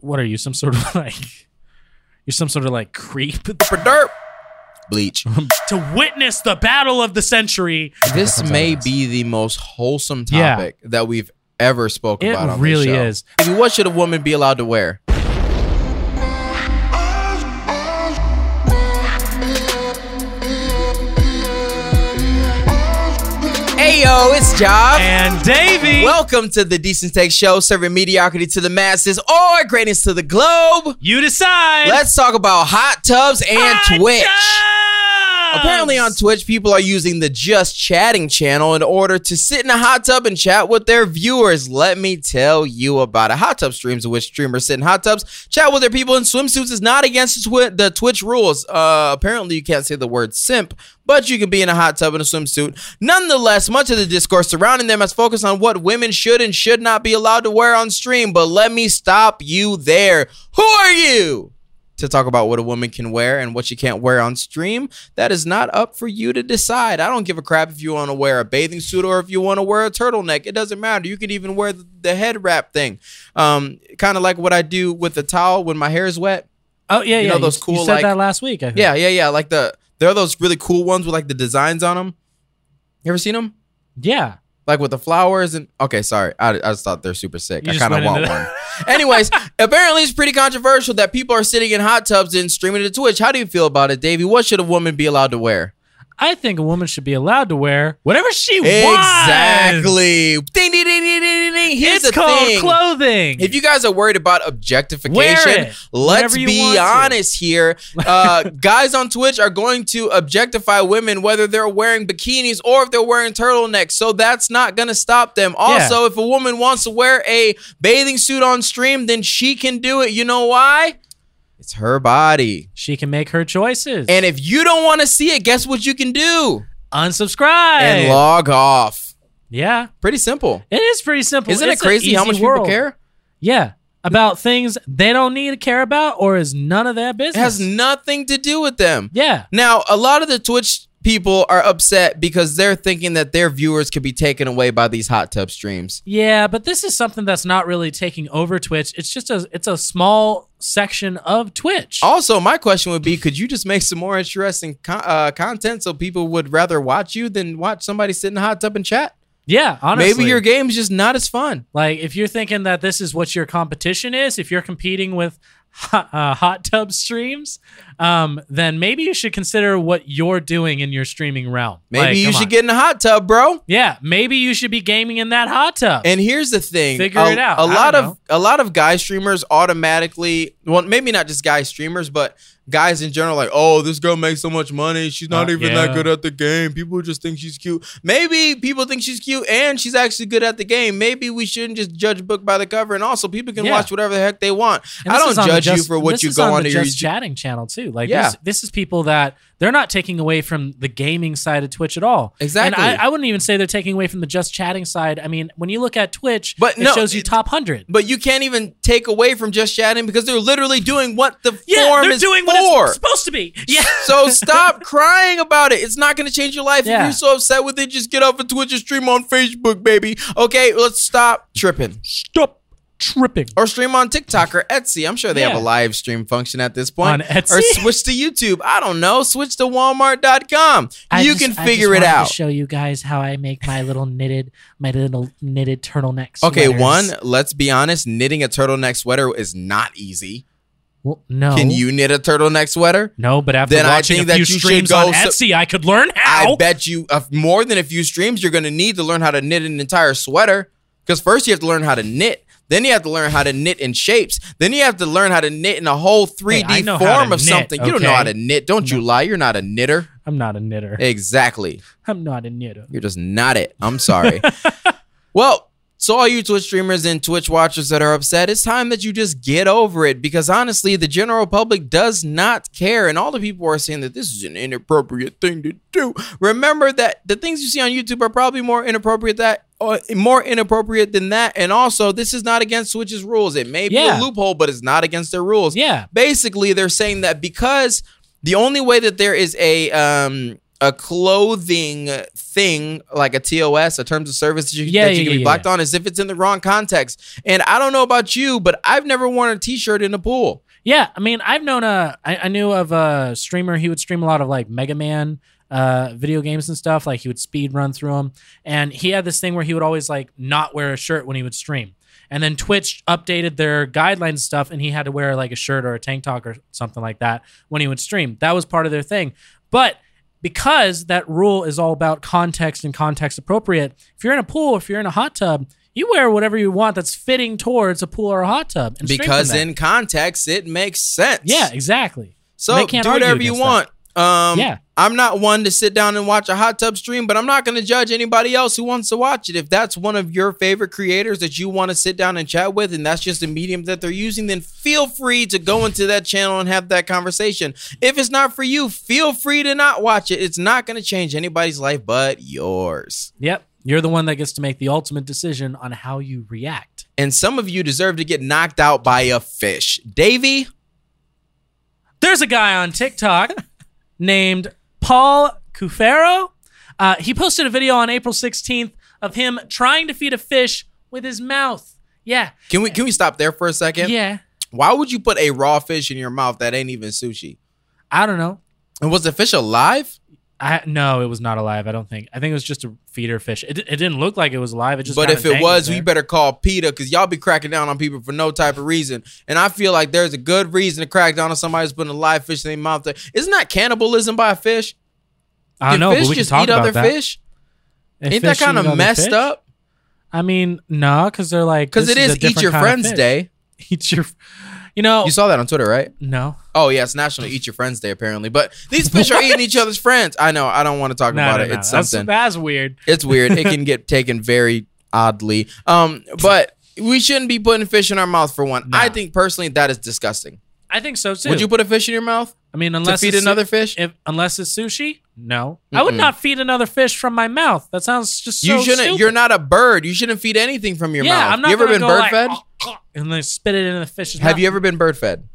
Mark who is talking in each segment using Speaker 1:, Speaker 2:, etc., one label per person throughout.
Speaker 1: what are you? Some sort of like you're some sort of like creep
Speaker 2: Derp. Bleach.
Speaker 1: to witness the battle of the century.
Speaker 2: This may be the most wholesome topic that we've ever spoken
Speaker 1: It
Speaker 2: about on
Speaker 1: really
Speaker 2: this show.
Speaker 1: is.
Speaker 2: I mean, what should a woman be allowed to wear? Hey yo, it's Job.
Speaker 1: And Davey,
Speaker 2: Welcome to the Decent Tech Show, serving mediocrity to the masses or greatness to the globe.
Speaker 1: you decide.
Speaker 2: Let's talk about hot tubs and
Speaker 1: Hot
Speaker 2: Twitch.
Speaker 1: tubs!
Speaker 2: Apparently on Twitch, people are using the Just Chatting channel in order to sit in a hot tub and chat with their viewers. Let me tell you about it. Hot tub streams in which streamers sit in hot tubs, chat with their people in swimsuits is not against the Twi- the Twitch rules. Uh, apparently, you can't say the word simp, but you can be in a hot tub in a swimsuit. Nonetheless, much of the discourse surrounding them has focused on what women should and should not be allowed to wear on stream. But let me stop you there. Who are you? to talk about what a woman can wear and what she can't wear on stream. That is not up for you to decide. I don't give a crap if you want to wear a bathing suit or if you want to wear a turtleneck. It doesn't matter. You could even wear the, the head wrap thing. Um, kind of like what I do with the towel when my hair is wet.
Speaker 1: Oh yeah,
Speaker 2: You
Speaker 1: yeah.
Speaker 2: know those cool,
Speaker 1: You said
Speaker 2: like-
Speaker 1: that last week. I think.
Speaker 2: Yeah, yeah, yeah. Like the there are those really cool ones with like the designs on them. You ever seen them?
Speaker 1: yeah.
Speaker 2: like with the flowers and okay sorry i, I just thought they're super sick
Speaker 1: You
Speaker 2: i
Speaker 1: just
Speaker 2: kind of
Speaker 1: went into
Speaker 2: want one anyways apparently it's pretty controversial that people are sitting in hot tubs and streaming to twitch how do you feel about it davey what should a woman be allowed to wear
Speaker 1: I think a woman should be allowed to wear whatever she wants.
Speaker 2: exactly ding, ding, ding, ding, ding, ding. here's
Speaker 1: it's
Speaker 2: the
Speaker 1: called
Speaker 2: thing
Speaker 1: clothing.
Speaker 2: if you guys are worried about objectification,
Speaker 1: Wear it
Speaker 2: let's
Speaker 1: whenever you
Speaker 2: be
Speaker 1: want to.
Speaker 2: honest here. Uh, guys on Twitch are going to objectify women, whether they're wearing bikinis or if they're wearing turtlenecks. So that's not going to stop them. Also, if a woman wants to wear a bathing suit on stream, then she can do it. You know why? It's her body.
Speaker 1: she can make her choices
Speaker 2: And if you don't want to see it, guess what you can do?
Speaker 1: unsubscribe.
Speaker 2: And log off.
Speaker 1: yeah,
Speaker 2: Pretty simple.
Speaker 1: it is pretty simple.
Speaker 2: Isn't
Speaker 1: It's
Speaker 2: it
Speaker 1: an
Speaker 2: crazy how
Speaker 1: easy
Speaker 2: much
Speaker 1: world.
Speaker 2: people care?
Speaker 1: Yeah, about things they don't need to care about, or is none of their business.
Speaker 2: It has nothing to do with them.
Speaker 1: yeah,
Speaker 2: Now, a lot of the Twitch people are upset because they're thinking that their viewers could be taken away by these hot tub streams.
Speaker 1: yeah, but this is something that's not really taking over Twitch. It's just a it's a small section of Twitch.
Speaker 2: Also, my question would be could you just make some more interesting con- uh, content so people would rather watch you than watch somebody sit in a hot tub and chat?
Speaker 1: yeah, honestly,
Speaker 2: Maybe your game's just not as fun.
Speaker 1: Like, if you're thinking that this is what your competition is, if you're competing with hot, uh, hot tub streams, um, then maybe you should consider what you're doing in your streaming realm.
Speaker 2: Maybe
Speaker 1: Like,
Speaker 2: you
Speaker 1: come
Speaker 2: should
Speaker 1: on.
Speaker 2: get in a hot tub, bro.
Speaker 1: Yeah, maybe you should be gaming in that hot tub.
Speaker 2: And here's the thing:
Speaker 1: Figure
Speaker 2: a,
Speaker 1: it out.
Speaker 2: A
Speaker 1: I
Speaker 2: lot
Speaker 1: don't
Speaker 2: of
Speaker 1: know.
Speaker 2: a lot of guy streamers automatically, well, maybe not just guy streamers, but guys in general, like, oh, this girl makes so much money. She's not
Speaker 1: Uh,
Speaker 2: even that
Speaker 1: yeah.
Speaker 2: good at the game. People just think she's cute. Maybe people think she's cute and she's actually good at the game. Maybe we shouldn't just judge a book by the cover. And also, people can
Speaker 1: Yeah.
Speaker 2: watch whatever the heck they want.
Speaker 1: And
Speaker 2: I
Speaker 1: this
Speaker 2: don't
Speaker 1: is on the
Speaker 2: judge you
Speaker 1: Just-
Speaker 2: for what
Speaker 1: this
Speaker 2: you
Speaker 1: is
Speaker 2: go
Speaker 1: on
Speaker 2: on
Speaker 1: the
Speaker 2: to your
Speaker 1: just chatting channel too. Like,
Speaker 2: Yeah.
Speaker 1: this, this is people that they're not taking away from the gaming side of Twitch at all.
Speaker 2: Exactly.
Speaker 1: And I, I wouldn't even say they're taking away from the just chatting side. I mean, when you look at Twitch,
Speaker 2: But
Speaker 1: it
Speaker 2: no,
Speaker 1: shows you
Speaker 2: it-
Speaker 1: top hundred.
Speaker 2: But you can't even take away from just chatting because they're literally doing what the
Speaker 1: Yeah,
Speaker 2: form
Speaker 1: they're
Speaker 2: is
Speaker 1: doing
Speaker 2: for.
Speaker 1: what it's supposed to be. Yeah.
Speaker 2: So stop crying about it. It's not going to change your life. If
Speaker 1: Yeah.
Speaker 2: you're so upset with it, just get off of Twitch and stream on Facebook, baby. Okay, let's stop tripping.
Speaker 1: Stop tripping.
Speaker 2: Or stream on TikTok or Etsy. I'm sure they have
Speaker 1: Yeah.
Speaker 2: a live stream function at this point.
Speaker 1: On Etsy?
Speaker 2: Or switch to YouTube. I don't know. Switch to Walmart.com.
Speaker 1: I
Speaker 2: you
Speaker 1: just-
Speaker 2: can
Speaker 1: I just
Speaker 2: figure it
Speaker 1: wanted
Speaker 2: out.
Speaker 1: To show you guys how I make my little knitted, my little knitted turtlenecks.
Speaker 2: Okay, one, let's be honest. Knitting a turtleneck sweater is not easy.
Speaker 1: Well, no.
Speaker 2: Can you knit a turtleneck sweater?
Speaker 1: No, but after
Speaker 2: Then I
Speaker 1: watching a
Speaker 2: think that
Speaker 1: few
Speaker 2: you should
Speaker 1: streams
Speaker 2: go
Speaker 1: on
Speaker 2: so-
Speaker 1: Etsy, I could learn how.
Speaker 2: I bet you uh, more than a few streams, you're going to need to learn how to knit an entire sweater. Because first you have to learn how to knit. Then you have to learn how to knit in shapes. Then you have to learn how to knit in a whole 3D
Speaker 1: I know how to
Speaker 2: form of
Speaker 1: knit,
Speaker 2: something. You don't know
Speaker 1: okay?
Speaker 2: how to knit. Don't you lie. You're not a knitter.
Speaker 1: I'm not a knitter.
Speaker 2: Exactly.
Speaker 1: I'm not a knitter.
Speaker 2: You're just not it. I'm sorry. well, so all you Twitch streamers and Twitch watchers that are upset, it's time that you just get over it because honestly, the general public does not care. And all the people are saying that this is an inappropriate thing to do. Remember that the things you see on YouTube are probably more inappropriate that or more inappropriate than that. And also, this is not against Twitch's rules. It may be
Speaker 1: Yeah.
Speaker 2: a loophole, but it's not against their rules
Speaker 1: Yeah.
Speaker 2: basically they're saying that because the only way that there is a um a clothing thing like a TOS, a terms of service that you,
Speaker 1: Yeah,
Speaker 2: that you
Speaker 1: yeah,
Speaker 2: can
Speaker 1: yeah,
Speaker 2: be
Speaker 1: yeah,
Speaker 2: blocked on, is if it's in the wrong context. And I don't know about you, but I've never worn a T-shirt in a pool.
Speaker 1: Yeah, I mean, I've known a, I, I knew of a streamer. He would stream a lot of like Mega Man uh, video games and stuff. Like he would speed run through them, and he had this thing where he would always like not wear a shirt when he would stream. And then Twitch updated their guidelines and stuff, and he had to wear like a shirt or a tank top or something like that when he would stream. That was part of their thing, but. Because that rule is all about context and context appropriate. If you're in a pool, if you're in a hot tub, you wear whatever you want that's fitting towards a pool or a hot tub. And stream from
Speaker 2: Because
Speaker 1: that.
Speaker 2: in context, it makes sense.
Speaker 1: Yeah, exactly.
Speaker 2: So
Speaker 1: They can't
Speaker 2: do
Speaker 1: argue
Speaker 2: whatever you
Speaker 1: against
Speaker 2: want. Um,
Speaker 1: Yeah.
Speaker 2: I'm not one to sit down and watch a hot tub stream, but I'm not going to judge anybody else who wants to watch it. If that's one of your favorite creators that you want to sit down and chat with, and that's just the medium that they're using, then feel free to go into that channel and have that conversation. If it's not for you, feel free to not watch it. It's not going to change anybody's life but yours.
Speaker 1: Yep. You're the one that gets to make the ultimate decision on how you react.
Speaker 2: And some of you deserve to get knocked out by a fish. Davey,
Speaker 1: There's a guy on TikTok named Paul Cufero. Uh, he posted a video on April 16th of him trying to feed a fish with his mouth. Yeah.
Speaker 2: can we can we stop there for a second?
Speaker 1: Yeah.
Speaker 2: Why would you put a raw fish in your mouth that ain't even sushi?
Speaker 1: I don't know.
Speaker 2: And was the fish alive?
Speaker 1: I, no, it was not alive. I don't think. I think it was just a feeder fish. It, it didn't look like it was alive. It just.
Speaker 2: but
Speaker 1: kinda
Speaker 2: if it
Speaker 1: dangled
Speaker 2: was,
Speaker 1: there.
Speaker 2: we better call PETA because y'all be cracking down on people for no type of reason. And I feel like there's a good reason to crack down on somebody who's putting a live fish in their mouth. There. Isn't that cannibalism by a fish?
Speaker 1: I don't know,
Speaker 2: fish
Speaker 1: but we can
Speaker 2: just
Speaker 1: talk
Speaker 2: eat
Speaker 1: about
Speaker 2: other
Speaker 1: that.
Speaker 2: fish?
Speaker 1: If
Speaker 2: ain't that
Speaker 1: fish eat
Speaker 2: kind
Speaker 1: other
Speaker 2: of messed
Speaker 1: fish?
Speaker 2: up?
Speaker 1: I mean, no, because they're like
Speaker 2: Because
Speaker 1: this
Speaker 2: it
Speaker 1: a
Speaker 2: is Eat
Speaker 1: different
Speaker 2: Your
Speaker 1: kind of
Speaker 2: Friends
Speaker 1: fish.
Speaker 2: Day.
Speaker 1: Eat your, you know,
Speaker 2: You saw that on Twitter, right?
Speaker 1: no.
Speaker 2: Oh yeah, it's National Eat Your Friends Day apparently. But these fish are eating each other's friends. I know. I don't want to talk
Speaker 1: No,
Speaker 2: about
Speaker 1: no,
Speaker 2: it.
Speaker 1: no.
Speaker 2: It's
Speaker 1: That's-
Speaker 2: something.
Speaker 1: That's, weird.
Speaker 2: It's weird. It can get taken very oddly. Um, but we shouldn't be putting fish in our mouth for one.
Speaker 1: Nah.
Speaker 2: I think personally that is disgusting.
Speaker 1: I think so too.
Speaker 2: Would you put a fish in your mouth
Speaker 1: I mean, unless
Speaker 2: to feed
Speaker 1: it's,
Speaker 2: another fish?
Speaker 1: if, unless it's sushi, no. I would
Speaker 2: Mm-mm.
Speaker 1: not feed another fish from my mouth. That sounds just so
Speaker 2: you shouldn't.
Speaker 1: stupid.
Speaker 2: You're not a bird. You shouldn't feed anything from your
Speaker 1: yeah,
Speaker 2: mouth.
Speaker 1: I'm not
Speaker 2: you ever
Speaker 1: gonna go
Speaker 2: been bird
Speaker 1: like, oh,
Speaker 2: fed?
Speaker 1: and then spit it into the fish's
Speaker 2: Have
Speaker 1: mouth.
Speaker 2: you ever been bird fed?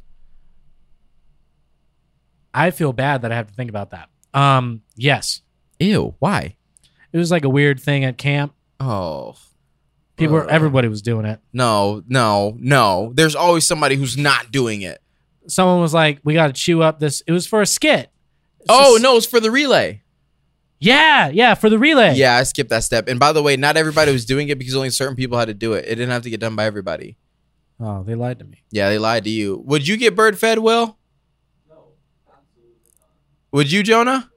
Speaker 1: I feel bad that I have to think about that. Um, yes,
Speaker 2: Ew. Why?
Speaker 1: it was like a weird thing at camp.
Speaker 2: Oh.
Speaker 1: People, were,
Speaker 2: Ugh.
Speaker 1: everybody was doing it.
Speaker 2: No, no, no. There's always somebody who's not doing it.
Speaker 1: Someone was like, "We got to chew up this." It was for a skit. It's
Speaker 2: oh,
Speaker 1: just-
Speaker 2: no, it's for the relay.
Speaker 1: Yeah, yeah, for the relay.
Speaker 2: Yeah, I skipped that step. And by the way, not everybody was doing it because only certain people had to do it. It didn't have to get done by everybody.
Speaker 1: Oh, they lied to me.
Speaker 2: Yeah, they lied to you. Would you get bird fed, Will? No, absolutely not. Would you, Jonah?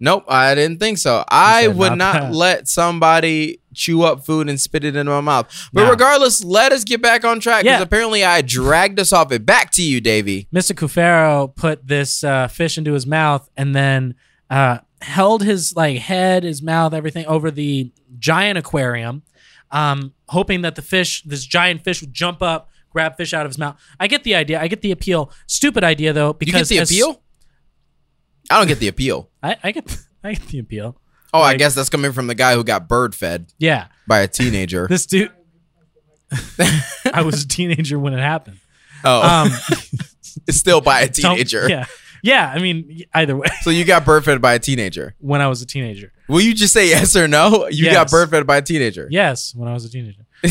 Speaker 2: Nope, I didn't think so. I
Speaker 1: said
Speaker 2: would
Speaker 1: not
Speaker 2: not
Speaker 1: bad.
Speaker 2: let somebody chew up food and spit it in my mouth. But
Speaker 1: No.
Speaker 2: regardless, let us get back on track because
Speaker 1: Yeah.
Speaker 2: apparently I dragged us off it. Back to you, Davey.
Speaker 1: Mr. Cufaro put this uh, fish into his mouth and then uh, held his like head, his mouth, everything over the giant aquarium, um, hoping that the fish, this giant fish, would jump up, grab fish out of his mouth. I get the idea. I get the appeal. Stupid idea though.
Speaker 2: You get
Speaker 1: Because
Speaker 2: the
Speaker 1: as-
Speaker 2: appeal? I don't get the appeal.
Speaker 1: I, I get. I get the appeal.
Speaker 2: Oh, I
Speaker 1: Like-
Speaker 2: guess that's coming from the guy who got bird fed
Speaker 1: Yeah,
Speaker 2: by a teenager.
Speaker 1: this dude. I was a teenager when it happened.
Speaker 2: Oh,
Speaker 1: Um,
Speaker 2: still by a
Speaker 1: don't-
Speaker 2: teenager.
Speaker 1: Yeah, yeah. I mean, either way,
Speaker 2: So you got bird fed by a teenager.
Speaker 1: when I was a teenager.
Speaker 2: Will you just say yes or no? You got
Speaker 1: Yes.
Speaker 2: bird fed by a teenager.
Speaker 1: Yes, when I was a teenager.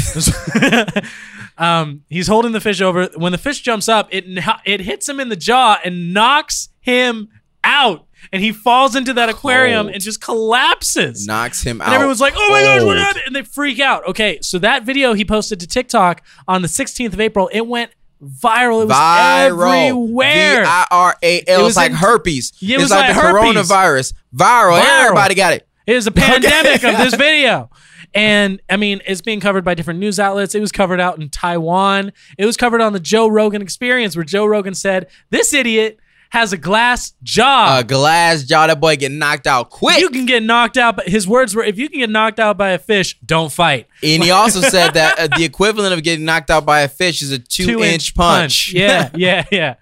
Speaker 1: um, he's holding the fish over. When the fish jumps up, it kn- it hits him in the jaw and knocks him out, and he falls into that aquarium
Speaker 2: Cold.
Speaker 1: and just collapses.
Speaker 2: knocks him out.
Speaker 1: and everyone's like, "Oh my gosh, what
Speaker 2: Cold.
Speaker 1: happened?" And they freak out. Okay, so that video he posted to TikTok on the 16th of April, it went viral. It was
Speaker 2: viral.
Speaker 1: everywhere.
Speaker 2: V I R A
Speaker 1: It
Speaker 2: L.
Speaker 1: was
Speaker 2: It's like
Speaker 1: in-
Speaker 2: herpes.
Speaker 1: Yeah, it
Speaker 2: it's
Speaker 1: was like
Speaker 2: like, the
Speaker 1: herpes.
Speaker 2: coronavirus. Viral.
Speaker 1: Viral.
Speaker 2: Everybody got it.
Speaker 1: It is a pandemic of this video. And I mean, it's being covered by different news outlets. It was covered out in Taiwan. It was covered on the Joe Rogan experience, where Joe Rogan said, This idiot has a glass jaw.
Speaker 2: A glass jaw. That boy get knocked out quick.
Speaker 1: you can get knocked out. But his words were, If you can get knocked out by a fish, don't fight.
Speaker 2: and he also said that uh, the equivalent of getting knocked out by a fish is a two, inch, punch.
Speaker 1: Yeah, yeah, yeah.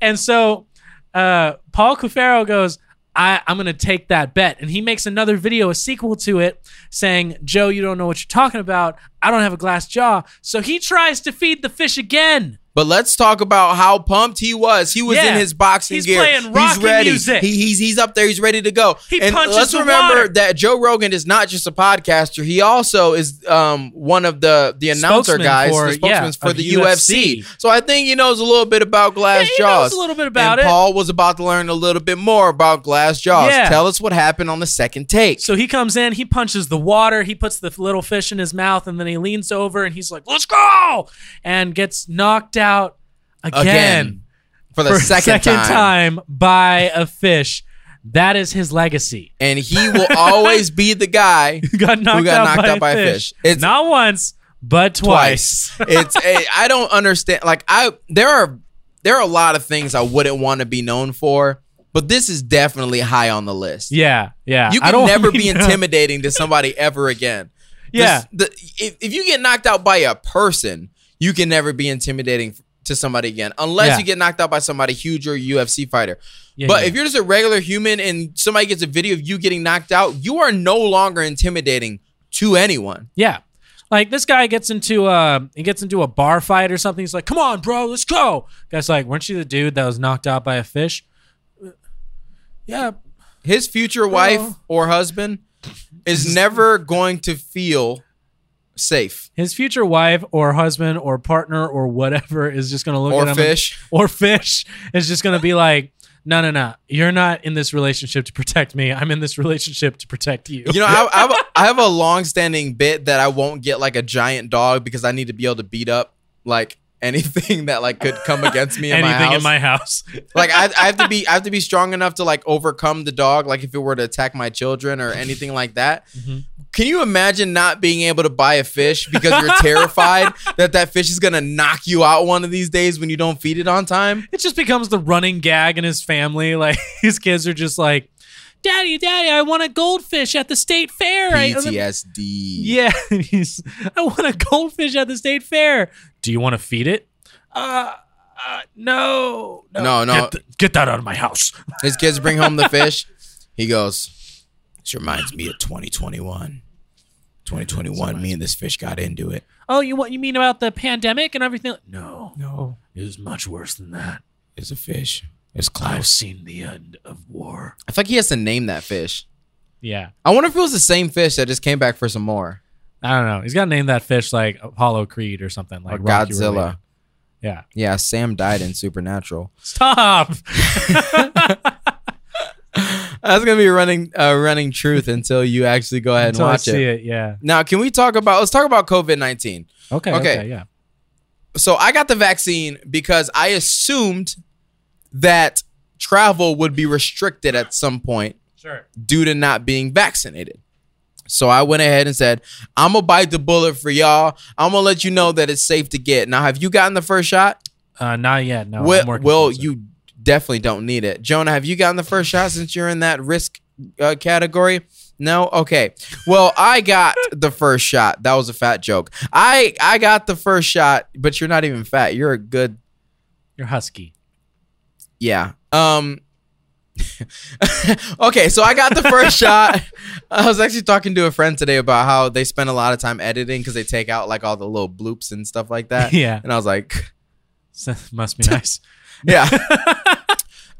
Speaker 1: And so uh, Paul Cufaro goes, I, I'm going to take that bet. And he makes another video, a sequel to it, saying, Joe, you don't know what you're talking about. I don't have a glass jaw. So he tries to feed the fish again.
Speaker 2: But let's talk about how pumped he was. He was
Speaker 1: Yeah.
Speaker 2: in his boxing
Speaker 1: He's
Speaker 2: gear.
Speaker 1: playing rock
Speaker 2: he's
Speaker 1: and
Speaker 2: ready.
Speaker 1: music.
Speaker 2: He, he's he's up there. He's ready to go.
Speaker 1: He
Speaker 2: and
Speaker 1: punches
Speaker 2: let's
Speaker 1: the
Speaker 2: remember
Speaker 1: water.
Speaker 2: that Joe Rogan is not just a podcaster. He also is um, one of the the announcer
Speaker 1: Spokesman
Speaker 2: guys,
Speaker 1: for-
Speaker 2: the spokesman
Speaker 1: yeah,
Speaker 2: for
Speaker 1: of
Speaker 2: the
Speaker 1: UFC.
Speaker 2: UFC. So I think he knows a little bit about glass
Speaker 1: Yeah, he
Speaker 2: jaws.
Speaker 1: knows a little bit about
Speaker 2: and
Speaker 1: it.
Speaker 2: Paul was about to learn a little bit more about glass jaws.
Speaker 1: Yeah.
Speaker 2: Tell us what happened on the second take.
Speaker 1: So he comes in, he punches the water, he puts the little fish in his mouth, and then he leans over and he's like, "Let's go!" and gets knocked out again,
Speaker 2: Again. for the
Speaker 1: for a
Speaker 2: second, time.
Speaker 1: time by a fish. That is his legacy.
Speaker 2: and he will always be the guy
Speaker 1: got knocked,
Speaker 2: got
Speaker 1: out,
Speaker 2: knocked
Speaker 1: by
Speaker 2: out
Speaker 1: a
Speaker 2: by a
Speaker 1: fish.
Speaker 2: fish. It's-
Speaker 1: not once, but twice.
Speaker 2: twice. it's I I don't understand. Like I there are there are a lot of things I wouldn't want to be known for, but this is definitely high on the list.
Speaker 1: Yeah, yeah.
Speaker 2: You
Speaker 1: I
Speaker 2: can
Speaker 1: don't
Speaker 2: never
Speaker 1: mean
Speaker 2: be
Speaker 1: to-
Speaker 2: intimidating to somebody ever again.
Speaker 1: Yeah,
Speaker 2: This- the, if, if you get knocked out by a person, you can never be intimidating to somebody again, unless
Speaker 1: Yeah.
Speaker 2: you get knocked out by somebody huge or a UFC fighter.
Speaker 1: yeah,
Speaker 2: but
Speaker 1: yeah.
Speaker 2: if you're just a regular human and somebody gets a video of you getting knocked out, you are no longer intimidating to anyone.
Speaker 1: Yeah. Like this guy gets into a he gets into a bar fight or something. He's like, "Come on, bro, let's go." Guy's like, "Weren't you the dude that was knocked out by a fish?" Yeah,
Speaker 2: his future wife or husband is never going to feel safe
Speaker 1: his future wife or husband or partner or whatever is just gonna look
Speaker 2: or
Speaker 1: at him
Speaker 2: fish.
Speaker 1: or fish is just gonna be like, "No, no, no, you're not in this relationship to protect me. I'm in this relationship to protect you."
Speaker 2: You know, I, I, have a, I have a long-standing bit that I won't get like a giant dog because I need to be able to beat up like anything that like could come against me in my
Speaker 1: Anything
Speaker 2: house.
Speaker 1: in my house.
Speaker 2: like I, I have to be, I have to be strong enough to like overcome the dog. Like if it were to attack my children or anything like that.
Speaker 1: Mhm.
Speaker 2: Can you imagine not being able to buy a fish because you're terrified that that fish is gonna knock you out one of these days when you don't feed it on time?
Speaker 1: it just becomes the running gag in his family. Like his kids are just like, "Daddy, Daddy, I want a goldfish at the state fair." I-
Speaker 2: PTSD.
Speaker 1: yeah, and he's, I want a goldfish at the state fair. Do you want to feed it? Uh, uh no,
Speaker 2: No, no.
Speaker 1: Get, th- get that out of my house.
Speaker 2: His kids bring home the fish. He goes, This reminds me of 2021. 2021, me and this fish got into it.
Speaker 1: Oh, you what you mean about the pandemic and everything? No, no, it was much worse than that.
Speaker 2: It's a fish. It's
Speaker 1: I've
Speaker 2: close.
Speaker 1: seen the end of war.
Speaker 2: I think he has to name that fish.
Speaker 1: Yeah,
Speaker 2: I wonder if it was the same fish that just came back for some more.
Speaker 1: I don't know. He's got to name that fish like Apollo Creed or something like
Speaker 2: or
Speaker 1: Rocky
Speaker 2: Godzilla.
Speaker 1: related. Yeah.
Speaker 2: Yeah, Sam died in Supernatural.
Speaker 1: Stop.
Speaker 2: That's gonna be running uh, running truth until you actually go ahead and
Speaker 1: Until I
Speaker 2: watch
Speaker 1: see
Speaker 2: it.
Speaker 1: it. Yeah.
Speaker 2: Now, can we talk about let's talk about COVID nineteen.
Speaker 1: Okay.
Speaker 2: Okay.
Speaker 1: Okay. yeah.
Speaker 2: so I got the vaccine because I assumed that travel would be restricted at some point
Speaker 1: Sure.
Speaker 2: due to not being vaccinated. So I went ahead and said, I'm gonna bite the bullet for y'all. I'm gonna let you know that it's safe to get. Now, have you gotten the first shot?
Speaker 1: Uh, not yet. No.
Speaker 2: well,
Speaker 1: I'm working
Speaker 2: well,
Speaker 1: towards it.
Speaker 2: you definitely don't need it. Jonah, have you gotten the first shot since you're in that risk uh, category? No. Okay. Well, I got the first shot. That was a fat joke. I I got the first shot, but you're not even fat. You're a good
Speaker 1: You're husky.
Speaker 2: Yeah. Um Okay, so I got the first shot. I was actually talking to a friend today about how they spend a lot of time editing cuz they take out like all the little bloops and stuff like that.
Speaker 1: yeah.
Speaker 2: And I was like,
Speaker 1: So, must be nice.
Speaker 2: yeah.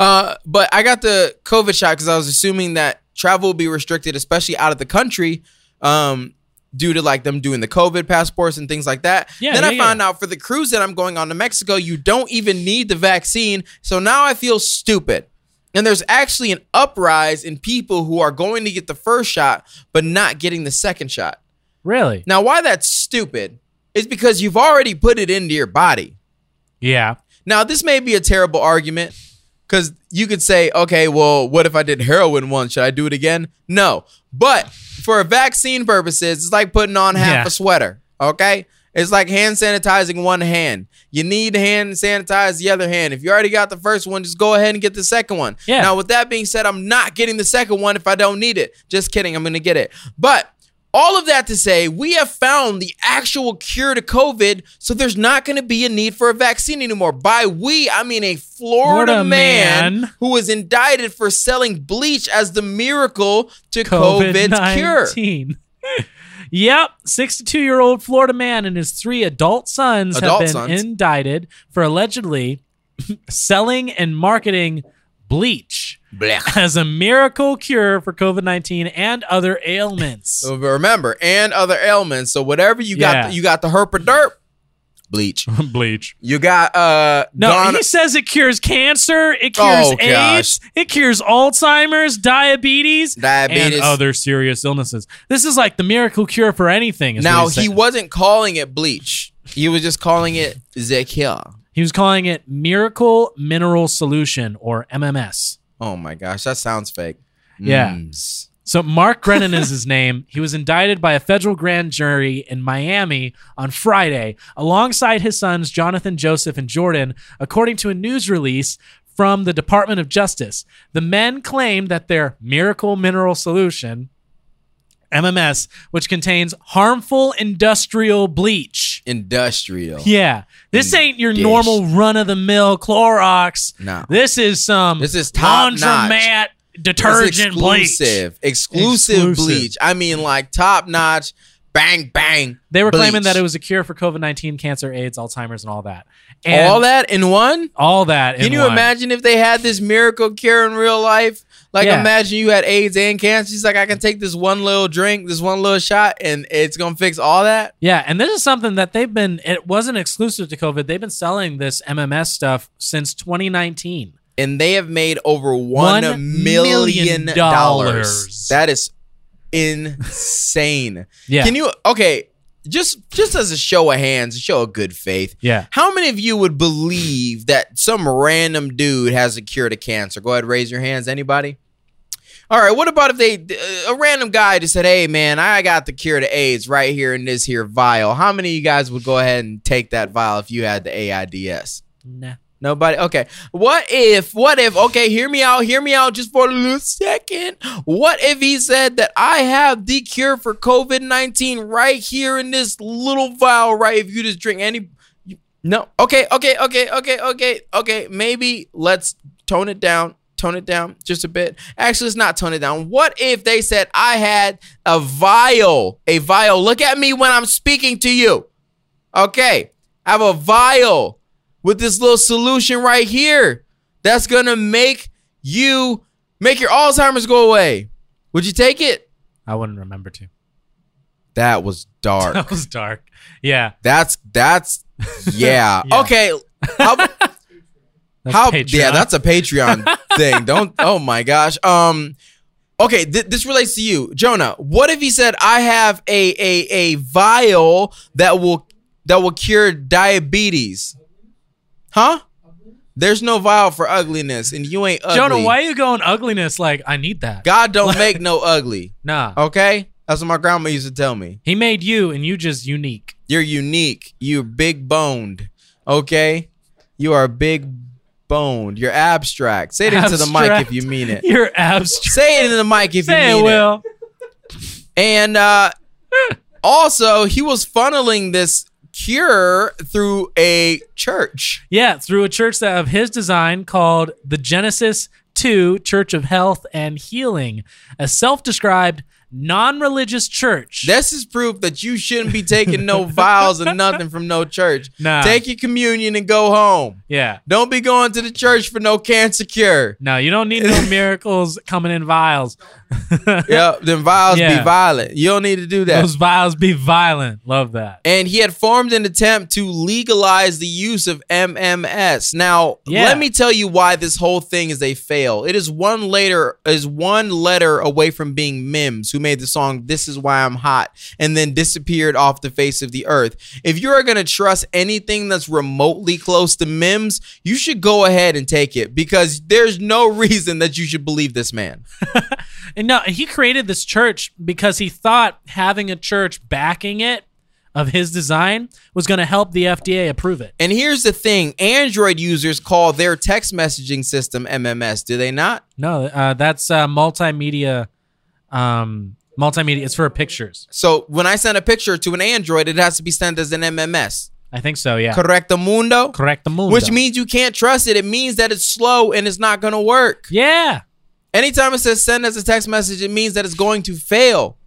Speaker 2: uh but I got the COVID shot cuz I was assuming that travel would be restricted especially out of the country um due to like them doing the COVID passports and things like that.
Speaker 1: Yeah,
Speaker 2: then I
Speaker 1: yeah, yeah.
Speaker 2: found out for the cruise that I'm going on to Mexico, you don't even need the vaccine. So now I feel stupid. And there's actually an uprise in people who are going to get the first shot but not getting the second shot.
Speaker 1: Really?
Speaker 2: Now, why that's stupid is because you've already put it into your body.
Speaker 1: Yeah.
Speaker 2: Now, this may be a terrible argument because you could say, okay, well, what if I did heroin once? Should I do it again? No. But for vaccine purposes, it's like putting on half
Speaker 1: Yeah.
Speaker 2: a sweater, okay? It's like hand sanitizing one hand. You need to hand sanitize the other hand. If you already got the first one, just go ahead and get the second one.
Speaker 1: Yeah.
Speaker 2: Now, with that being said, I'm not getting the second one if I don't need it. Just kidding, I'm going to get it. But all of that to say, we have found the actual cure to COVID, so there's not going to be a need for a vaccine anymore. By we, I mean a Florida,
Speaker 1: Florida
Speaker 2: man,
Speaker 1: man.
Speaker 2: who was indicted for selling bleach as the miracle to COVID
Speaker 1: COVID
Speaker 2: COVID's cure.
Speaker 1: nineteen. Yep, 62 year old Florida man and his three adult sons
Speaker 2: Adult
Speaker 1: have been
Speaker 2: sons.
Speaker 1: indicted for allegedly selling and marketing bleach
Speaker 2: Blech.
Speaker 1: as a miracle cure for COVID 19 and other ailments.
Speaker 2: So remember, and other ailments. So whatever you got,
Speaker 1: Yeah.
Speaker 2: you got the herp or derp, bleach.
Speaker 1: bleach.
Speaker 2: You got uh,
Speaker 1: No,
Speaker 2: gon-
Speaker 1: he says it cures cancer, it cures
Speaker 2: Oh,
Speaker 1: AIDS, it cures Alzheimer's, diabetes,
Speaker 2: diabetes.
Speaker 1: and other serious illnesses. This is like the miracle cure for anything. is what
Speaker 2: now
Speaker 1: he's
Speaker 2: he
Speaker 1: saying.
Speaker 2: wasn't calling it bleach. He was just calling it Zekia.
Speaker 1: He was calling it Miracle Mineral Solution or MMS.
Speaker 2: Oh my gosh, that sounds fake.
Speaker 1: Yeah.
Speaker 2: Mm.
Speaker 1: So Mark Grennan is his name. He was indicted by a federal grand jury in Miami on Friday alongside his sons Jonathan, Joseph, and Jordan, according to a news release from the Department of Justice. The men claimed that their Miracle Mineral Solution MMS, which contains harmful industrial bleach.
Speaker 2: Industrial.
Speaker 1: Yeah. This ain't your
Speaker 2: Mm, Dish.
Speaker 1: normal run of the mill Clorox.
Speaker 2: No.
Speaker 1: This is some
Speaker 2: This is top
Speaker 1: laundromat
Speaker 2: It's
Speaker 1: detergent bleach.
Speaker 2: exclusive. exclusive.
Speaker 1: Exclusive.
Speaker 2: bleach. I mean, like top notch, bang, bang.
Speaker 1: They were claiming
Speaker 2: bleach.
Speaker 1: that it was a cure for COVID nineteen, cancer, AIDS, Alzheimer's, and all that. And
Speaker 2: all that in one.
Speaker 1: all that. in
Speaker 2: Can you
Speaker 1: one.
Speaker 2: imagine if they had this miracle cure in real life? Like,
Speaker 1: Yeah.
Speaker 2: imagine you had AIDS and cancer. She's like, I can take this one little drink, this one little shot, and it's gonna fix all that.
Speaker 1: Yeah, and this is something that they've been. It wasn't exclusive to COVID. They've been selling this MMS stuff since 2019.
Speaker 2: And they have made over one
Speaker 1: One
Speaker 2: million
Speaker 1: million
Speaker 2: dollars.
Speaker 1: dollars.
Speaker 2: That is insane.
Speaker 1: Yeah,
Speaker 2: Can you? Okay, just just as a show of hands, a show of good faith.
Speaker 1: yeah.
Speaker 2: How many of you would believe that some random dude has a cure to cancer? Go ahead, raise your hands. Anybody? All right. What about if they uh, a random guy just said, "Hey, man, I got the cure to AIDS right here in this here vial." How many of you guys would go ahead and take that vial if you had the AIDS?
Speaker 1: Nah.
Speaker 2: Nobody. Okay. What if? What if? Okay. Hear me out. Hear me out. Just for a little second. What if he said that I have the cure for COVID nineteen right here in this little vial? Right. If you just drink any. you- No. Okay. Okay. Okay. Okay. Okay. Okay. Maybe let's tone it down. Tone it down just a bit. Actually, let's not tone it down. What if they said I had a vial? A vial. Look at me when I'm speaking to you. Okay. I have a vial with this little solution right here that's gonna make you make your Alzheimer's go away. Would you take it?
Speaker 1: I wouldn't remember to.
Speaker 2: That was dark.
Speaker 1: That was dark. Yeah.
Speaker 2: that's that's yeah.
Speaker 1: Yeah.
Speaker 2: Okay. How,
Speaker 1: That's
Speaker 2: how
Speaker 1: Patreon.
Speaker 2: yeah, that's a Patreon thing. Don't oh my gosh. Um okay, th- this relates to you. Jonah, what if he said I have a a a vial that will that will cure diabetes? Huh? There's no vial for ugliness and you ain't ugly.
Speaker 1: Jonah. Why are you going ugliness? Like I need that.
Speaker 2: God don't make no ugly.
Speaker 1: Nah.
Speaker 2: Okay? That's what my grandma used to tell me.
Speaker 1: He made you, and you just unique.
Speaker 2: You're unique. You're big boned. Okay? You are big boned. You're abstract. Say it into the mic
Speaker 1: Abstract.
Speaker 2: if you mean it.
Speaker 1: You're abstract.
Speaker 2: Say it into the mic if
Speaker 1: Say
Speaker 2: you
Speaker 1: it,
Speaker 2: mean it.
Speaker 1: Will.
Speaker 2: And uh also he was funneling this cure through a church.
Speaker 1: Yeah, through a church that of his design called the Genesis 2 Church of Health and Healing, a self-described non-religious church.
Speaker 2: This is proof that you shouldn't be taking no vials and nothing from no church.
Speaker 1: Nah.
Speaker 2: Take your communion and go home.
Speaker 1: yeah.
Speaker 2: Don't be going to the church for no cancer cure.
Speaker 1: No, you don't need no miracles coming in vials.
Speaker 2: yep, then vials be
Speaker 1: Yeah.
Speaker 2: violent. You don't need to do that.
Speaker 1: Those vials be violent. Love that.
Speaker 2: and he had formed an attempt to legalize the use of MMS. Now,
Speaker 1: Yeah.
Speaker 2: let me tell you why this whole thing is a fail. It is one later is one letter away from being Mims, who made the song "This Is Why I'm Hot" and then disappeared off the face of the earth. If you are gonna trust anything that's remotely close to Mims, you should go ahead and take it because there's no reason that you should believe this man.
Speaker 1: And no, he created this church because he thought having a church backing it of his design was going to help the FDA approve it.
Speaker 2: And here's the thing Android users call their text messaging system MMS, do they not?
Speaker 1: No, uh, that's uh, multimedia um multimedia it's for pictures.
Speaker 2: So when I send a picture to an Android, it has to be sent as an MMS.
Speaker 1: I think so, yeah.
Speaker 2: Correcto mundo?
Speaker 1: Correct the moon.
Speaker 2: Which means you can't trust it. It means that it's slow and it's not going to work.
Speaker 1: yeah,
Speaker 2: Anytime it says send as a text message, it means that it's going to fail.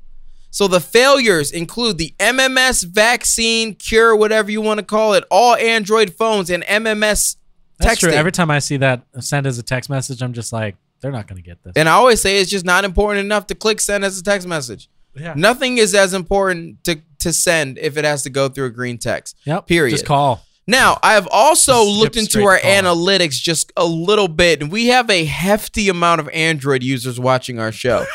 Speaker 2: So the failures include the MMS vaccine cure, whatever you want to call it, all Android phones and MMS
Speaker 1: That's true.
Speaker 2: texting.
Speaker 1: Every time I see that sent as a text message, I'm just like, they're not going to get this.
Speaker 2: and I always say it's just not important enough to click send as a text message.
Speaker 1: Yeah.
Speaker 2: Nothing is as important to, to send if it has to go through a green text.
Speaker 1: Yep.
Speaker 2: Period.
Speaker 1: Just call.
Speaker 2: Now, I have also
Speaker 1: Skip
Speaker 2: looked into
Speaker 1: straight
Speaker 2: our
Speaker 1: call.
Speaker 2: analytics just a little bit, and we have a hefty amount of Android users watching our show.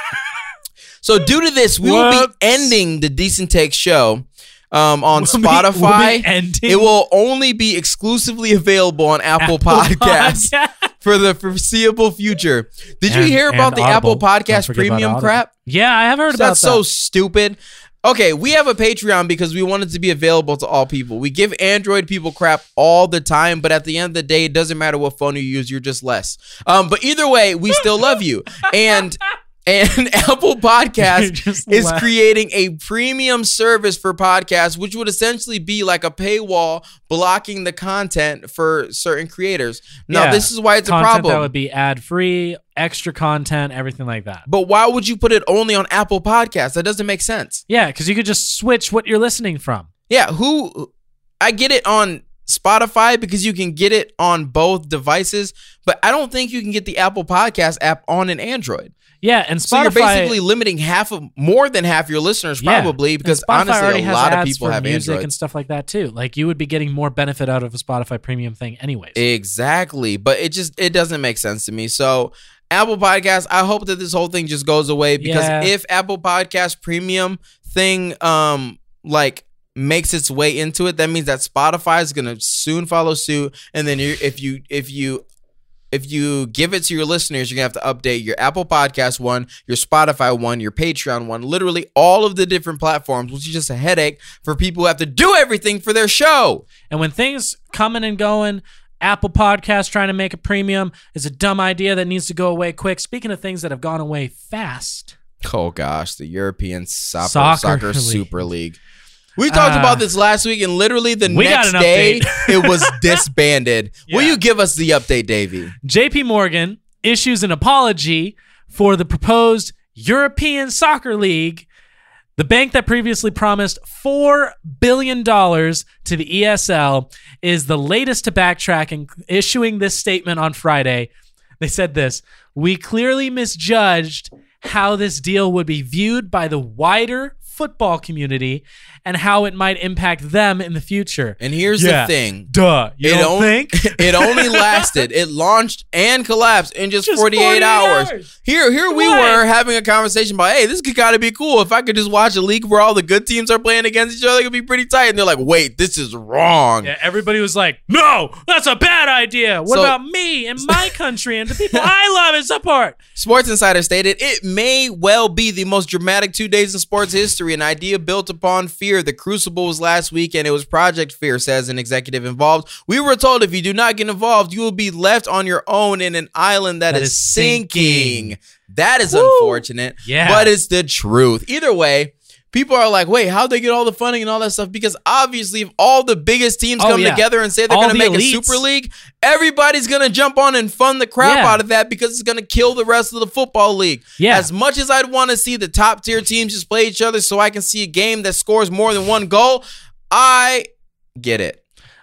Speaker 2: so, due to this, we will be
Speaker 1: Whoops.
Speaker 2: ending the Decent Take show um, on
Speaker 1: We'll be-
Speaker 2: Spotify.
Speaker 1: we'll be ending
Speaker 2: it will only be exclusively available on Apple, Podcasts
Speaker 1: Podcast.
Speaker 2: for the foreseeable future. Did you
Speaker 1: And-
Speaker 2: hear
Speaker 1: and
Speaker 2: about the
Speaker 1: Audible.
Speaker 2: Apple
Speaker 1: Don't
Speaker 2: Podcast
Speaker 1: forget about
Speaker 2: Premium
Speaker 1: Audible.
Speaker 2: crap?
Speaker 1: Yeah, I have heard about
Speaker 2: That's
Speaker 1: that.
Speaker 2: so stupid. Okay, we have a Patreon because we want it to be available to all people. We give Android people crap all the time, but at the end of the day, it doesn't matter what phone you use, you're just less. Um, but either way, we still love you. And and Apple
Speaker 1: You're
Speaker 2: Podcasts
Speaker 1: just
Speaker 2: is
Speaker 1: laugh-
Speaker 2: creating a premium service for podcasts, which would essentially be like a paywall blocking the content for certain creators. Now,
Speaker 1: Yeah.
Speaker 2: this is why it's a
Speaker 1: content
Speaker 2: problem.
Speaker 1: that would be ad free, extra content, everything like that.
Speaker 2: but why would you put it only on Apple Podcasts? That doesn't make sense.
Speaker 1: Yeah, because you could just switch what you're listening from.
Speaker 2: Yeah, who I get it on Spotify because you can get it on both devices, but I don't think you can get the Apple Podcast app on an Android.
Speaker 1: Yeah, and Spotify.
Speaker 2: So you're basically limiting half of more than half your listeners
Speaker 1: Yeah.
Speaker 2: probably
Speaker 1: and
Speaker 2: because
Speaker 1: Spotify already
Speaker 2: honestly a
Speaker 1: has
Speaker 2: lot of
Speaker 1: ads
Speaker 2: people
Speaker 1: for
Speaker 2: have
Speaker 1: music
Speaker 2: Android.
Speaker 1: and stuff like that too. Like you would be getting more benefit out of a Spotify premium thing, anyways.
Speaker 2: Exactly, but it just it doesn't make sense to me. So Apple Podcasts, I hope that this whole thing just goes away because
Speaker 1: Yeah.
Speaker 2: if Apple Podcast Premium thing um like makes its way into it, that means that Spotify is gonna soon follow suit, and then you if you if you if you give it to your listeners, you're gonna have to update your Apple Podcast one, your Spotify one, your Patreon one, literally all of the different platforms, which is just a headache for people who have to do everything for their show.
Speaker 1: And when things coming and going, Apple Podcast trying to make a premium is a dumb idea that needs to go away quick. Speaking of things that have gone away fast,
Speaker 2: Oh gosh, the European Soccer,
Speaker 1: Soccer
Speaker 2: soccer
Speaker 1: League.
Speaker 2: Super League. We talked
Speaker 1: Uh,
Speaker 2: about this last week, and literally the
Speaker 1: we got
Speaker 2: next
Speaker 1: an
Speaker 2: day, it was disbanded. Will
Speaker 1: Yeah.
Speaker 2: you give us the update, Davey?
Speaker 1: JP Morgan issues an apology for the proposed European Soccer League, the bank that previously promised $4 billion to the ESL. Is the latest to backtrack and issuing this statement on Friday. They said this We clearly misjudged how this deal would be viewed by the wider football community and how it might impact them in the future.
Speaker 2: And here's
Speaker 1: Yeah.
Speaker 2: the thing:
Speaker 1: Duh. You
Speaker 2: It
Speaker 1: don't
Speaker 2: only-
Speaker 1: think?
Speaker 2: it only lasted. It launched and collapsed in just,
Speaker 1: Just
Speaker 2: 48,
Speaker 1: 48
Speaker 2: hours.
Speaker 1: hours.
Speaker 2: Here, here we
Speaker 1: What?
Speaker 2: were having a conversation about, hey, this could kind of be cool. If I could just watch a league where all the good teams are playing against each other, it could be pretty tight. And they're like, wait, this is wrong.
Speaker 1: Yeah, everybody was like, "No, that's a bad idea. What
Speaker 2: So-
Speaker 1: about me and my country and the people I love and support?"
Speaker 2: Sports Insider stated it may well be the most dramatic two days in sports history, an idea built upon fear. The crucible was last week and it was Project Fear, says an executive involved. We were told if you do not get involved, you will be left on your own in an island
Speaker 1: That
Speaker 2: that is,
Speaker 1: is
Speaker 2: sinking.
Speaker 1: sinking.
Speaker 2: That is
Speaker 1: Woo.
Speaker 2: unfortunate,
Speaker 1: Yeah.
Speaker 2: but it's the truth. Either way, people are like, wait, how'd they get all the funding and all that stuff? Because obviously, if all the biggest teams
Speaker 1: Oh,
Speaker 2: come
Speaker 1: yeah.
Speaker 2: together and say they're
Speaker 1: All
Speaker 2: going to
Speaker 1: the
Speaker 2: make
Speaker 1: elites.
Speaker 2: a super league, everybody's going to jump on and fund the crap
Speaker 1: Yeah.
Speaker 2: out of that because it's going to kill the rest of the football league.
Speaker 1: Yeah.
Speaker 2: As much as I'd want to see the top tier teams just play each other so I can see a game that scores more than one goal, I get it.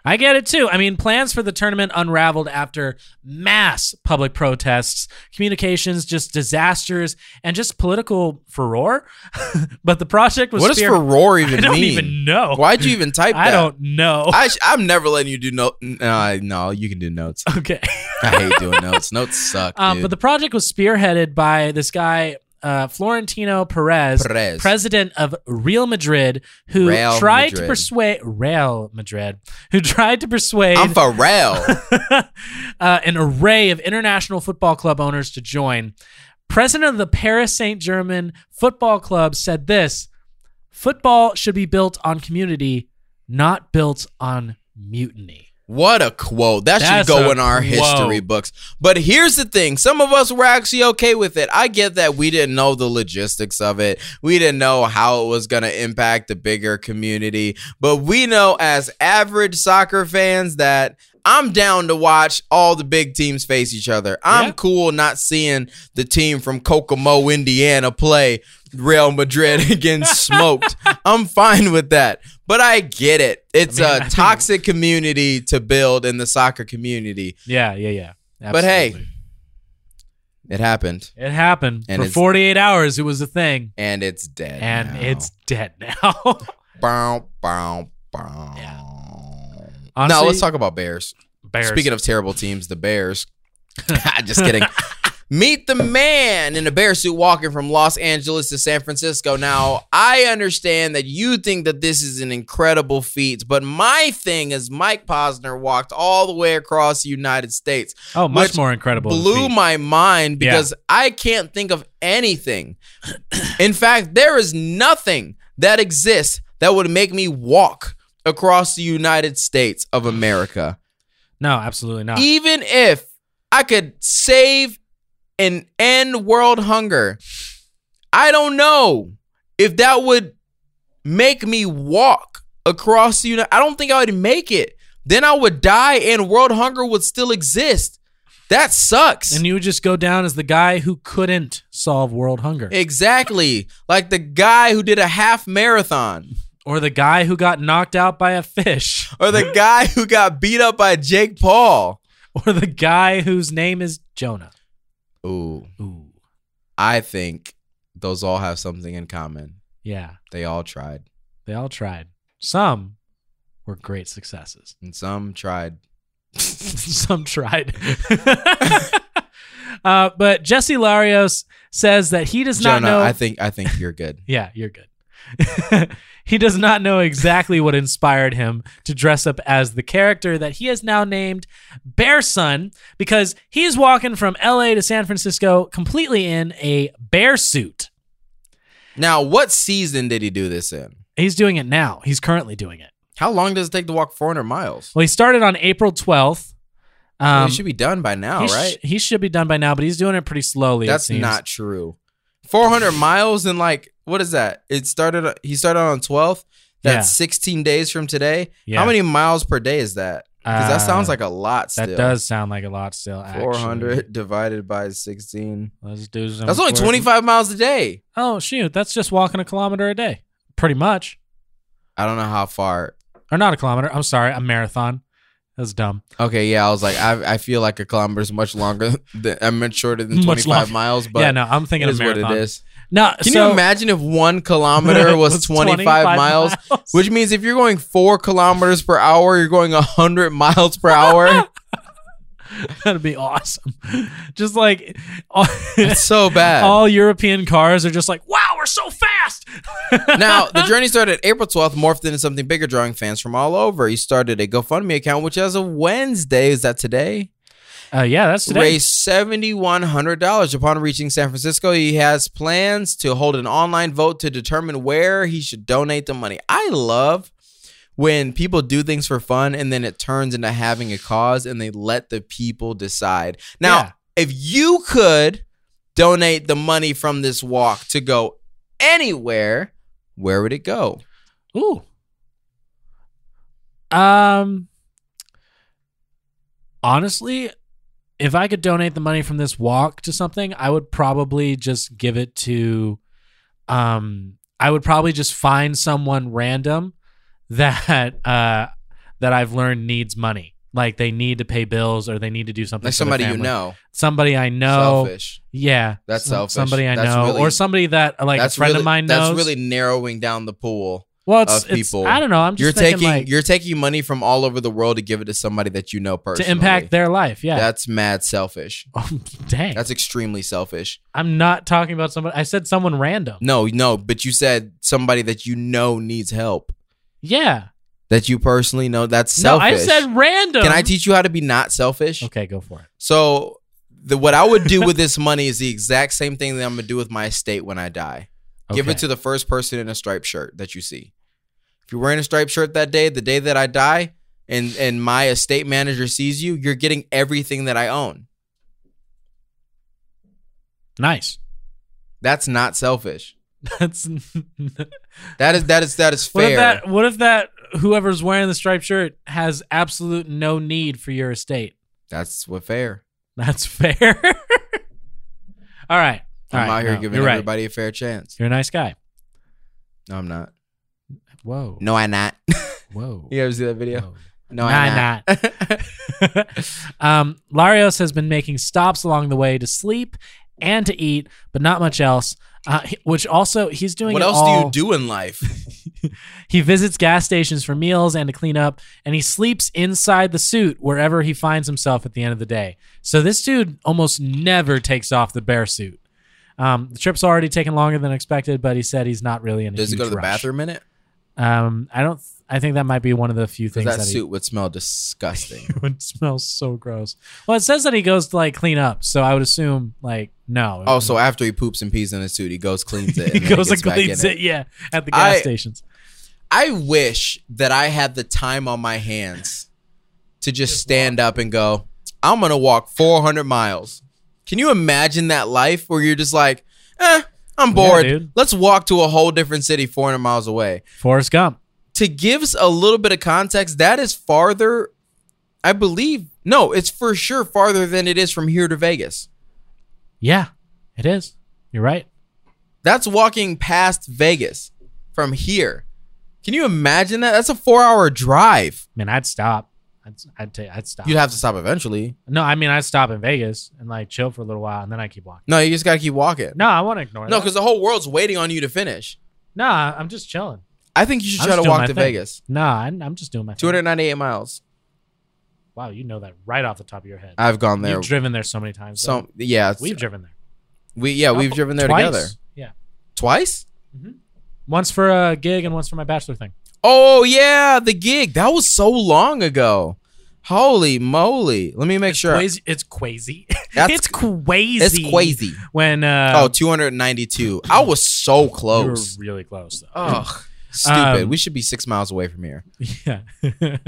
Speaker 1: I get it too. I mean, plans for the tournament unraveled after mass public protests, communications, just disasters, and just political furor. but the project was
Speaker 2: what does
Speaker 1: spear-
Speaker 2: furore even
Speaker 1: I don't
Speaker 2: mean?
Speaker 1: even know.
Speaker 2: Why'd you even type that?
Speaker 1: I don't know.
Speaker 2: I sh- I'm never letting you do no. No, no, you can do notes.
Speaker 1: okay.
Speaker 2: I hate doing notes. Notes suck,
Speaker 1: Um, but
Speaker 2: dude.
Speaker 1: the project was spearheaded by this guy, uh, Florentino Perez,
Speaker 2: Perez.
Speaker 1: president of Real Madrid, who
Speaker 2: Real
Speaker 1: tried to
Speaker 2: Madrid.
Speaker 1: persuade Real Madrid, who tried to persuade
Speaker 2: I'm Pharrell.
Speaker 1: uh, an array of international football club owners to join. President of the Paris Saint Germain Football Club said this football should be built on community, not built on mutiny.
Speaker 2: What a quote. That
Speaker 1: That's
Speaker 2: should go
Speaker 1: a
Speaker 2: in our
Speaker 1: quote.
Speaker 2: history books. But here's the thing some of us were actually okay with it. I get that we didn't know the logistics of it, we didn't know how it was going to impact the bigger community. But we know as average soccer fans that. I'm down to watch all the big teams face each other. I'm
Speaker 1: Yeah.
Speaker 2: cool not seeing the team from Kokomo, Indiana play Real Madrid and getting smoked. I'm fine with that. But I get it. It's
Speaker 1: I mean,
Speaker 2: a toxic community to build in the soccer community.
Speaker 1: Yeah, yeah, yeah.
Speaker 2: But hey,
Speaker 1: Absolutely.
Speaker 2: It happened
Speaker 1: it happened.
Speaker 2: and
Speaker 1: For
Speaker 2: it's-
Speaker 1: 48 hours, it was a thing.
Speaker 2: and it's dead.
Speaker 1: And
Speaker 2: now.
Speaker 1: it's dead now.
Speaker 2: bow, bow, bow.
Speaker 1: Yeah.
Speaker 2: no,
Speaker 1: Honestly,
Speaker 2: let's talk about Bears.
Speaker 1: Bears.
Speaker 2: Speaking of terrible teams, the Bears. Just kidding. Meet the man in a bear suit walking from Los Angeles to San Francisco. Now, I understand that you think that this is an incredible feat, but my thing is Mike Posner walked all the way across the United States.
Speaker 1: oh, much
Speaker 2: which
Speaker 1: more incredible. than
Speaker 2: Blew
Speaker 1: feet.
Speaker 2: my mind
Speaker 1: Yeah.
Speaker 2: because I can't think of anything. In fact, there is nothing that exists that would make me walk across the United States of America
Speaker 1: no, absolutely not.
Speaker 2: even if I could save and end world hunger, I don't know if that would make me walk across the United. I don't think I would make it. Then I would die, and world hunger would still exist. That sucks.
Speaker 1: and you would just go down as the guy who couldn't solve world hunger,
Speaker 2: exactly, like the guy who did a half marathon,
Speaker 1: or the guy who got knocked out by a fish,
Speaker 2: or the guy who got beat up by Jake Paul.
Speaker 1: or the guy whose name is Jonah.
Speaker 2: Ooh,
Speaker 1: Ooh,
Speaker 2: I think those all have something in common.
Speaker 1: yeah.
Speaker 2: They all tried.
Speaker 1: They all tried. Some were great successes.
Speaker 2: and some tried.
Speaker 1: Some tried. uh, but Jesse Larios says that he does not
Speaker 2: Jonah,
Speaker 1: know.
Speaker 2: I think I think you're good.
Speaker 1: yeah, you're good. he does not know exactly what inspired him to dress up as the character that he has now named Bear Sun because he's walking from LA to San Francisco completely in a bear suit.
Speaker 2: now, what season did he do this in?
Speaker 1: He's doing it now. He's currently doing it.
Speaker 2: How long does it take to walk 400 miles?
Speaker 1: Well, he started on April 12th.
Speaker 2: Well,
Speaker 1: Um,
Speaker 2: he should be done by now,
Speaker 1: he sh-
Speaker 2: right?
Speaker 1: he should be done by now, but he's doing it pretty slowly. it
Speaker 2: That's
Speaker 1: seems.
Speaker 2: not true. 400 miles in like what is that? It started. He started on 12th. That's
Speaker 1: Yeah.
Speaker 2: 16 days from today.
Speaker 1: Yeah.
Speaker 2: How many miles per day is that? Because that
Speaker 1: Uh,
Speaker 2: sounds like a lot. Still.
Speaker 1: That does sound like a lot still. actually.
Speaker 2: 400 divided by 16.
Speaker 1: Let's do some.
Speaker 2: That's only
Speaker 1: quick-
Speaker 2: 25 miles a day.
Speaker 1: Oh shoot, that's just walking a kilometer a day, pretty much,
Speaker 2: I don't know how far
Speaker 1: or not a kilometer. I'm sorry, a marathon. That's dumb.
Speaker 2: Okay, yeah, I was like, I, I feel like a kilometer is much longer. Than, I'm much shorter than
Speaker 1: Much
Speaker 2: 25
Speaker 1: longer.
Speaker 2: miles, but
Speaker 1: yeah, no, I'm
Speaker 2: it
Speaker 1: thinking
Speaker 2: is
Speaker 1: of
Speaker 2: what
Speaker 1: marathon.
Speaker 2: it is.
Speaker 1: No,
Speaker 2: Can
Speaker 1: so,
Speaker 2: you imagine if one kilometer was 25, miles? Which means if you're going four kilometers per hour, you're going 100 miles per hour.
Speaker 1: that'd be awesome. Just like all,
Speaker 2: it's so bad.
Speaker 1: all European cars are just like, wow, we're so fast.
Speaker 2: now, the journey started April 12th, morphed into something bigger, drawing fans from all over. He started a GoFundMe account, which as of Wednesday, is that today?
Speaker 1: Uh, yeah, that's today.
Speaker 2: raised seventy one hundred dollars. Upon reaching San Francisco, he has plans to hold an online vote to determine where he should donate the money. I love when people do things for fun and then it turns into having a cause and they let the people decide. Now,
Speaker 1: Yeah.
Speaker 2: if you could donate the money from this walk to go anywhere, where would it go?
Speaker 1: Ooh. Um honestly, if I could donate the money from this walk to something, I would probably just give it to um I would probably just find someone random that uh that I've learned needs money. Like they need to pay bills or they need to do something.
Speaker 2: Like
Speaker 1: for their
Speaker 2: somebody you
Speaker 1: family.
Speaker 2: know.
Speaker 1: Somebody I know.
Speaker 2: Selfish.
Speaker 1: Yeah.
Speaker 2: That's
Speaker 1: Some-
Speaker 2: selfish.
Speaker 1: Somebody I
Speaker 2: That's
Speaker 1: know.
Speaker 2: really-
Speaker 1: or somebody that like a
Speaker 2: that's
Speaker 1: friend
Speaker 2: really,
Speaker 1: of mine knows.
Speaker 2: That's really narrowing down the pool.
Speaker 1: well it's,
Speaker 2: of
Speaker 1: it's-
Speaker 2: people.
Speaker 1: I don't know. I'm just
Speaker 2: you're
Speaker 1: thinking,
Speaker 2: taking
Speaker 1: like,
Speaker 2: you're taking money from all over the world to give it to somebody that you know personally
Speaker 1: to impact their life. Yeah.
Speaker 2: That's mad selfish.
Speaker 1: Dang.
Speaker 2: That's extremely selfish.
Speaker 1: I'm not talking about someone. I said someone random.
Speaker 2: No, no, but you said somebody that you know needs help
Speaker 1: Yeah.
Speaker 2: that you personally know. That's
Speaker 1: No,
Speaker 2: selfish.
Speaker 1: I said random.
Speaker 2: Can I teach you how to be not selfish?
Speaker 1: Okay, go for it.
Speaker 2: So the what I would do with this money is the exact same thing that I'm gonna do with my estate when I die. Give it
Speaker 1: Okay.
Speaker 2: to the first person in a striped shirt that you see. If you're wearing a striped shirt that day, the day that I die, and and my estate manager sees you, you're getting everything that I own.
Speaker 1: Nice.
Speaker 2: That's not selfish.
Speaker 1: That's
Speaker 2: That is that is that is
Speaker 1: what
Speaker 2: fair.
Speaker 1: if that what if that whoever's wearing the striped shirt has absolute no need for your estate.
Speaker 2: That's what fair.
Speaker 1: That's fair. All right. All
Speaker 2: I'm
Speaker 1: right,
Speaker 2: out here
Speaker 1: no,
Speaker 2: giving
Speaker 1: you're right.
Speaker 2: everybody a fair chance.
Speaker 1: You're a nice guy.
Speaker 2: No, I'm not.
Speaker 1: Whoa.
Speaker 2: No, I'm not.
Speaker 1: Whoa.
Speaker 2: you ever see that video?
Speaker 1: Whoa.
Speaker 2: No,
Speaker 1: Nah,
Speaker 2: I'm not.
Speaker 1: um, Larios has been making stops along the way to sleep and to eat, but not much else. Uh, he- which also he's doing.
Speaker 2: what
Speaker 1: it
Speaker 2: else
Speaker 1: all-
Speaker 2: do you do in life?
Speaker 1: He visits gas stations for meals and to clean up, and he sleeps inside the suit wherever he finds himself at the end of the day. So this dude almost never takes off the bear suit. Um, the trip's already taken longer than expected, but he said he's not really in. A
Speaker 2: Does he
Speaker 1: huge
Speaker 2: go to the
Speaker 1: rush.
Speaker 2: bathroom in it?
Speaker 1: Um, I don't. I think that might be one of the few
Speaker 2: Because
Speaker 1: things
Speaker 2: that,
Speaker 1: that, he
Speaker 2: suit would smell disgusting.
Speaker 1: it smells so gross. Well, it says that he goes to like clean up, so I would assume like no.
Speaker 2: oh, so after he poops and pees in his suit, he goes cleans it.
Speaker 1: he
Speaker 2: and then
Speaker 1: goes and
Speaker 2: gets back in
Speaker 1: cleans
Speaker 2: it.
Speaker 1: it. Yeah, at the gas
Speaker 2: I-
Speaker 1: stations.
Speaker 2: I wish that I had the time on my hands to just stand up and go, I'm going to walk 400 miles. Can you imagine that life where you're just like, eh, I'm bored.
Speaker 1: dude.
Speaker 2: Let's walk to a whole different city 400 miles away.
Speaker 1: Forrest Gump.
Speaker 2: To give us a little bit of context, that is farther, I believe. No, it's for sure farther than it is from here to Vegas.
Speaker 1: Yeah, it is. You're right.
Speaker 2: That's walking past Vegas from here. Can you imagine that? That's a four hour drive.
Speaker 1: I mean, I'd stop. I'd I'd, ta- I'd stop.
Speaker 2: You'd have to stop eventually.
Speaker 1: no, I mean, I'd stop in Vegas and like chill for a little while, and then I keep walking.
Speaker 2: No, you just gotta keep walking.
Speaker 1: No, I want to ignore.
Speaker 2: No,
Speaker 1: that.
Speaker 2: because the whole world's waiting on you to finish.
Speaker 1: no, I'm just chilling.
Speaker 2: I think you should
Speaker 1: I'm
Speaker 2: try
Speaker 1: just
Speaker 2: to
Speaker 1: doing
Speaker 2: walk
Speaker 1: my
Speaker 2: to
Speaker 1: thing.
Speaker 2: Vegas.
Speaker 1: No, I'm, I'm just doing my. Thing.
Speaker 2: 298 miles.
Speaker 1: Wow, you know that right off the top of your head.
Speaker 2: I've gone there.
Speaker 1: You've driven there so many times. though.
Speaker 2: so yeah, it's-
Speaker 1: we've driven there.
Speaker 2: we yeah we've
Speaker 1: Oh,
Speaker 2: driven there
Speaker 1: twice.
Speaker 2: together
Speaker 1: Yeah,
Speaker 2: twice.
Speaker 1: once for a gig and once for my bachelor thing.
Speaker 2: Oh yeah, the gig that was so long ago. Holy moly! Let me make sure.
Speaker 1: Quasi- it's crazy.
Speaker 2: That's-
Speaker 1: it's crazy.
Speaker 2: It's crazy.
Speaker 1: When uh,
Speaker 2: oh, 292. I was so
Speaker 1: you were
Speaker 2: close. Oh.
Speaker 1: really close though.
Speaker 2: Ugh, stupid.
Speaker 1: Um,
Speaker 2: we should be six miles away from here.
Speaker 1: Yeah,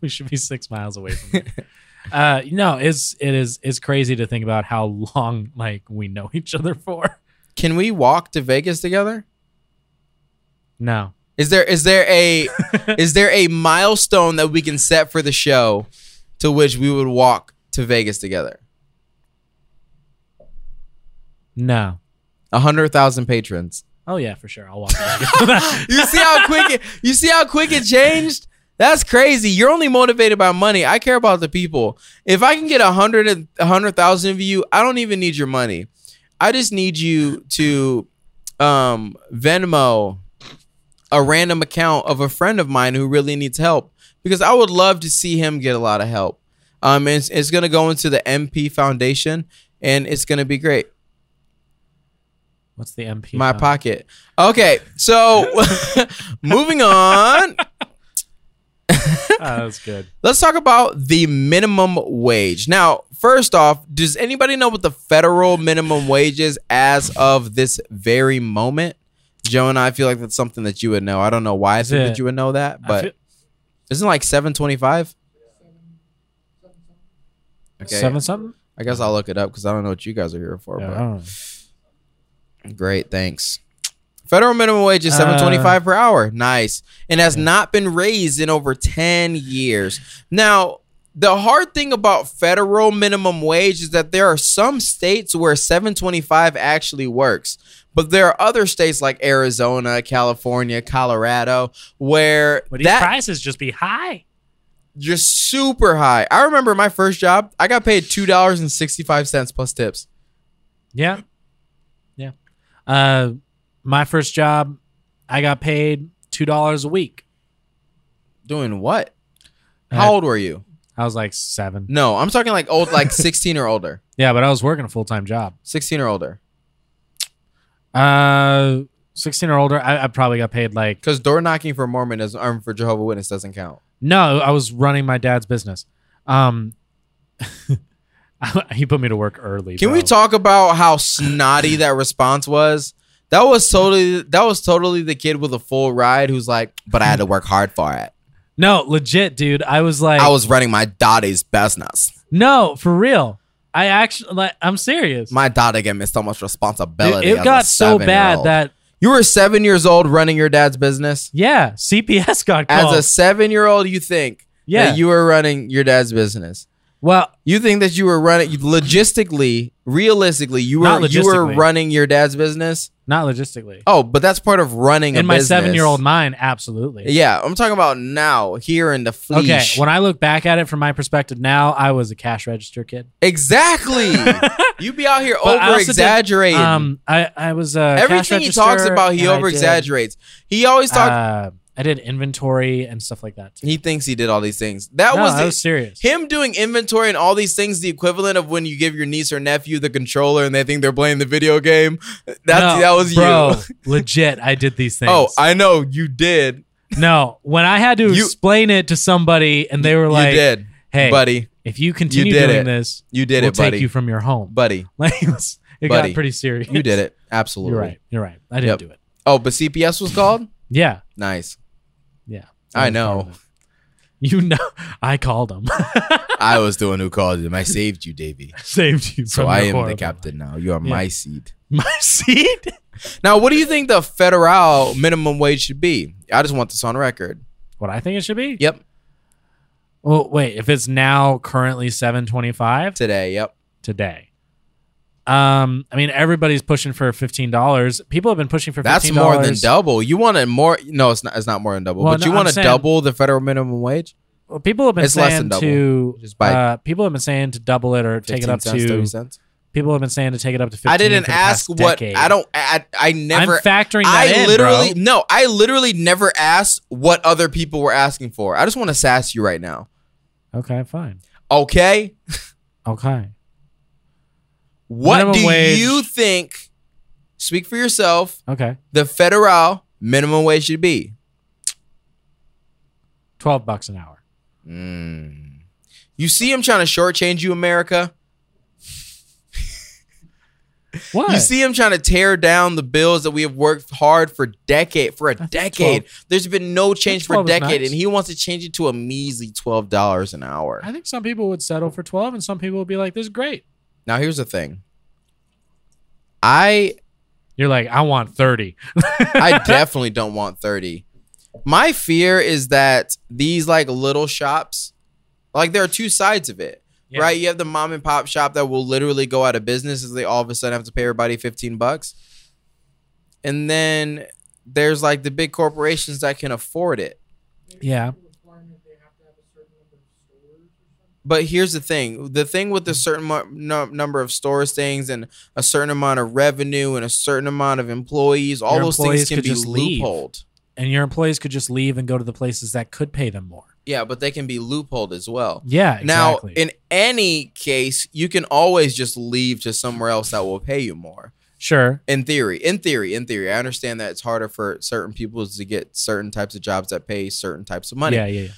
Speaker 1: we should be six miles away from here. uh, no, it's it is it's crazy to think about how long like we know each other for.
Speaker 2: Can we walk to Vegas together?
Speaker 1: No,
Speaker 2: Is there is there a is there a milestone that we can set for the show to which we would walk to Vegas together?
Speaker 1: no.
Speaker 2: A hundred thousand patrons.
Speaker 1: Oh yeah, for sure. I'll walk. away.
Speaker 2: You see how quick it, you see how quick it changed? That's crazy. You're only motivated by money. I care about the people. If I can get a hundred and a hundred thousand of you, I don't even need your money. I just need you to um Venmo a random account of a friend of mine who really needs help because I would love to see him get a lot of help. Um, it's, it's gonna go into the MP Foundation and it's gonna be great.
Speaker 1: What's the Oh, MP?
Speaker 2: My
Speaker 1: phone?
Speaker 2: pocket. Okay, so moving on.
Speaker 1: Oh, that's good.
Speaker 2: Let's talk about the minimum wage. Now, first off, does anybody know what the federal minimum wage is as of this very moment? Joe and I feel like that's something that you would know. I don't know why I think
Speaker 1: it-
Speaker 2: that you would know that,
Speaker 1: I
Speaker 2: but
Speaker 1: feel-
Speaker 2: isn't it like seven twenty-five? Okay,
Speaker 1: seven something.
Speaker 2: I guess I'll look it up because I don't know what you guys are here for.
Speaker 1: Yeah, I don't know.
Speaker 2: But great, thanks. Federal minimum wage is seven twenty-five per hour. Nice, and has not been raised in over ten years. Now, the hard thing about federal minimum wage is that there are some states where 725 actually works, but there are other states like Arizona, California, Colorado where
Speaker 1: Would these
Speaker 2: that
Speaker 1: prices just be high?
Speaker 2: just super high. I remember my first job, I got paid $2.65 plus tips.
Speaker 1: Yeah. Yeah. Uh, my first job, I got paid two dollars a week.
Speaker 2: Doing what?
Speaker 1: Uh,
Speaker 2: How old were you?
Speaker 1: I was like seven.
Speaker 2: No, I'm talking like old like 16 or older.
Speaker 1: Yeah, but I was working a full time job.
Speaker 2: 16 or older.
Speaker 1: Uh, sixteen or older, I, I probably got paid like
Speaker 2: Cuz door knocking for Mormon doesn't or for Jehovah Witness doesn't count.
Speaker 1: no. I was running my dad's business. Um, he put me to work early.
Speaker 2: Can
Speaker 1: bro.
Speaker 2: we talk about how snotty that response was? That was totally that was totally the kid with a full ride who's like, "But I had to work hard for it.
Speaker 1: No, legit, dude. I was like,
Speaker 2: I was running my daddy's business.
Speaker 1: no, for real. I actually, like, I'm serious.
Speaker 2: My daddy gave me so much
Speaker 1: Dude,
Speaker 2: responsibility.
Speaker 1: it,
Speaker 2: as a
Speaker 1: got so bad
Speaker 2: seven-year-old.
Speaker 1: that
Speaker 2: You were seven years old running your dad's business.
Speaker 1: Yeah, CPS got
Speaker 2: As
Speaker 1: called.
Speaker 2: a seven year old, you think
Speaker 1: yeah.
Speaker 2: that you were running your dad's business.
Speaker 1: well,
Speaker 2: You think that you were running logistically, realistically, you were
Speaker 1: Not
Speaker 2: you were
Speaker 1: logistically.
Speaker 2: running your dad's business.
Speaker 1: not logistically.
Speaker 2: Oh, but that's part of running a
Speaker 1: In my
Speaker 2: business.
Speaker 1: seven-year-old mind, absolutely.
Speaker 2: Yeah, I'm talking about now, here in the fleesh.
Speaker 1: Okay, when I look back at it from my perspective now, I was a cash register kid.
Speaker 2: exactly. you be out here
Speaker 1: But I also
Speaker 2: over
Speaker 1: did,
Speaker 2: exaggerating.
Speaker 1: Um, I I was uh, cash
Speaker 2: Everything he
Speaker 1: register,
Speaker 2: talks about, he
Speaker 1: and I did,
Speaker 2: over exaggerates. He always talks.
Speaker 1: uh, I did inventory and stuff like that. Too.
Speaker 2: he thinks he did all these things. That
Speaker 1: no,
Speaker 2: was,
Speaker 1: I was serious.
Speaker 2: him doing inventory and all these things. The equivalent of when you give your niece or nephew the controller and they think they're playing the video game. That's
Speaker 1: No,
Speaker 2: that was
Speaker 1: bro,
Speaker 2: you.
Speaker 1: legit, I did these things.
Speaker 2: Oh, I know you did.
Speaker 1: no, when I had to
Speaker 2: You-
Speaker 1: explain it to somebody, and they were
Speaker 2: you
Speaker 1: like,
Speaker 2: did,
Speaker 1: "Hey,
Speaker 2: buddy.
Speaker 1: if you continue
Speaker 2: did
Speaker 1: doing
Speaker 2: it.
Speaker 1: this,
Speaker 2: You did
Speaker 1: we'll
Speaker 2: it, buddy.
Speaker 1: take you from your home."
Speaker 2: buddy,
Speaker 1: Like it, was, it got
Speaker 2: Buddy,
Speaker 1: pretty serious.
Speaker 2: you did it. Absolutely.
Speaker 1: You're right. You're right. I didn't
Speaker 2: Yep.
Speaker 1: do it.
Speaker 2: Oh, but CPS was called.
Speaker 1: Yeah,
Speaker 2: Nice.
Speaker 1: Yeah.
Speaker 2: I
Speaker 1: was part
Speaker 2: know.
Speaker 1: of it. You know, I called him.
Speaker 2: I was the one who called him. I saved you, Davy.
Speaker 1: Saved you.
Speaker 2: So
Speaker 1: from
Speaker 2: I
Speaker 1: your
Speaker 2: am the
Speaker 1: horrible-
Speaker 2: captain now. You are
Speaker 1: Yeah.
Speaker 2: my seat.
Speaker 1: My seat.
Speaker 2: Now, what do you think the federal minimum wage should be? I just want this on record.
Speaker 1: What I think it should be.
Speaker 2: Yep.
Speaker 1: Well, wait. If it's now currently seven twenty-five
Speaker 2: Today. Yep.
Speaker 1: today, um, I mean everybody's pushing for fifteen dollars. People have been pushing for $15.
Speaker 2: That's more than double. You want to more? No, it's not. It's not more than double.
Speaker 1: Well,
Speaker 2: but
Speaker 1: no,
Speaker 2: you
Speaker 1: I'm
Speaker 2: want to
Speaker 1: saying-
Speaker 2: double the federal minimum wage?
Speaker 1: Well, people have been
Speaker 2: It's less
Speaker 1: saying
Speaker 2: than double.
Speaker 1: to
Speaker 2: Just by
Speaker 1: uh, people have been saying to double it or take it
Speaker 2: 15
Speaker 1: up
Speaker 2: cents, 30
Speaker 1: to.
Speaker 2: cents.
Speaker 1: People have been saying to take it up to. 15
Speaker 2: I didn't
Speaker 1: for the
Speaker 2: ask
Speaker 1: past
Speaker 2: what.
Speaker 1: decade.
Speaker 2: I don't. I, I never.
Speaker 1: I'm factoring that
Speaker 2: I
Speaker 1: in,
Speaker 2: literally
Speaker 1: bro.
Speaker 2: no. I literally never asked what other people were asking for. I just want to sass you right now.
Speaker 1: Okay, fine.
Speaker 2: Okay.
Speaker 1: Okay.
Speaker 2: What
Speaker 1: Minimum
Speaker 2: do
Speaker 1: wage.
Speaker 2: you think? Speak for yourself.
Speaker 1: Okay.
Speaker 2: The federal minimum wage should be.
Speaker 1: Twelve bucks an hour.
Speaker 2: Mm. You see him trying to shortchange you, America.
Speaker 1: What?
Speaker 2: You see him trying to tear down the bills that we have worked hard for decade for a
Speaker 1: think
Speaker 2: decade. There's been no change for a
Speaker 1: 12 is
Speaker 2: decade,
Speaker 1: nice.
Speaker 2: and he wants to change it to a measly twelve dollars an hour.
Speaker 1: I think some people would settle for 12 and some people would be like, this is great.
Speaker 2: Now here's the thing. I
Speaker 1: You're like, I want 30.
Speaker 2: I definitely don't want 30. My fear is that these like little shops, like there are two sides of it.
Speaker 1: Yeah.
Speaker 2: Right? You have the mom and pop shop that will literally go out of business as they all of a sudden have to pay everybody 15 bucks. And then there's like the big corporations that can afford it.
Speaker 1: Yeah.
Speaker 2: But here's the thing: the thing with a certain mu- nu- number of stores things and a certain amount of revenue and a certain amount of employees, all
Speaker 1: Your
Speaker 2: those
Speaker 1: employees
Speaker 2: things can
Speaker 1: could
Speaker 2: be
Speaker 1: just leave.
Speaker 2: loopholed.
Speaker 1: And your employees could just leave and go to the places that could pay them more.
Speaker 2: Yeah, but they can be loopholed as well.
Speaker 1: Yeah. Exactly.
Speaker 2: Now, in any case, you can always just leave to somewhere else that will pay you more.
Speaker 1: sure.
Speaker 2: In theory, in theory, in theory, I understand that it's harder for certain people to get certain types of jobs that pay certain types of money.
Speaker 1: Yeah. Yeah. yeah.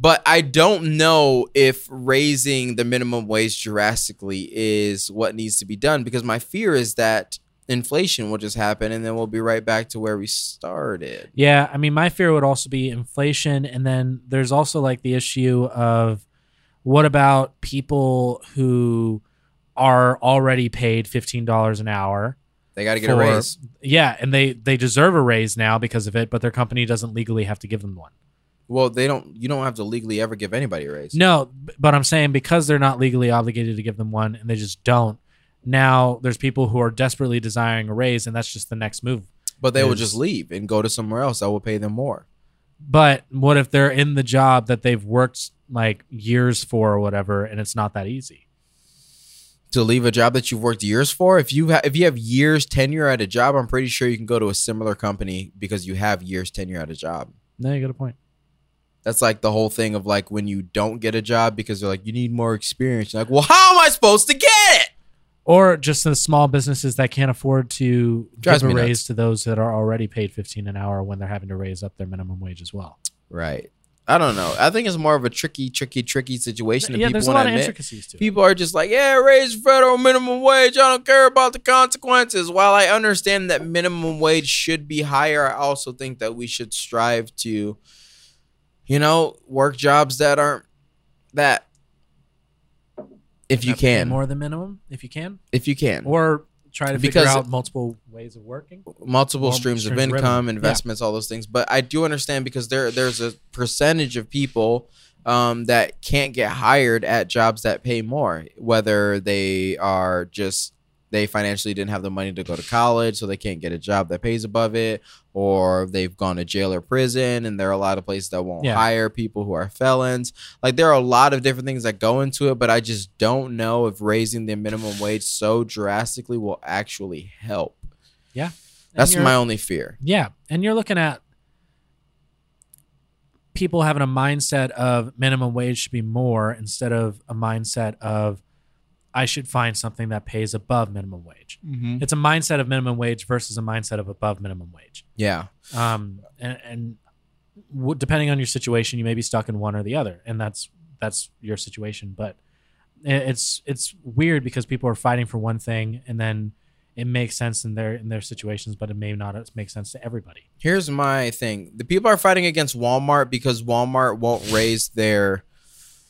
Speaker 2: But I don't know if raising the minimum wage drastically is what needs to be done because my fear is that inflation will just happen and then we'll be right back to where we started.
Speaker 1: Yeah, I mean, my fear would also be inflation, and then there's also like the issue of what about people who are already paid fifteen dollars an hour?
Speaker 2: They got to get a
Speaker 1: For-
Speaker 2: raise.
Speaker 1: Yeah, and they they deserve a raise now because of it, but their company doesn't legally have to give them one.
Speaker 2: Well, they don't. You don't have to legally ever give anybody a raise.
Speaker 1: No, b- but I'm saying because they're not legally obligated to give them one and they just don't. Now there's people who are desperately desiring a raise and that's just the next move.
Speaker 2: but they will
Speaker 1: Yes.
Speaker 2: just leave and go to somewhere else. I will pay them more.
Speaker 1: But what if they're in the job that they've worked like years for or whatever and it's not that easy?
Speaker 2: to leave a job that you've worked years for. If you ha- if you have years tenure at a job, I'm pretty sure you can go to a similar company because you have years tenure at a job.
Speaker 1: No, you got a point.
Speaker 2: That's like the whole thing of like when you don't get a job because they're like you need more experience. You're like, well, how am I supposed to get it?
Speaker 1: Or just the small businesses that can't afford to
Speaker 2: Drives
Speaker 1: give a
Speaker 2: me nuts.
Speaker 1: raise to those that are already paid 15 an hour when they're having to raise up their minimum wage as well.
Speaker 2: Right. I don't know. I think it's more of a tricky, tricky, tricky situation. that
Speaker 1: yeah,
Speaker 2: people
Speaker 1: there's a
Speaker 2: wanna
Speaker 1: lot of
Speaker 2: admit.
Speaker 1: intricacies to it.
Speaker 2: People are just like, yeah, raise federal minimum wage. I don't care about the consequences. While I understand that minimum wage should be higher, I also think that we should strive to, you know, work jobs that aren't that. If you
Speaker 1: Pay
Speaker 2: can,
Speaker 1: more than minimum if you can
Speaker 2: if you can,
Speaker 1: or try to
Speaker 2: Because-
Speaker 1: figure out multiple ways of working.
Speaker 2: multiple
Speaker 1: Well,
Speaker 2: streams of
Speaker 1: streams of
Speaker 2: income,
Speaker 1: revenue.
Speaker 2: investments, all those things. But I do understand because there there's a percentage of people um, that can't get hired at jobs that pay more, whether they are just they financially didn't have the money to go to college, so they can't get a job that pays above it, or they've gone to jail or prison, and there are a lot of places that won't
Speaker 1: Yeah.
Speaker 2: hire people who are felons. Like there are a lot of different things that go into it, but I just don't know if raising the minimum wage so drastically will actually help.
Speaker 1: And
Speaker 2: That's
Speaker 1: you're-
Speaker 2: my only fear.
Speaker 1: Yeah, and you're looking at people having a mindset of minimum wage should be more instead of a mindset of I should find something that pays above minimum wage. It's a mindset of minimum wage versus a mindset of above minimum wage.
Speaker 2: Yeah.
Speaker 1: Um, and and w- depending on your situation, you may be stuck in one or the other, and that's that's your situation. But i- it's it's weird because people are fighting for one thing, and then it makes sense in their in their situations, but it may not uh, make sense to everybody.
Speaker 2: Here's my thing: the people are fighting against Walmart because Walmart won't raise their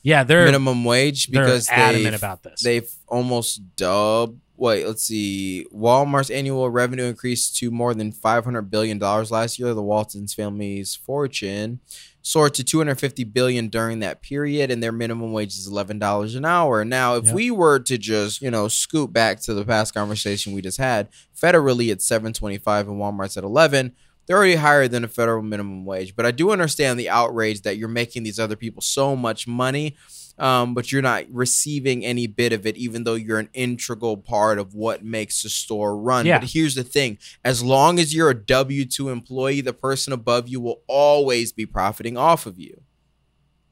Speaker 1: Yeah, they're
Speaker 2: minimum wage
Speaker 1: they're
Speaker 2: because
Speaker 1: adamant
Speaker 2: they've,
Speaker 1: about this.
Speaker 2: they've almost dubbed. Wait, let's see. Walmart's annual revenue increased to more than five hundred billion dollars last year. The Walton's family's fortune soared to two hundred fifty billion during that period, and their minimum wage is eleven dollars an hour. Now, if
Speaker 1: Yeah.
Speaker 2: we were to just you know scoot back to the past conversation we just had, federally it's seven twenty five and Walmart's at eleven. they're already higher than the federal minimum wage. But I do understand the outrage that you're making these other people so much money, um, but you're not receiving any bit of it, even though you're an integral part of what makes the store run.
Speaker 1: Yeah.
Speaker 2: But here's the thing as long as you're a W 2 employee, the person above you will always be profiting off of you.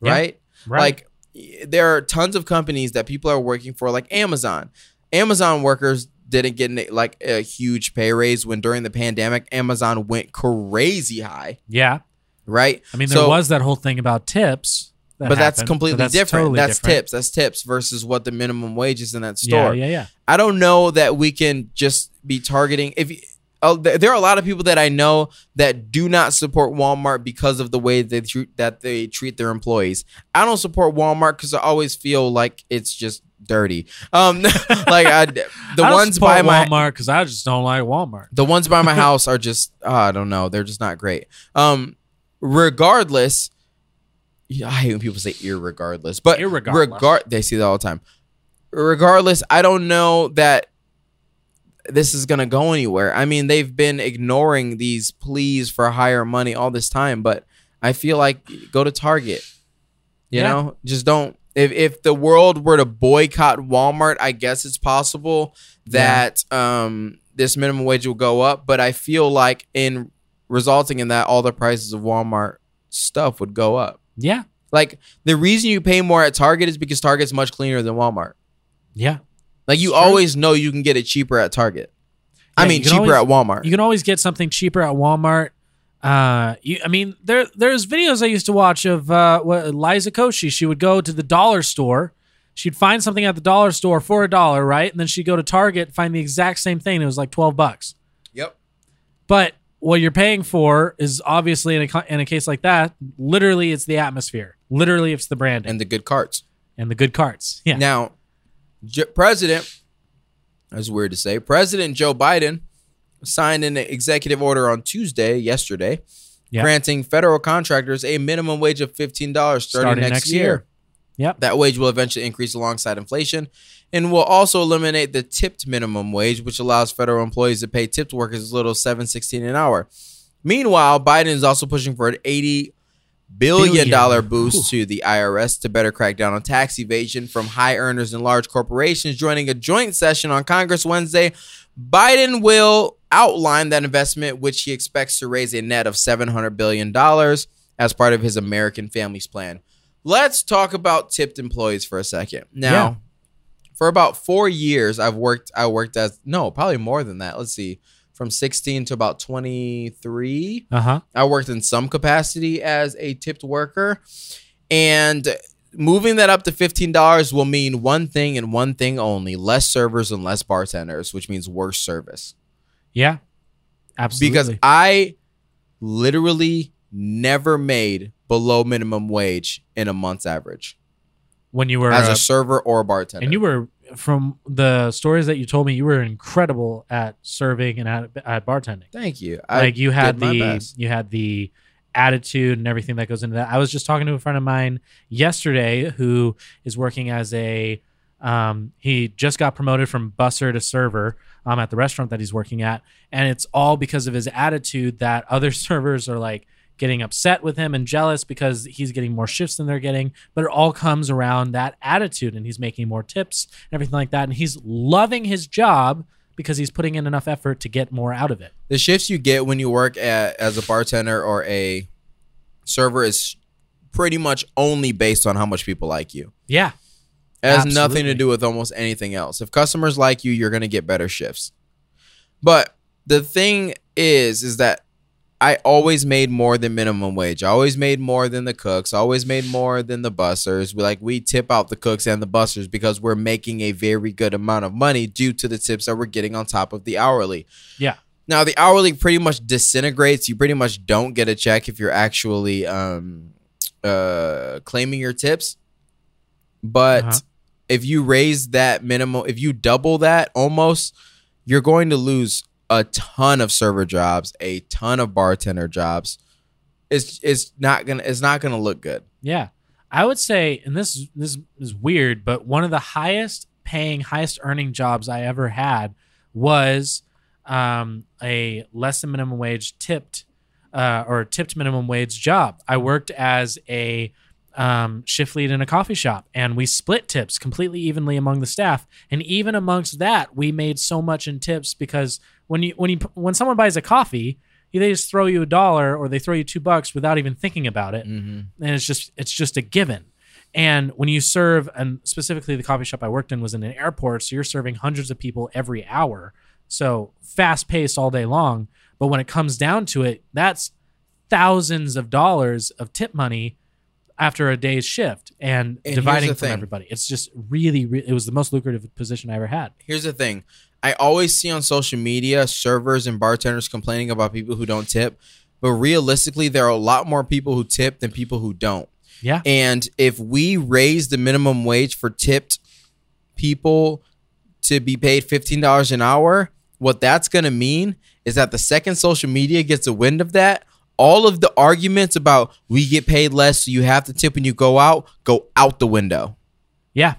Speaker 1: Yeah.
Speaker 2: Right?
Speaker 1: right.
Speaker 2: Like y- there are tons of companies that people are working for, like Amazon. Amazon workers didn't get ni- like a huge pay raise when during the pandemic Amazon went crazy high,
Speaker 1: yeah.
Speaker 2: right?
Speaker 1: I mean, there
Speaker 2: so-
Speaker 1: was that whole thing about tips, that
Speaker 2: but that's
Speaker 1: happened,
Speaker 2: completely
Speaker 1: but that's
Speaker 2: different.
Speaker 1: totally
Speaker 2: that's
Speaker 1: different.
Speaker 2: tips. That's tips versus what the minimum wage is in that store.
Speaker 1: Yeah, yeah, yeah.
Speaker 2: I don't know that we can just be targeting if. You, Oh, th- there are a lot of people that I know that do not support Walmart because of the way they treat that they treat their employees. I don't support Walmart because I always feel like it's just dirty. Um, like I, the
Speaker 1: I don't
Speaker 2: ones
Speaker 1: support
Speaker 2: by my
Speaker 1: Walmart because I just don't like Walmart.
Speaker 2: the ones by my house are just ah, I don't know. They're just not great. Um, regardless, yeah, I hate when people say irregardless, but
Speaker 1: Irregardless.
Speaker 2: regard they see that all the time. Regardless, I don't know that this is gonna go anywhere. I mean, they've been ignoring these pleas for higher money all this time, but I feel like go to Target. You
Speaker 1: Yeah.
Speaker 2: know, just don't. If if the world were to boycott Walmart, I guess it's possible that um this minimum wage will go up. But I feel like in resulting in that, all the prices of Walmart stuff would go up.
Speaker 1: Yeah,
Speaker 2: Like the reason you pay more at Target is because Target's much cleaner than Walmart.
Speaker 1: yeah.
Speaker 2: Like you
Speaker 1: It's true.
Speaker 2: always know you can get it cheaper at Target. I
Speaker 1: Yeah,
Speaker 2: mean
Speaker 1: you can
Speaker 2: cheaper
Speaker 1: always-
Speaker 2: at Walmart.
Speaker 1: You can always get something cheaper at Walmart. Uh, you, I mean, there there's videos I used to watch of uh, what, Liza Koshy. She would go to the dollar store. She'd find something at the dollar store for a dollar, right? And then she'd go to Target, find the exact same thing. It was like twelve bucks.
Speaker 2: yep.
Speaker 1: But what you're paying for is obviously in a co- in a case like that, literally it's the atmosphere. Literally it's the branding and,
Speaker 2: And the good carts.
Speaker 1: the good carts. Yeah.
Speaker 2: Now, J- President, that's weird to say, President Joe Biden signed an executive order on Tuesday, yesterday,
Speaker 1: Yeah.
Speaker 2: granting federal contractors a minimum wage of $15 starting,
Speaker 1: Starting
Speaker 2: next,
Speaker 1: next
Speaker 2: year.
Speaker 1: year. Yep.
Speaker 2: That wage will eventually increase alongside inflation and will also eliminate the tipped minimum wage, which allows federal employees to pay tipped workers as little as seven sixteen an hour. Meanwhile, Biden is also pushing for an eighty billion dollar
Speaker 1: Billion.
Speaker 2: boost to the IRS to better crack down on tax evasion from high earners and large corporations. Joining a joint session on Congress Wednesday, Biden will outline that investment, which he expects to raise a net of seven hundred billion dollars as part of his American Families Plan. Let's talk about tipped employees for a second. Now,
Speaker 1: Yeah.
Speaker 2: for about four years, I've worked. I worked as no, probably more than that. Let's see, from sixteen to about twenty three.
Speaker 1: Uh huh.
Speaker 2: I worked in some capacity as a tipped worker. And moving that up to $15 will mean one thing and one thing only less servers and less bartenders, which means worse service.
Speaker 1: Yeah. Absolutely.
Speaker 2: Because I literally never made below minimum wage in a month's average
Speaker 1: when you were uh,
Speaker 2: as
Speaker 1: a-
Speaker 2: a server or a bartender.
Speaker 1: and you were from the stories that you told me, you were incredible at serving and at, at bartending.
Speaker 2: Thank you.
Speaker 1: like you had
Speaker 2: did my
Speaker 1: the
Speaker 2: best.
Speaker 1: you had the attitude and everything that goes into that. I was just talking to a friend of mine yesterday who is working as a um, he just got promoted from busser to server um, at the restaurant that he's working at, and it's all because of his attitude that other servers are like getting upset with him and jealous because he's getting more shifts than they're getting but it all comes around that attitude and he's making more tips and everything like that and he's loving his job because he's putting in enough effort to get more out of it
Speaker 2: the shifts you get when you work at, as a bartender or a server is pretty much only based on how much people like you.
Speaker 1: yeah
Speaker 2: It has nothing
Speaker 1: Absolutely.
Speaker 2: to do with almost anything else. If customers like you, you're going to get better shifts. But the thing is, is that I always made more than minimum wage. I always made more than the cooks. I always made more than the bussers. We like we tip out the cooks and the bussers because we're making a very good amount of money due to the tips that we're getting on top of the hourly.
Speaker 1: Yeah.
Speaker 2: Now the hourly pretty much disintegrates. You pretty much don't get a check if you're actually um, uh, claiming your tips. But
Speaker 1: Uh-huh.
Speaker 2: if you raise that minimum, if you double that almost, you're going to lose a ton of server jobs, a ton of bartender jobs. It's it's not gonna it's not gonna look good.
Speaker 1: Yeah, I would say, and this this is weird, but one of the highest paying, highest earning jobs I ever had was um, a less than minimum wage tipped uh, or tipped minimum wage job. I worked as a um, shift lead in a coffee shop, and we split tips completely evenly among the staff. And even amongst that, we made so much in tips because when you when you when someone buys a coffee. They just throw you a dollar or they throw you two bucks without even thinking about it
Speaker 2: Mm-hmm.
Speaker 1: and it's just it's just a given and when you serve and specifically the coffee shop i worked in was in an airport so you're serving hundreds of people every hour so fast paced all day long but when it comes down to it that's thousands of dollars of tip money after a day's shift and,
Speaker 2: here's
Speaker 1: dividing
Speaker 2: the
Speaker 1: from
Speaker 2: thing.
Speaker 1: everybody it's just really, really it was the most lucrative position i ever had
Speaker 2: Here's the thing. I always see on social media servers and bartenders complaining about people who don't tip, but realistically, there are a lot more people who tip than people who don't.
Speaker 1: yeah
Speaker 2: And if we raise the minimum wage for tipped people to be paid $15 an hour, what that's going to mean is that the second social media gets a wind of that, all of the arguments about we get paid less, so you have to tip when you go out, go out the window.
Speaker 1: yeah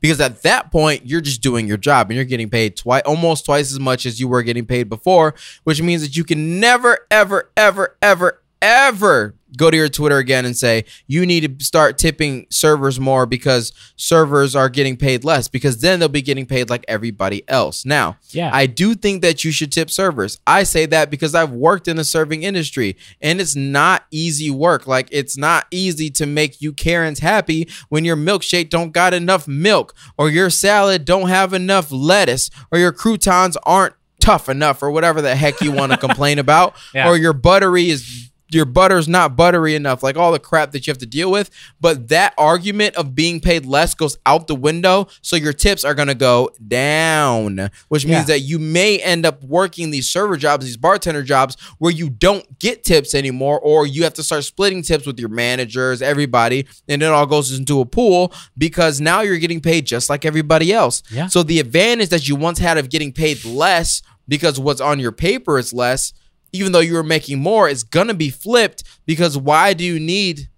Speaker 2: Because at that point, you're just doing your job and you're getting paid twice, almost twice as much as you were getting paid before, which means that you can never, ever, ever, ever, ever go to your Twitter again and say, you need to start tipping servers more because servers are getting paid less, because then they'll be getting paid like everybody else. Now,
Speaker 1: yeah
Speaker 2: I do think that you should tip servers. I say that because I've worked in the serving industry and it's not easy work. Like it's not easy to make you Karens happy when your milkshake don't got enough milk or your salad don't have enough lettuce or your croutons aren't tough enough or whatever the heck you want to complain about
Speaker 1: Yeah.
Speaker 2: or your buttery is your butter's not buttery enough like all the crap that you have to deal with but that argument of being paid less goes out the window so your tips are going to go down which means
Speaker 1: Yeah.
Speaker 2: that you may end up working these server jobs these bartender jobs where you don't get tips anymore or you have to start splitting tips with your managers everybody and it all goes into a pool because now you're getting paid just like everybody else
Speaker 1: Yeah.
Speaker 2: so the advantage that you once had of getting paid less because what's on your paper is less even though you were making more is going to be flipped because why do you need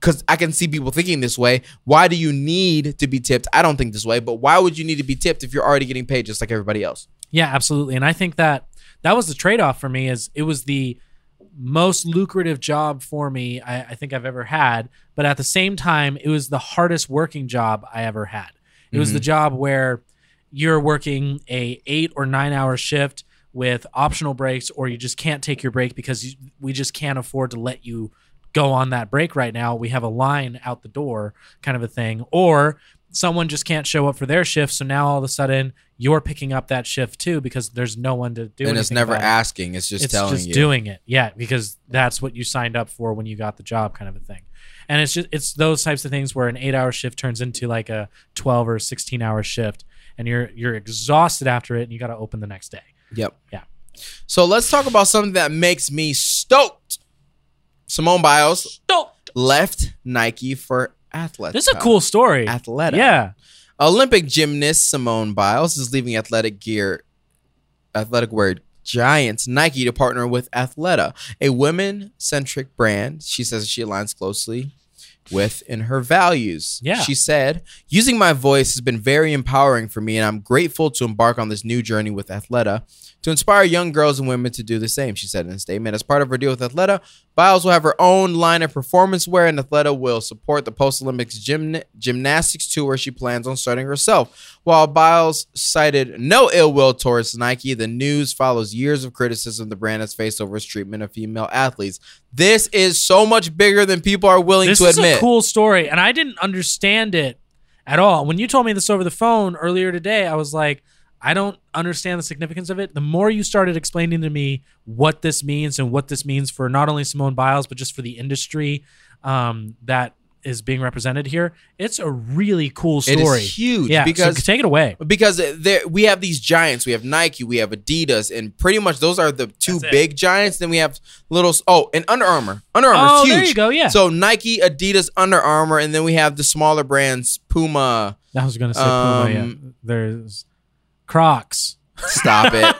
Speaker 2: because I can see people thinking this way. Why do you need to be tipped? I don't think this way, but why would you need to be tipped if you're already getting paid just like everybody else?
Speaker 1: Yeah, absolutely. And I think that that was the trade off for me is it was the most lucrative job for me I, I think I've ever had. But at the same time, it was the hardest working job I ever had. It was the
Speaker 2: Mm-hmm.
Speaker 1: job where you're working a eight or nine hour shift with optional breaks, or you just can't take your break because you, we just can't afford to let you go on that break right now. We have a line out the door, kind of a thing. Or someone just can't show up for their shift, so now all of a sudden you're picking up that shift too because there's no one to do.
Speaker 2: and it's
Speaker 1: anything
Speaker 2: never
Speaker 1: about it
Speaker 2: asking, it's just
Speaker 1: it's
Speaker 2: telling
Speaker 1: just
Speaker 2: you.
Speaker 1: doing it yeah because that's what you signed up for when you got the job kind of a thing and it's just it's those types of things where an eight hour shift turns into like a 12 or 16 hour shift and you're you're exhausted after it and you got to open the next day
Speaker 2: Yep.
Speaker 1: Yeah.
Speaker 2: So let's talk about something that makes me stoked. Simone Biles left Nike for Athleta.
Speaker 1: this is a cool story
Speaker 2: Athleta.
Speaker 1: yeah
Speaker 2: Olympic gymnast Simone Biles is leaving athletic gear, athletic wear giants Nike to partner with Athleta, a women centric brand. She says she aligns closely with in her values.
Speaker 1: Yeah.
Speaker 2: She said, using my voice has been very empowering for me, and I'm grateful to embark on this new journey with Athleta to inspire young girls and women to do the same, she said in a statement. As part of her deal with Athleta, Biles will have her own line of performance wear, and Athleta will support the post Olympics gymna- gymnastics tour she plans on starting herself. While Biles cited no ill will towards Nike, the news follows years of criticism the brand has faced over its treatment of female athletes. This is so much bigger than people are willing
Speaker 1: this
Speaker 2: to
Speaker 1: is
Speaker 2: admit.
Speaker 1: a cool story, and I didn't understand it at all. When you told me this over the phone earlier today, I was like, I don't understand the significance of it. The more you started explaining to me what this means and what this means for not only Simone Biles but just for the industry um, that is being represented here, it's a really cool
Speaker 2: it
Speaker 1: story.
Speaker 2: is huge
Speaker 1: yeah,
Speaker 2: because
Speaker 1: so take it away.
Speaker 2: because there we have these giants. We have Nike, we have Adidas, and pretty much those are the two
Speaker 1: That's it.
Speaker 2: big giants. Then we have little oh, and Under Armour. Under Armour,
Speaker 1: Oh,
Speaker 2: huge.
Speaker 1: there you go. Yeah,
Speaker 2: So Nike, Adidas, Under Armour, and then we have the smaller brands Puma.
Speaker 1: I was gonna say Puma, yeah.
Speaker 2: Um,
Speaker 1: There's Crocs.
Speaker 2: Stop it.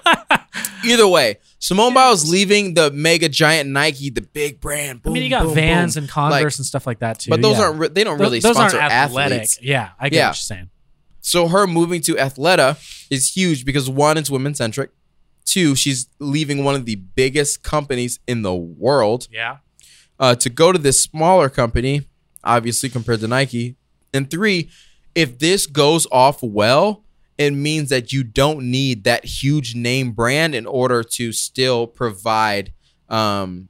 Speaker 2: Either way, Simone Biles leaving the mega giant Nike, the big brand.
Speaker 1: I mean,
Speaker 2: Boom,
Speaker 1: you got
Speaker 2: boom,
Speaker 1: Vans
Speaker 2: boom.
Speaker 1: and Converse
Speaker 2: Like,
Speaker 1: and stuff like that too.
Speaker 2: but those
Speaker 1: yeah.
Speaker 2: aren't re- they don't
Speaker 1: Th-
Speaker 2: really
Speaker 1: those
Speaker 2: sponsor
Speaker 1: aren't athletic.
Speaker 2: athletes.
Speaker 1: Yeah, I get
Speaker 2: Yeah.
Speaker 1: what you're saying.
Speaker 2: So her moving to Athleta is huge because one, it's women centric. Two, she's leaving one of the biggest companies in the world
Speaker 1: Yeah.
Speaker 2: uh, to go to this smaller company, obviously compared to Nike. And three, if this goes off well, it means that you don't need that huge name brand in order to still provide um,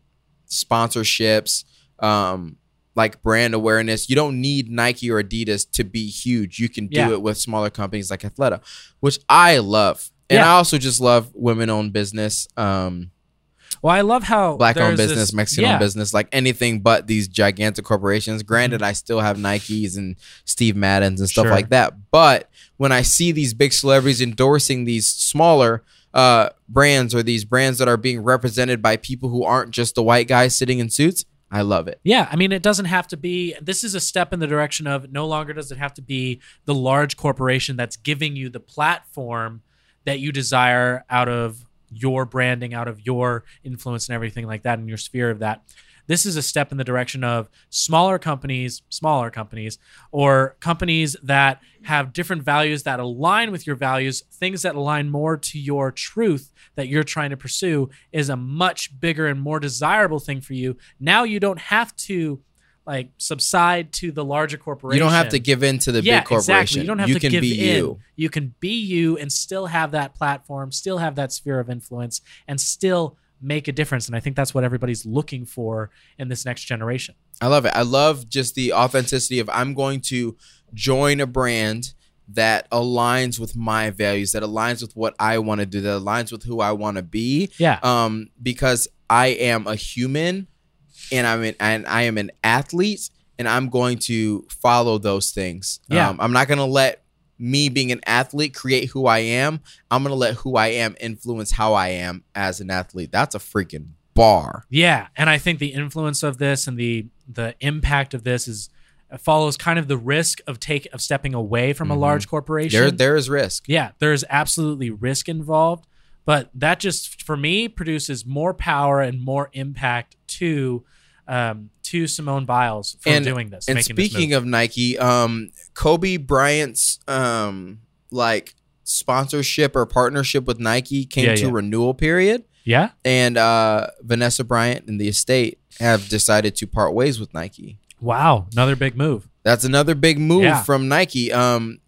Speaker 2: sponsorships, um, like brand awareness. You don't need Nike or Adidas to be huge. You can do
Speaker 1: Yeah.
Speaker 2: it with smaller companies like Athleta, which I love. And
Speaker 1: Yeah.
Speaker 2: I also just love women owned business. Um,
Speaker 1: Well, I love how
Speaker 2: black owned
Speaker 1: there's
Speaker 2: business,
Speaker 1: this-
Speaker 2: Mexican
Speaker 1: yeah.
Speaker 2: owned business, like anything but these gigantic corporations. Granted, I still have Nikes and Steve Maddens and stuff
Speaker 1: Mm-hmm. Sure.
Speaker 2: like that. But when I see these big celebrities endorsing these smaller uh, brands or these brands that are being represented by people who aren't just the white guys sitting in suits, I love it.
Speaker 1: Yeah, I mean, it doesn't have to be. This is a step in the direction of no longer does it have to be the large corporation that's giving you the platform that you desire out of your branding, out of your influence, and everything like that, in your sphere of that. This is a step in the direction of smaller companies, smaller companies, or companies that have different values that align with your values, things that align more to your truth that you're trying to pursue is a much bigger and more desirable thing for you now you don't have to like subside to the larger corporation.
Speaker 2: You don't have to give in to the
Speaker 1: yeah,
Speaker 2: big corporation.
Speaker 1: Exactly. You don't have to
Speaker 2: can
Speaker 1: give
Speaker 2: be
Speaker 1: in.
Speaker 2: you.
Speaker 1: You can be you and still have that platform, still have that sphere of influence, and still make a difference. And I think that's what everybody's looking for in this next generation.
Speaker 2: I love it. I love just the authenticity of I'm going to join a brand that aligns with my values, that aligns with what I want to do, that aligns with who I want to be.
Speaker 1: Yeah.
Speaker 2: Um, because I am a human and I'm an and I am an athlete and I'm going to follow those things.
Speaker 1: Yeah.
Speaker 2: Um, I'm not gonna let me being an athlete create who I am. I'm gonna let who I am influence how I am as an athlete. That's a freaking bar.
Speaker 1: Yeah, and I think the influence of this and the the impact of this is follows kind of the risk of take of stepping away from a
Speaker 2: Mhm.
Speaker 1: large corporation.
Speaker 2: There there is risk.
Speaker 1: Yeah, there's absolutely risk involved, but that just for me produces more power and more impact to um, to Simone Biles for
Speaker 2: And-
Speaker 1: doing this.
Speaker 2: And
Speaker 1: making this
Speaker 2: speaking
Speaker 1: move.
Speaker 2: of Nike, um, Kobe Bryant's um, like sponsorship or partnership with Nike came
Speaker 1: Yeah,
Speaker 2: to
Speaker 1: yeah.
Speaker 2: renewal period,
Speaker 1: yeah,
Speaker 2: and uh, Vanessa Bryant and the estate have decided to part ways with Nike.
Speaker 1: wow, another big move.
Speaker 2: That's another big move
Speaker 1: Yeah.
Speaker 2: from Nike. Um,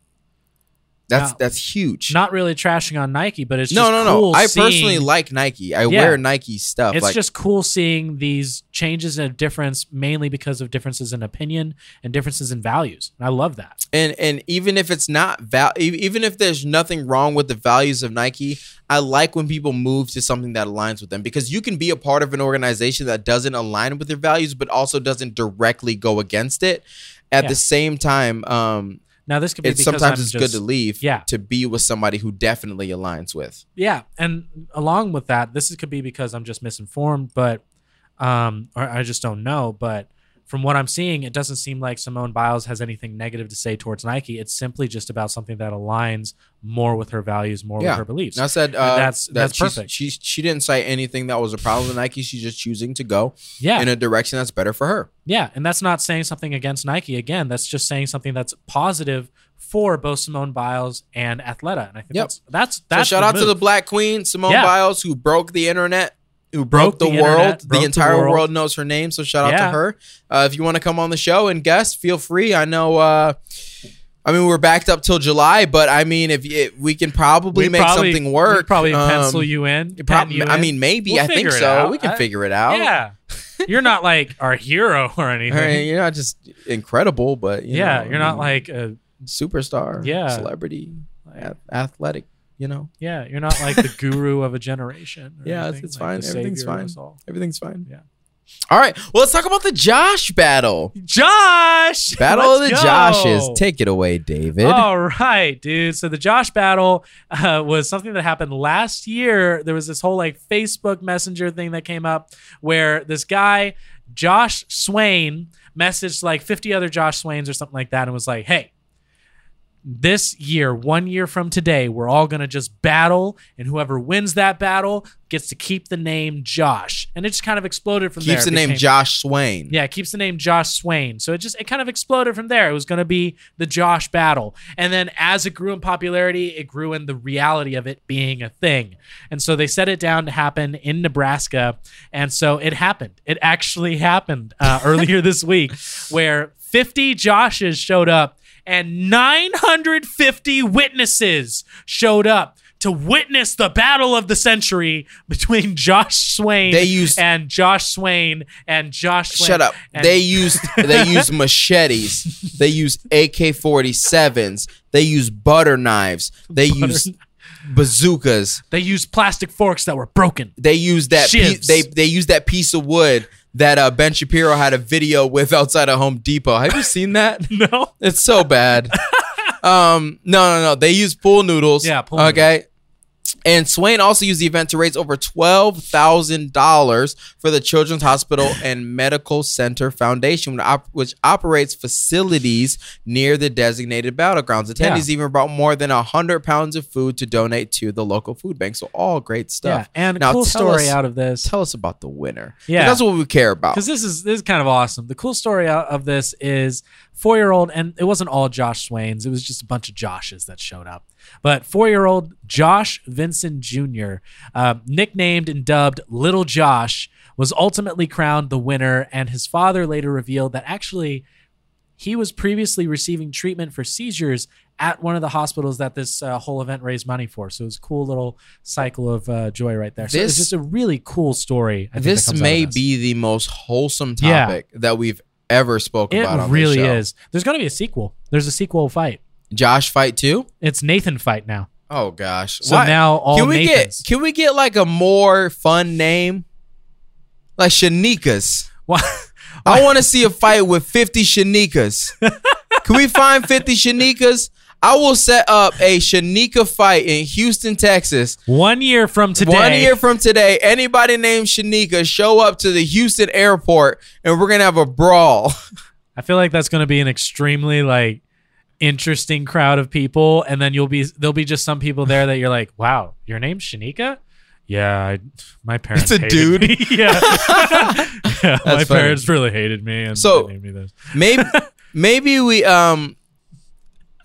Speaker 2: that's
Speaker 1: Now-
Speaker 2: that's huge.
Speaker 1: Not really trashing on Nike, but it's
Speaker 2: no,
Speaker 1: just
Speaker 2: no, no.
Speaker 1: cool
Speaker 2: I
Speaker 1: seeing-
Speaker 2: personally like Nike. I
Speaker 1: Yeah.
Speaker 2: wear Nike stuff.
Speaker 1: It's
Speaker 2: like,
Speaker 1: just cool seeing these changes and difference, mainly because of differences in opinion and differences in values. And I love that.
Speaker 2: and and even if it's not val e- even if there's nothing wrong with the values of Nike, I like when people move to something that aligns with them because you can be a part of an organization that doesn't align with your values but also doesn't directly go against it. At
Speaker 1: Yeah.
Speaker 2: the same time, um,
Speaker 1: Now this could be
Speaker 2: it's
Speaker 1: because
Speaker 2: sometimes
Speaker 1: I'm
Speaker 2: it's
Speaker 1: just-
Speaker 2: good to leave
Speaker 1: yeah.
Speaker 2: to be with somebody who definitely aligns with.
Speaker 1: yeah and along with that this is- could be because i'm just misinformed but um or i just don't know but from what I'm seeing, it doesn't seem like Simone Biles has anything negative to say towards Nike. It's simply just about something that aligns more with her values, more
Speaker 2: Yeah.
Speaker 1: with her beliefs.
Speaker 2: And I said uh,
Speaker 1: That's-
Speaker 2: that
Speaker 1: that's
Speaker 2: she's-
Speaker 1: perfect.
Speaker 2: She she didn't cite anything that was a problem with Nike. She's just choosing to go
Speaker 1: yeah,
Speaker 2: in a direction that's better for her.
Speaker 1: yeah, and that's not saying something against Nike. Again, that's just saying something that's positive for both Simone Biles and Athleta. And I think
Speaker 2: Yep.
Speaker 1: that's that's
Speaker 2: So
Speaker 1: that's
Speaker 2: shout
Speaker 1: the
Speaker 2: out to
Speaker 1: move.
Speaker 2: the Black Queen Simone
Speaker 1: Yeah.
Speaker 2: Biles, who broke the internet, who
Speaker 1: Broke
Speaker 2: broke,
Speaker 1: the
Speaker 2: the, world.
Speaker 1: internet, broke the
Speaker 2: the entire
Speaker 1: world.
Speaker 2: world. knows her name. So shout out
Speaker 1: Yeah.
Speaker 2: to her. Uh, if you want to come on the show and guest, feel free. I know. Uh, I mean, we're backed up till July, but I mean, if, if we can probably
Speaker 1: We'd
Speaker 2: make
Speaker 1: probably-
Speaker 2: something
Speaker 1: we'd
Speaker 2: work,
Speaker 1: probably
Speaker 2: Um,
Speaker 1: pencil you in. pen
Speaker 2: it prob-
Speaker 1: you
Speaker 2: I
Speaker 1: in.
Speaker 2: mean, maybe
Speaker 1: We'll
Speaker 2: I think
Speaker 1: figure it
Speaker 2: so.
Speaker 1: out.
Speaker 2: We can
Speaker 1: I-
Speaker 2: figure it out.
Speaker 1: yeah, you're not like our hero or
Speaker 2: I
Speaker 1: anything.
Speaker 2: mean, you're not just incredible, but you
Speaker 1: yeah,
Speaker 2: know,
Speaker 1: you're
Speaker 2: I
Speaker 1: not
Speaker 2: mean,
Speaker 1: like a
Speaker 2: superstar,
Speaker 1: Yeah.
Speaker 2: celebrity, a- athletic. You know,
Speaker 1: Yeah, you're not like the guru of a generation. or
Speaker 2: Yeah, it's-
Speaker 1: anything,
Speaker 2: it's
Speaker 1: like
Speaker 2: fine.
Speaker 1: the
Speaker 2: Everything's
Speaker 1: savior of
Speaker 2: fine.
Speaker 1: us all.
Speaker 2: everything's fine.
Speaker 1: Yeah.
Speaker 2: All right. Well, let's talk about the Josh battle.
Speaker 1: Josh,
Speaker 2: Battle of the
Speaker 1: let's go. Oh,
Speaker 2: Joshes. Take it away, David.
Speaker 1: All right, dude. So the Josh battle uh, was something that happened last year. There was this whole like Facebook Messenger thing that came up where this guy, Josh Swain, messaged like 50 other Josh Swains or something like that and was like, hey, this year, one year from today, we're all going to just battle, and whoever wins that battle gets to keep the name Josh. And it just kind of exploded from there.
Speaker 2: Keeps the
Speaker 1: It
Speaker 2: name
Speaker 1: became-
Speaker 2: Josh Swain.
Speaker 1: yeah, it keeps the name Josh Swain. So it just it kind of exploded from there. It was going to be the Josh battle. And then as it grew in popularity, it grew in the reality of it being a thing. And so they set it down to happen in Nebraska. And so it happened. It actually happened uh, earlier this week where 50 Joshes showed up and 950 witnesses showed up to witness the battle of the century between Josh Swain
Speaker 2: They used
Speaker 1: and Josh Swain and Josh Swain.
Speaker 2: shut up.
Speaker 1: and-
Speaker 2: They used they used machetes. They used AK forty sevens. They used butter knives. They
Speaker 1: Butter
Speaker 2: used bazookas.
Speaker 1: They used plastic forks that were broken.
Speaker 2: They used that pe-
Speaker 1: Shivs.
Speaker 2: they they used that piece of wood that uh, Ben Shapiro had a video with outside of Home Depot. Have you seen that?
Speaker 1: No.
Speaker 2: It's so bad. um, no, no, no. They use pool noodles.
Speaker 1: Yeah, pool
Speaker 2: okay. And Swain also used the event to raise over twelve thousand dollars for the Children's Hospital and Medical Center Foundation, which op- which operates facilities near the designated battlegrounds. Attendees even brought more than hundred pounds of food to donate to the local food bank. So all great stuff.
Speaker 1: Yeah, and a
Speaker 2: Now
Speaker 1: cool
Speaker 2: tell
Speaker 1: story
Speaker 2: us-
Speaker 1: out of this.
Speaker 2: Tell us about the winner.
Speaker 1: Yeah.
Speaker 2: that's what we care about.
Speaker 1: Because this is this is kind of awesome. The cool story out of this is four year old, and it wasn't all Josh Swains. It was just a bunch of Joshes that showed up. But four year old Josh Vincent Jr., uh, nicknamed and dubbed Little Josh, was ultimately crowned the winner. And his father later revealed that actually he was previously receiving treatment for seizures at one of the hospitals that this uh, whole event raised money for. So it was a cool little cycle of uh, joy right there. So it's
Speaker 2: This-
Speaker 1: just a really cool story. I think, that
Speaker 2: this
Speaker 1: comes out of
Speaker 2: may be the most wholesome
Speaker 1: Yeah.
Speaker 2: topic that we've ever spoke
Speaker 1: It
Speaker 2: about on
Speaker 1: really
Speaker 2: this show.
Speaker 1: is. There's going to be a sequel. There's a sequel fight.
Speaker 2: Josh fight too?
Speaker 1: It's Nathan fight now.
Speaker 2: Oh gosh.
Speaker 1: So
Speaker 2: Why-
Speaker 1: now all
Speaker 2: can we
Speaker 1: Nathans.
Speaker 2: get can we get like a more fun name? Like Shanikas.
Speaker 1: Why-
Speaker 2: I want to see a fight with 50 Shanikas. can we find 50 Shanikas? I will set up a Shanika fight in Houston, Texas.
Speaker 1: one year from today.
Speaker 2: One year from today, anybody named Shanika show up to the Houston airport and we're going to have a brawl.
Speaker 1: I feel like that's going to be an extremely like interesting crowd of people, and then you'll be there'll be just some people there that you're like, wow, your name's Shanika. Yeah, I, my parents.
Speaker 2: a
Speaker 1: hated
Speaker 2: dude.
Speaker 1: me." yeah, yeah my
Speaker 2: funny.
Speaker 1: parents really hated me, and
Speaker 2: So-
Speaker 1: they named me this.
Speaker 2: maybe maybe we um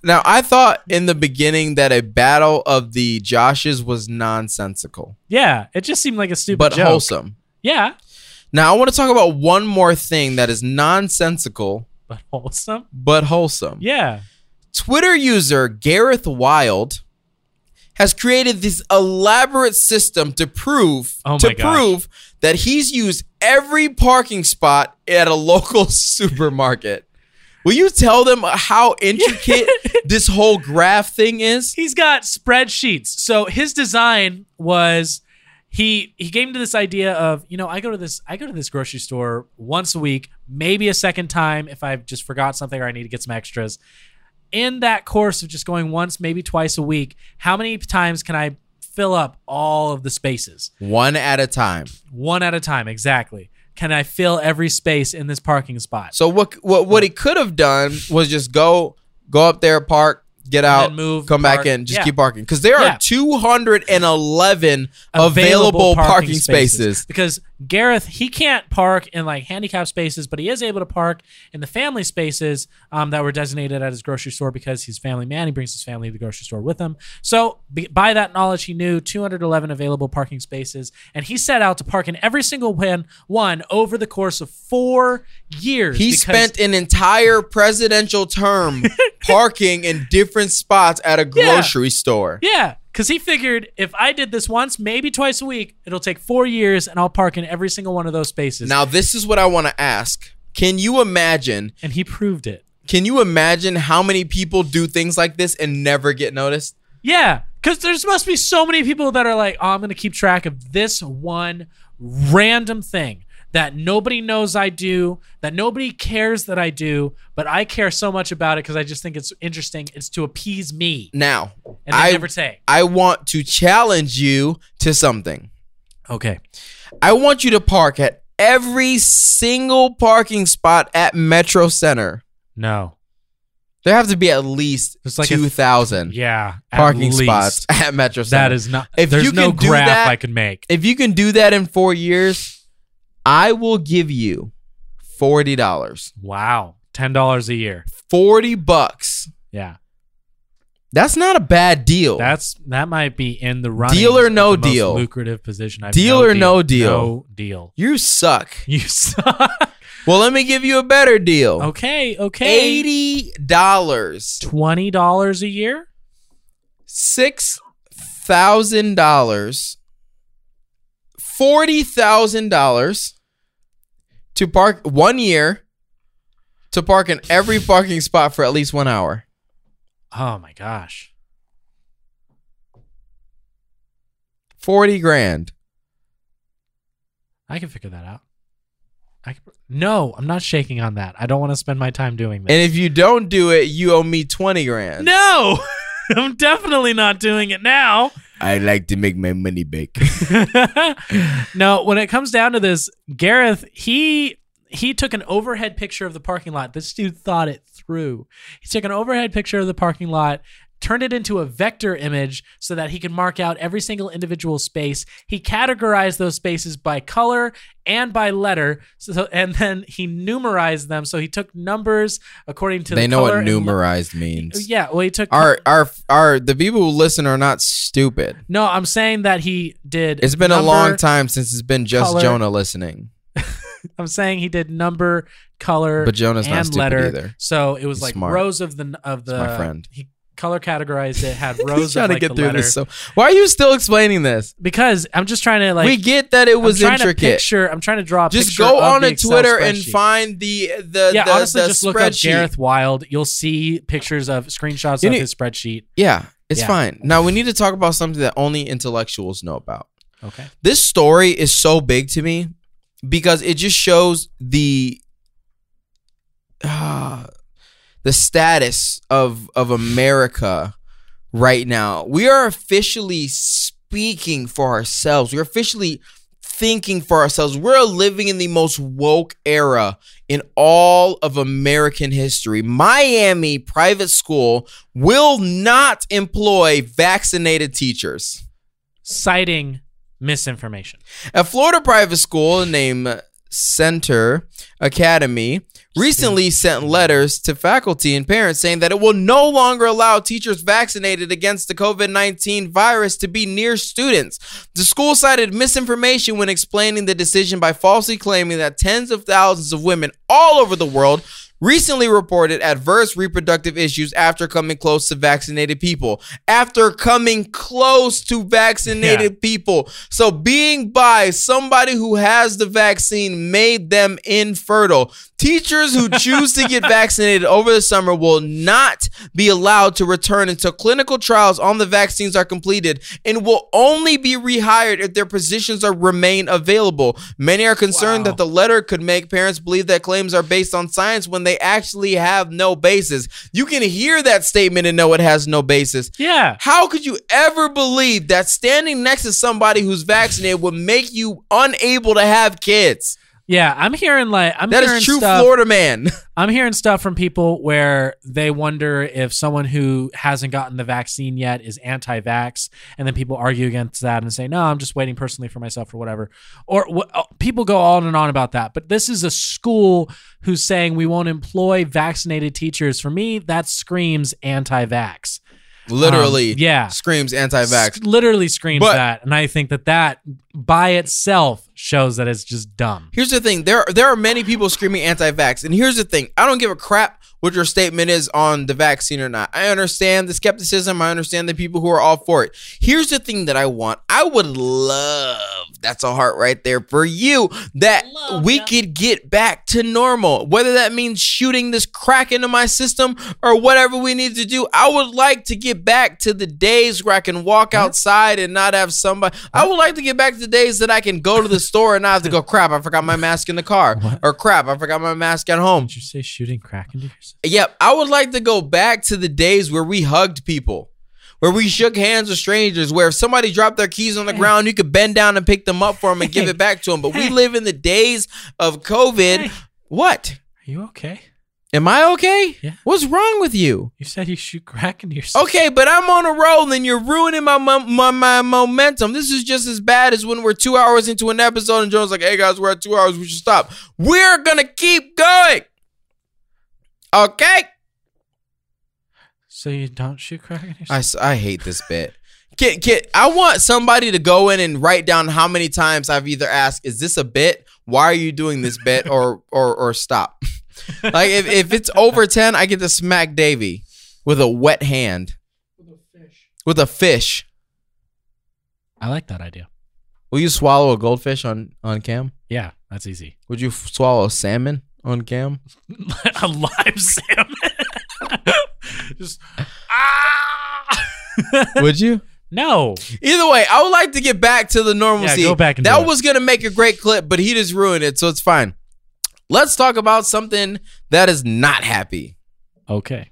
Speaker 2: now i thought in the beginning that a battle of the joshes was nonsensical
Speaker 1: Yeah, it just seemed like a stupid
Speaker 2: but
Speaker 1: joke.
Speaker 2: wholesome
Speaker 1: yeah,
Speaker 2: now i want to talk about one more thing that is nonsensical
Speaker 1: but wholesome.
Speaker 2: but wholesome
Speaker 1: Yeah,
Speaker 2: twitter user gareth wild has created this elaborate system to prove
Speaker 1: Oh my
Speaker 2: to
Speaker 1: gosh.
Speaker 2: prove that he's used every parking spot at a local supermarket. Will you tell them how intricate this whole graph thing is?
Speaker 1: He's got spreadsheets. So his design was he he came to this idea of, you know, I go to this I go to this grocery store once a week, maybe a second time if I've just forgot something or I need to get some extras. In that course of just going once, maybe twice a week, how many times can I fill up all of the spaces?
Speaker 2: One at a time.
Speaker 1: One at a time, exactly. can I fill every space in this parking spot?
Speaker 2: So what what what he could have done was just go go up there, park, get out,
Speaker 1: then move,
Speaker 2: come back
Speaker 1: park.
Speaker 2: in, just
Speaker 1: Yeah.
Speaker 2: keep parking because there are
Speaker 1: Yeah.
Speaker 2: 211 available parking spaces.
Speaker 1: Because Gareth, he can't park in like handicap spaces, but he is able to park in the family spaces um, that were designated at his grocery store because he's a family man. He brings his family to the grocery store with him. So be, by that knowledge, he knew 211 available parking spaces, and he set out to park in every single one, one over the course of four years.
Speaker 2: He
Speaker 1: because-
Speaker 2: spent an entire presidential term parking in different spots at a
Speaker 1: Yeah.
Speaker 2: grocery store.
Speaker 1: Yeah, because he figured if I did this once, maybe twice a week, it'll take four years, and I'll park in every single one of those spaces.
Speaker 2: Now this is what I want to ask. Can you imagine?
Speaker 1: and he proved it.
Speaker 2: Can you imagine how many people do things like this and never get noticed?
Speaker 1: Yeah, because there's must be so many people that are like, oh, I'm gonna keep track of this one random thing that nobody knows I do, that nobody cares that I do, but I care so much about it because I just think it's interesting. It's to appease me,
Speaker 2: Now,
Speaker 1: and they
Speaker 2: I-
Speaker 1: never take.
Speaker 2: I want to challenge you to something.
Speaker 1: Okay.
Speaker 2: I want you to park at every single parking spot at Metro Center.
Speaker 1: No.
Speaker 2: There have to be at least
Speaker 1: It's like a-
Speaker 2: 2,000
Speaker 1: Yeah. at
Speaker 2: parking
Speaker 1: least.
Speaker 2: spots at Metro Center.
Speaker 1: That is not.
Speaker 2: If
Speaker 1: there's
Speaker 2: you
Speaker 1: no
Speaker 2: can do
Speaker 1: graph
Speaker 2: that-
Speaker 1: I can make.
Speaker 2: If you can do that in 4 years, I will give you $40.
Speaker 1: Wow. Ten dollars a year.
Speaker 2: 40 bucks.
Speaker 1: Yeah.
Speaker 2: That's not a bad deal.
Speaker 1: That's that might be in the running.
Speaker 2: Deal or
Speaker 1: of
Speaker 2: no
Speaker 1: the most
Speaker 2: deal?
Speaker 1: lucrative position. I've
Speaker 2: Deal or no deal?
Speaker 1: No deal.
Speaker 2: you suck.
Speaker 1: You suck.
Speaker 2: Well, let me give you a better deal.
Speaker 1: okay. Okay.
Speaker 2: Oh. Eighty dollars,
Speaker 1: Twenty dollars a year.
Speaker 2: six thousand dollars, forty thousand dollars to park one year to park in every parking spot for at least one hour.
Speaker 1: Oh my gosh.
Speaker 2: Forty grand.
Speaker 1: I can figure that out. I can, no, I'm not shaking on that. I don't want to spend my time doing that.
Speaker 2: And if you don't do it, you owe me twenty grand.
Speaker 1: no, I'm definitely not doing it now.
Speaker 2: I like to make my money back.
Speaker 1: no, when it comes down to this, Gareth, he he took an overhead picture of the parking lot. This dude thought it through. He took an overhead picture of the parking lot, turned it into a vector image so that he could mark out every single individual space. He categorized those spaces by color and by letter. So, so- and then he numerized them. So he took numbers according to
Speaker 2: they
Speaker 1: the
Speaker 2: know what
Speaker 1: color and le-
Speaker 2: numerized means.
Speaker 1: Yeah, well, he took.
Speaker 2: Our our our the people who listen are not stupid.
Speaker 1: no, I'm saying that he did.
Speaker 2: It's been a
Speaker 1: number-
Speaker 2: long time since it's been just
Speaker 1: color,
Speaker 2: Jonah listening,
Speaker 1: I'm saying he did number, color,
Speaker 2: but Jonah's not
Speaker 1: and
Speaker 2: stupid
Speaker 1: letter.
Speaker 2: either.
Speaker 1: So it was
Speaker 2: He's
Speaker 1: like
Speaker 2: smart.
Speaker 1: rows of the of the.
Speaker 2: He's my friend.
Speaker 1: He color categorized it. Had rows.
Speaker 2: He's trying
Speaker 1: of,
Speaker 2: to
Speaker 1: like,
Speaker 2: get
Speaker 1: the
Speaker 2: through
Speaker 1: letter.
Speaker 2: this. So why are you still explaining this?
Speaker 1: because I'm just trying to like.
Speaker 2: we get that it
Speaker 1: I'm
Speaker 2: was
Speaker 1: trying to
Speaker 2: intricate.
Speaker 1: picture. I'm trying to draw. A
Speaker 2: Just
Speaker 1: picture
Speaker 2: go
Speaker 1: of
Speaker 2: on
Speaker 1: the
Speaker 2: to
Speaker 1: Excel
Speaker 2: Twitter and
Speaker 1: spreadsheet.
Speaker 2: find the the
Speaker 1: Yeah,
Speaker 2: the,
Speaker 1: honestly,
Speaker 2: the
Speaker 1: just
Speaker 2: spreadsheet.
Speaker 1: look up Gareth Wild. You'll see pictures of screenshots
Speaker 2: You
Speaker 1: of
Speaker 2: need-
Speaker 1: his spreadsheet.
Speaker 2: Yeah, it's
Speaker 1: Yeah.
Speaker 2: fine. Now we need to talk about something that only intellectuals know about.
Speaker 1: Okay.
Speaker 2: This story is so big to me because it just shows the ah, the status of of America right now. We are officially speaking for ourselves. We're officially thinking for ourselves. We're living in the most woke era in all of American history. Miami private school will not employ vaccinated teachers.
Speaker 1: Citing misinformation.
Speaker 2: A Florida private school named Center Academy recently sent letters to faculty and parents saying that it will no longer allow teachers vaccinated against the COVID 19 virus to be near students. The school cited misinformation when explaining the decision by falsely claiming that tens of thousands of women all over the world recently reported adverse reproductive issues after coming close to vaccinated people. After coming close to vaccinated people. So being by somebody who has the vaccine made them infertile. Teachers who choose to get vaccinated over the summer will not be allowed to return until clinical trials on the vaccines are completed and will only be rehired if their positions are remain available. Many are concerned
Speaker 1: Wow.
Speaker 2: that the letter could make parents believe that claims are based on science when they actually have no basis. You can hear that statement and know it has no basis.
Speaker 1: Yeah.
Speaker 2: How could you ever believe that standing next to somebody who's vaccinated would make you unable to have kids?
Speaker 1: Yeah, I'm hearing like I'm
Speaker 2: That
Speaker 1: hearing
Speaker 2: is true
Speaker 1: stuff.
Speaker 2: Florida man.
Speaker 1: I'm hearing stuff from people where they wonder if someone who hasn't gotten the vaccine yet is anti-vax, and then people argue against that and say, "No, I'm just waiting personally for myself or whatever." Or wh- oh, people go on and on about that. But this is a school who's saying we won't employ vaccinated teachers. For me, that screams anti-vax. Um,
Speaker 2: Literally
Speaker 1: yeah,
Speaker 2: screams anti-vax.
Speaker 1: S- literally screams
Speaker 2: But-
Speaker 1: that, and I think that that by itself shows that it's just dumb.
Speaker 2: Here's the thing: there there are many people screaming anti-vax, and here's the thing: I don't give a crap what your statement is on the vaccine or not. I understand the skepticism. I understand the people who are all for it. Here's the thing that I want: I would love that's a heart right there for you that
Speaker 3: Love
Speaker 2: we
Speaker 3: ya.
Speaker 2: could get back to normal, whether that means shooting this crack into my system or whatever we need to do. I would like to get back to the days where I can walk outside and not have somebody. I would like to get back to the days that I can go to the store and not have to go, crap, I forgot my mask in the car.
Speaker 1: What?
Speaker 2: Or crap, I forgot my mask at home.
Speaker 1: Did you say shooting crack into yourself?
Speaker 2: Yep, I would like to go back to the days where we hugged people, where we shook hands with strangers, where if somebody dropped their keys on the ground, you could bend down and pick them up for them and give it back to them. But we live in the days of COVID.
Speaker 1: Hey.
Speaker 2: What?
Speaker 1: Are you okay?
Speaker 2: Am I okay?
Speaker 1: Yeah.
Speaker 2: What's wrong with you?
Speaker 1: You said you shoot crack into yourself.
Speaker 2: Okay, but I'm on a roll and you're ruining my, mo- my my momentum. This is just as bad as when we're two hours into an episode and Jones like, "Hey guys, we're at two hours. We should stop." We're gonna keep going. Okay.
Speaker 1: So you don't shoot crack into
Speaker 2: I,
Speaker 1: yourself?
Speaker 2: s- I hate this bit. Kid, kid, I want somebody to go in and write down how many times I've either asked, "Is this a bit? Why are you doing this bit?" or or or stop. like if, if it's over ten, I get to smack Davy with a wet hand with a fish.
Speaker 1: I, like that idea.
Speaker 2: Will you swallow a goldfish on on cam?
Speaker 1: Yeah, that's easy.
Speaker 2: Would you f- swallow a salmon on cam?
Speaker 1: a live salmon. Just ah.
Speaker 2: Would you?
Speaker 1: no.
Speaker 2: Either way, I would like to get back to the normalcy.
Speaker 1: Yeah, go back and do
Speaker 2: that
Speaker 1: it.
Speaker 2: was gonna make a great clip, but he just ruined it, so it's fine. Let's talk about something that is not happy.
Speaker 1: Okay.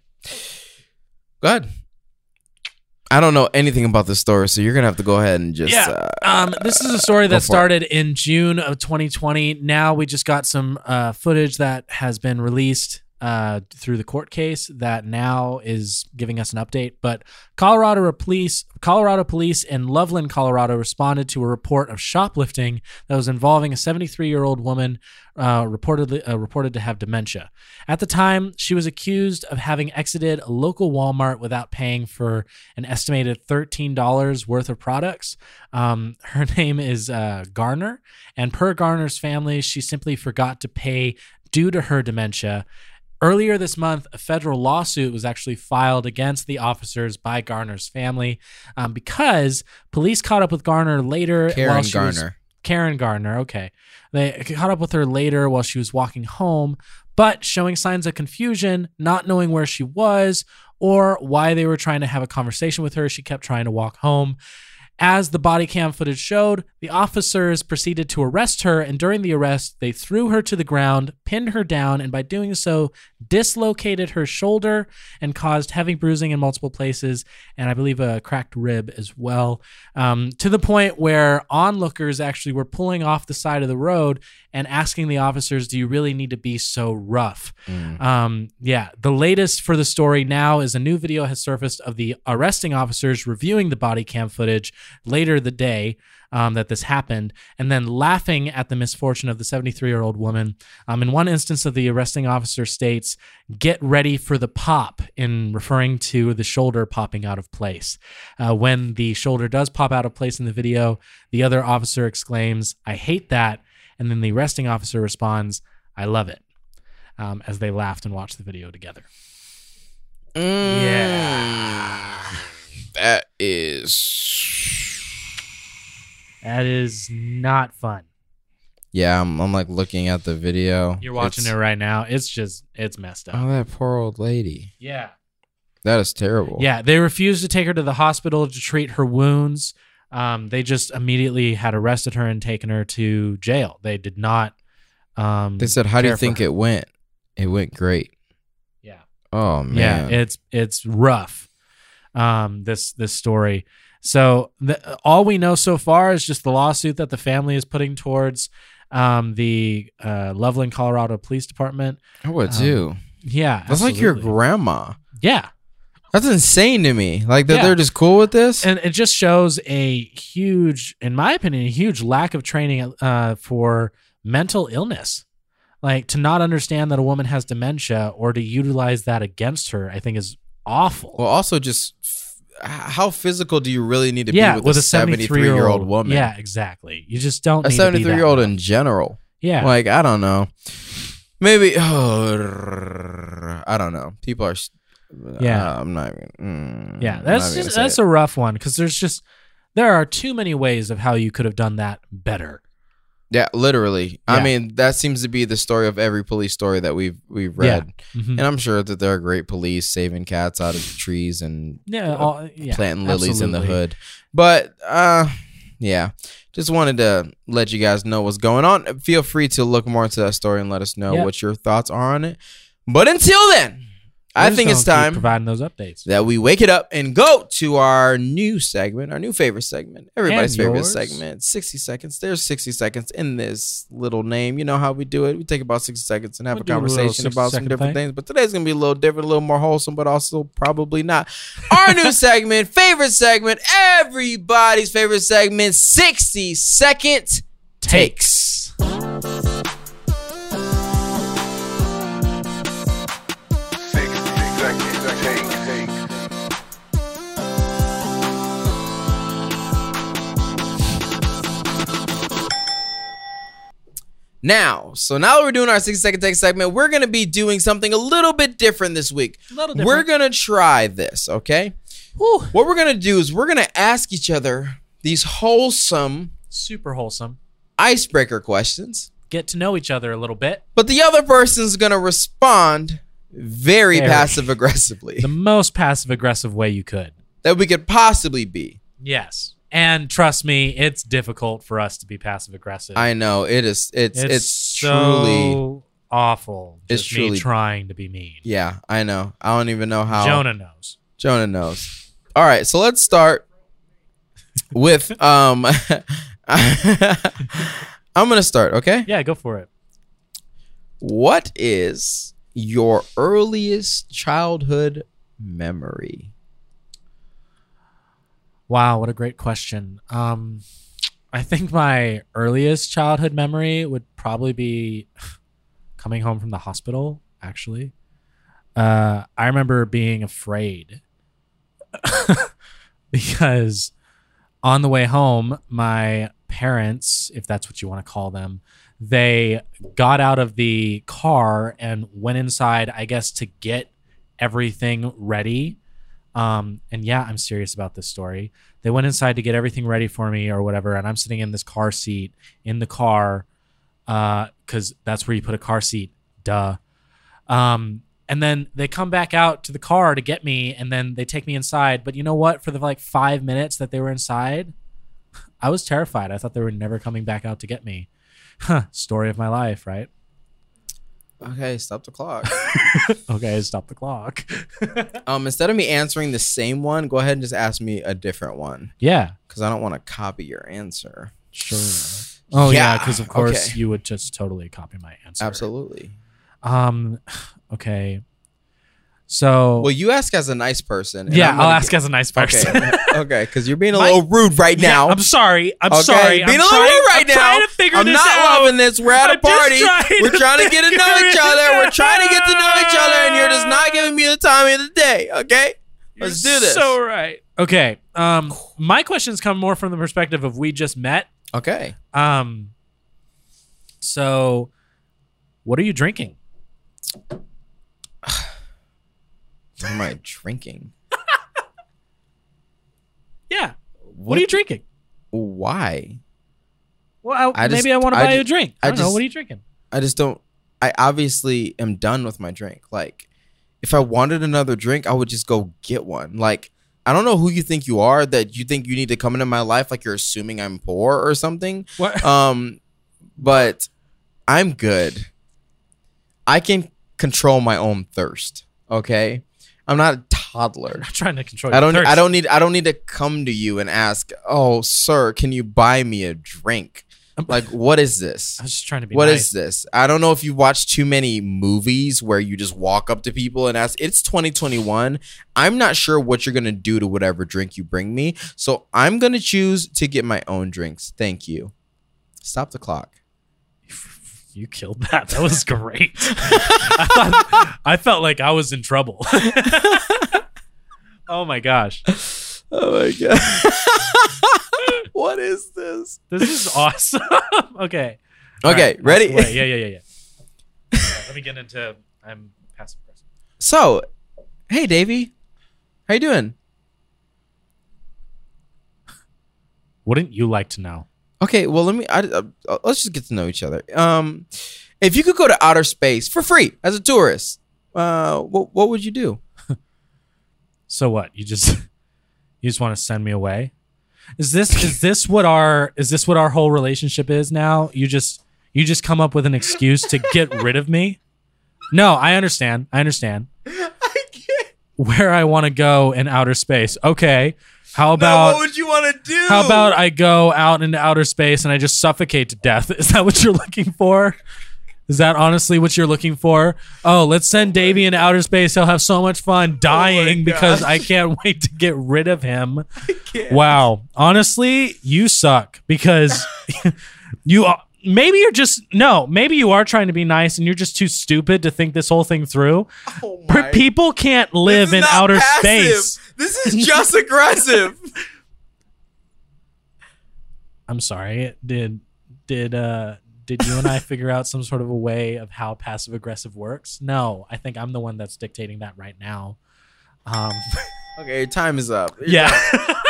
Speaker 2: Go ahead. I don't know anything about this story, so you're gonna have to go ahead and just.
Speaker 1: Yeah.
Speaker 2: Uh,
Speaker 1: Um, this is a story
Speaker 2: Go for
Speaker 1: that
Speaker 2: it.
Speaker 1: started in June of 2020. Now we just got some uh, footage that has been released uh, through the court case that now is giving us an update. But Colorado police, Colorado police in Loveland, Colorado, responded to a report of shoplifting that was involving a 73-year-old woman uh, reportedly uh, reported to have dementia. At the time, she was accused of having exited a local Walmart without paying for an estimated $13 worth of products. Um, her name is uh, Garner, and per Garner's family, she simply forgot to pay due to her dementia. Earlier this month, a federal lawsuit was actually filed against the officers by Garner's family um, because police caught up with Garner later. while
Speaker 2: Karen
Speaker 1: she was-
Speaker 2: Garner.
Speaker 1: Karen Gardner. Okay. They caught up with her later while she was walking home, but showing signs of confusion, not knowing where she was or why they were trying to have a conversation with her. She kept trying to walk home. As the body cam footage showed, the officers proceeded to arrest her, and during the arrest, they threw her to the ground, pinned her down, and by doing so, dislocated her shoulder and caused heavy bruising in multiple places, and I believe a cracked rib as well. Um, to the point where onlookers actually were pulling off the side of the road and asking the officers, Do you really need to be so rough? Um, yeah, the latest for the story now is a new video has surfaced of the arresting officers reviewing the body cam footage later the day um, that this happened, and then laughing at the misfortune of the 73 year old woman. Um, in one instance of the arresting officer states, "Get ready for the pop," in referring to the shoulder popping out of place. Uh, when the shoulder does pop out of place in the video, the other officer exclaims, "I hate that," and then the arresting officer responds, "I love it." um, as they laughed and watched the video together.
Speaker 2: Mm.
Speaker 1: Yeah.
Speaker 2: That is.
Speaker 1: That is not fun.
Speaker 2: Yeah, I'm, I'm like looking at the video.
Speaker 1: You're watching
Speaker 2: It's-
Speaker 1: it right now. It's just, it's messed up.
Speaker 2: Oh, that poor old lady.
Speaker 1: yeah.
Speaker 2: That is terrible.
Speaker 1: Yeah. They refused to take her to the hospital to treat her wounds. Um, they just immediately had arrested her and taken her to jail. They did not. Um,
Speaker 2: They said, "How do you
Speaker 1: care for
Speaker 2: think
Speaker 1: her."
Speaker 2: it went?" It went great.
Speaker 1: Yeah.
Speaker 2: Oh man.
Speaker 1: Yeah, it's it's rough. Um, this this story. So the, all we know so far is just the lawsuit that the family is putting towards um, the uh, Loveland, Colorado Police Department.
Speaker 2: I would
Speaker 1: Um,
Speaker 2: too.
Speaker 1: Yeah,
Speaker 2: That's like your
Speaker 1: absolutely.
Speaker 2: grandma.
Speaker 1: yeah,
Speaker 2: That's insane to me. Like that
Speaker 1: Yeah.
Speaker 2: they're just cool with this.
Speaker 1: and it just shows a huge, in my opinion, a huge lack of training uh, for mental illness. Like to not understand that a woman has dementia or to utilize that against her, I think is awful.
Speaker 2: well, also just f- how physical do you really need to
Speaker 1: yeah,
Speaker 2: be with, a 73 year old woman?
Speaker 1: Yeah, exactly. You just don't.
Speaker 2: A
Speaker 1: need to be that
Speaker 2: 73 year old
Speaker 1: loud.
Speaker 2: in general.
Speaker 1: Yeah,
Speaker 2: Like I don't know. Maybe oh, I don't know. People are s-
Speaker 1: Yeah.
Speaker 2: I'm not even mm,
Speaker 1: yeah.
Speaker 2: I'm
Speaker 1: That's
Speaker 2: not even
Speaker 1: just
Speaker 2: gonna
Speaker 1: that's
Speaker 2: say
Speaker 1: a rough one because there's just there are too many ways of how you could have done that better.
Speaker 2: it. Yeah, literally. I
Speaker 1: Yeah.
Speaker 2: mean, that seems to be the story of every police story that we've we've read.
Speaker 1: Mhm.
Speaker 2: And I'm sure that there are great police saving cats out of the trees and
Speaker 1: Yeah, all, yeah,
Speaker 2: planting lilies in the
Speaker 1: absolutely.
Speaker 2: hood. But uh yeah. Just wanted to let you guys know what's going on. Feel free to look more into that story and let us know
Speaker 1: Yep.
Speaker 2: what your thoughts are on it. But until then, I
Speaker 1: We're
Speaker 2: think it's
Speaker 1: just gonna keep
Speaker 2: time
Speaker 1: providing those updates.
Speaker 2: that we wake it up and go to our new segment, our new favorite segment, everybody's
Speaker 1: And
Speaker 2: favorite
Speaker 1: yours.
Speaker 2: segment, 60 seconds. There's 60 seconds in this little name. You know how we do it. We take about 60 seconds and have
Speaker 1: We'll
Speaker 2: a
Speaker 1: do a little
Speaker 2: conversation
Speaker 1: 60
Speaker 2: about some
Speaker 1: second
Speaker 2: different
Speaker 1: thing.
Speaker 2: things. But today's going to be a little different, a little more wholesome, but also probably not. Our new segment, favorite segment, everybody's favorite segment, 60 second takes.
Speaker 3: Six, six, six, six, six, six.
Speaker 2: Now, so now that we're doing our 60 second take segment, we're going to be doing something a little bit different this week.
Speaker 1: Little
Speaker 2: We're
Speaker 1: different.
Speaker 2: going to try this, okay?
Speaker 1: Whew.
Speaker 2: What we're gonna do is we're gonna ask each other these wholesome
Speaker 1: super wholesome.
Speaker 2: icebreaker questions,
Speaker 1: Get to know each other a little bit.
Speaker 2: but the other person's gonna respond very,
Speaker 1: Very.
Speaker 2: passive aggressively
Speaker 1: The most passive aggressive way you could.
Speaker 2: that we could possibly be.
Speaker 1: Yes, and trust me, it's difficult for us to be passive aggressive.
Speaker 2: I know it is. It's it's,
Speaker 1: so
Speaker 2: truly.
Speaker 1: awful.
Speaker 2: It's
Speaker 1: Just me
Speaker 2: truly-
Speaker 1: trying to be mean.
Speaker 2: Yeah, I know. I don't even know how
Speaker 1: Jonah knows.
Speaker 2: Jonah knows. All right, so let's start with um. I'm gonna start. Okay.
Speaker 1: Yeah, go for it.
Speaker 2: What is your earliest childhood memory?
Speaker 1: Wow, what a great question. Um, I think my earliest childhood memory would probably be coming home from the hospital. Actually, uh, I remember being afraid because on the way home, my parents, if that's what you want to call them, they got out of the car and went inside, I guess, to get everything ready. Um, and yeah, I'm serious about this story. They went inside to get everything ready for me or whatever, and I'm sitting in this car seat in the car, because that's where you put a car seat, duh. Um, and then they come back out to the car to get me, and then they take me inside. But you know what? For the like five minutes that they were inside, I was terrified. I thought they were never coming back out to get me. Huh, story of my life, right?
Speaker 2: Okay, stop the clock.
Speaker 1: Okay, stop the clock.
Speaker 2: um, instead of me answering the same one, go ahead and just ask me a different one
Speaker 1: yeah,
Speaker 2: because I don't want to copy your answer.
Speaker 1: sure. Oh yeah,
Speaker 2: Yeah,
Speaker 1: because of course
Speaker 2: okay.
Speaker 1: you would just totally copy my answer.
Speaker 2: Absolutely.
Speaker 1: Um, okay. So
Speaker 2: Well, you ask as a nice person. and
Speaker 1: yeah,
Speaker 2: I'm gonna
Speaker 1: I'll ask
Speaker 2: get-
Speaker 1: as a nice person.
Speaker 2: Okay, okay, because you're being a
Speaker 1: My-
Speaker 2: little rude right
Speaker 1: Yeah,
Speaker 2: now.
Speaker 1: I'm sorry. I'm
Speaker 2: Okay,
Speaker 1: sorry.
Speaker 2: being
Speaker 1: I'm
Speaker 2: a little
Speaker 1: trying,
Speaker 2: rude right
Speaker 1: I'm trying
Speaker 2: now.
Speaker 1: to figure
Speaker 2: I'm
Speaker 1: this
Speaker 2: not
Speaker 1: out.
Speaker 2: loving this. We're at a
Speaker 1: I'm just
Speaker 2: party.
Speaker 1: trying
Speaker 2: We're
Speaker 1: to
Speaker 2: trying to get to know
Speaker 1: figure
Speaker 2: each
Speaker 1: it
Speaker 2: other. We're trying to get to know each other, and you're just
Speaker 1: out.
Speaker 2: not giving me the time of the day. Okay, let's do this.
Speaker 1: So right. Okay. Um, my questions come more from the perspective of we just met.
Speaker 2: okay.
Speaker 1: Um, so what are you drinking?
Speaker 2: What am I drinking?
Speaker 1: Yeah. What, are you drinking?
Speaker 2: Why?
Speaker 1: Well, I,
Speaker 2: I just-
Speaker 1: maybe I want to
Speaker 2: I
Speaker 1: buy you a
Speaker 2: ju-
Speaker 1: drink.
Speaker 2: I
Speaker 1: I, don't know.
Speaker 2: just-
Speaker 1: What are you drinking?
Speaker 2: I just don't. I obviously am done with my drink. Like, if I wanted another drink, I would just go get one. Like, I don't know who you think you are that you think you need to come into my life. Like, you're assuming I'm poor or something.
Speaker 1: What?
Speaker 2: Um, but I'm good. I can control my own thirst. Okay, I'm not a toddler.
Speaker 1: I'm trying to control.
Speaker 2: I
Speaker 1: your
Speaker 2: don't.
Speaker 1: Thirst.
Speaker 2: I don't need. I don't need to come to you and ask. Oh, sir, can you buy me a drink? Like, what is this?
Speaker 1: I was just trying to be
Speaker 2: What is
Speaker 1: nice.
Speaker 2: this? I don't know if you watch too many movies where you just walk up to people and ask. It's 2021. I'm not sure what you're gonna do to whatever drink you bring me, so I'm gonna choose to get my own drinks. Thank you. Stop the clock.
Speaker 1: You killed that. That was great. I, thought- I felt like I was in trouble. oh my gosh.
Speaker 2: Oh my god. what is this?
Speaker 1: This is awesome. okay. All
Speaker 2: Okay,
Speaker 1: right.
Speaker 2: ready?
Speaker 1: Wait, yeah, yeah, yeah, yeah. All right, let me get into I'm passive aggressive.
Speaker 2: So, hey Davey, how you doing?
Speaker 1: Wouldn't you like to know?
Speaker 2: Okay, well let me. I, uh, let's just get to know each other. Um, if you could go to outer space for free as a tourist, uh, what what would you do?
Speaker 1: So what? You just you just want to send me away? Is this is this what our is this what our whole relationship is now? You just you just come up with an excuse to get rid of me? No, I understand. I understand.
Speaker 2: I can't.
Speaker 1: Where I want to go in outer space. Okay. How about
Speaker 2: would you want to do?
Speaker 1: how about I go out into outer space and I just suffocate to death? Is that what you're looking for? Is that honestly what you're looking for? Oh, let's send Davy into outer space. He'll have so much
Speaker 2: Oh
Speaker 1: fun dying because I can't wait to get rid of him. Wow. Honestly, you suck because you are, maybe you're just no, maybe you are trying to be nice and you're just too stupid to think this whole thing through.
Speaker 2: Oh
Speaker 1: P-
Speaker 2: my-
Speaker 1: People can't live
Speaker 2: This is
Speaker 1: in
Speaker 2: not
Speaker 1: outer
Speaker 2: passive.
Speaker 1: space.
Speaker 2: This is just aggressive.
Speaker 1: I'm sorry. Did did uh did you and I figure out some sort of a way of how passive aggressive works? No, I think I'm the one that's dictating that right now. Um,
Speaker 2: okay, your time is up.
Speaker 1: yeah,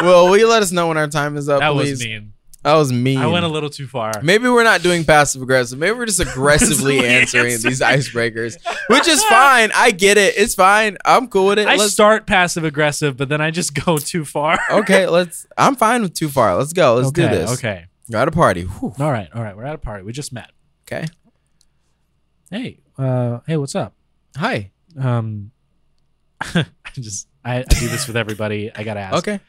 Speaker 2: well, will you let us know when our time is up,
Speaker 1: that
Speaker 2: please?
Speaker 1: was mean.
Speaker 2: That was mean.
Speaker 1: I went a little too far.
Speaker 2: Maybe we're not doing passive aggressive. Maybe we're just aggressively
Speaker 1: Aggressively
Speaker 2: answering these icebreakers, which is fine. I get it. It's fine. I'm cool with it.
Speaker 1: I
Speaker 2: Let's-
Speaker 1: start passive aggressive, but then I just go too far.
Speaker 2: okay, let's. I'm fine with too far. Let's go. Let's
Speaker 1: okay,
Speaker 2: do this.
Speaker 1: Okay.
Speaker 2: You're at a party. Whew.
Speaker 1: All right. All right. We're at a party. We just met.
Speaker 2: Okay.
Speaker 1: Hey. Uh, hey. What's up?
Speaker 2: Hi.
Speaker 1: Um, I just I, I do this with everybody. I gotta ask.
Speaker 2: Okay.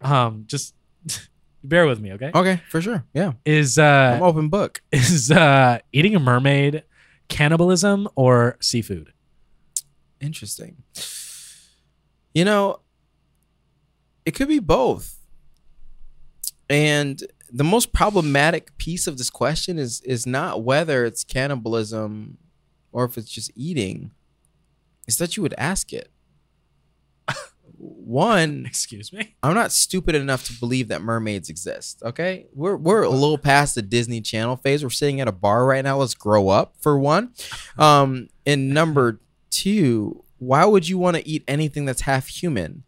Speaker 1: Um, just bear with me. Okay.
Speaker 2: Okay. For sure. Yeah.
Speaker 1: Is uh
Speaker 2: I'm open book.
Speaker 1: is uh, eating a mermaid cannibalism or seafood?
Speaker 2: Interesting. You know, it could be both. And the most problematic piece of this question is is not whether it's cannibalism or if it's just eating. Is that you would ask it. One,
Speaker 1: Excuse me.
Speaker 2: I'm not stupid enough to believe that mermaids exist. Okay, we're we're a little past the Disney Channel phase. We're sitting at a bar right now. Let's grow up for one. Um, and number two, why would you want to eat anything that's half human?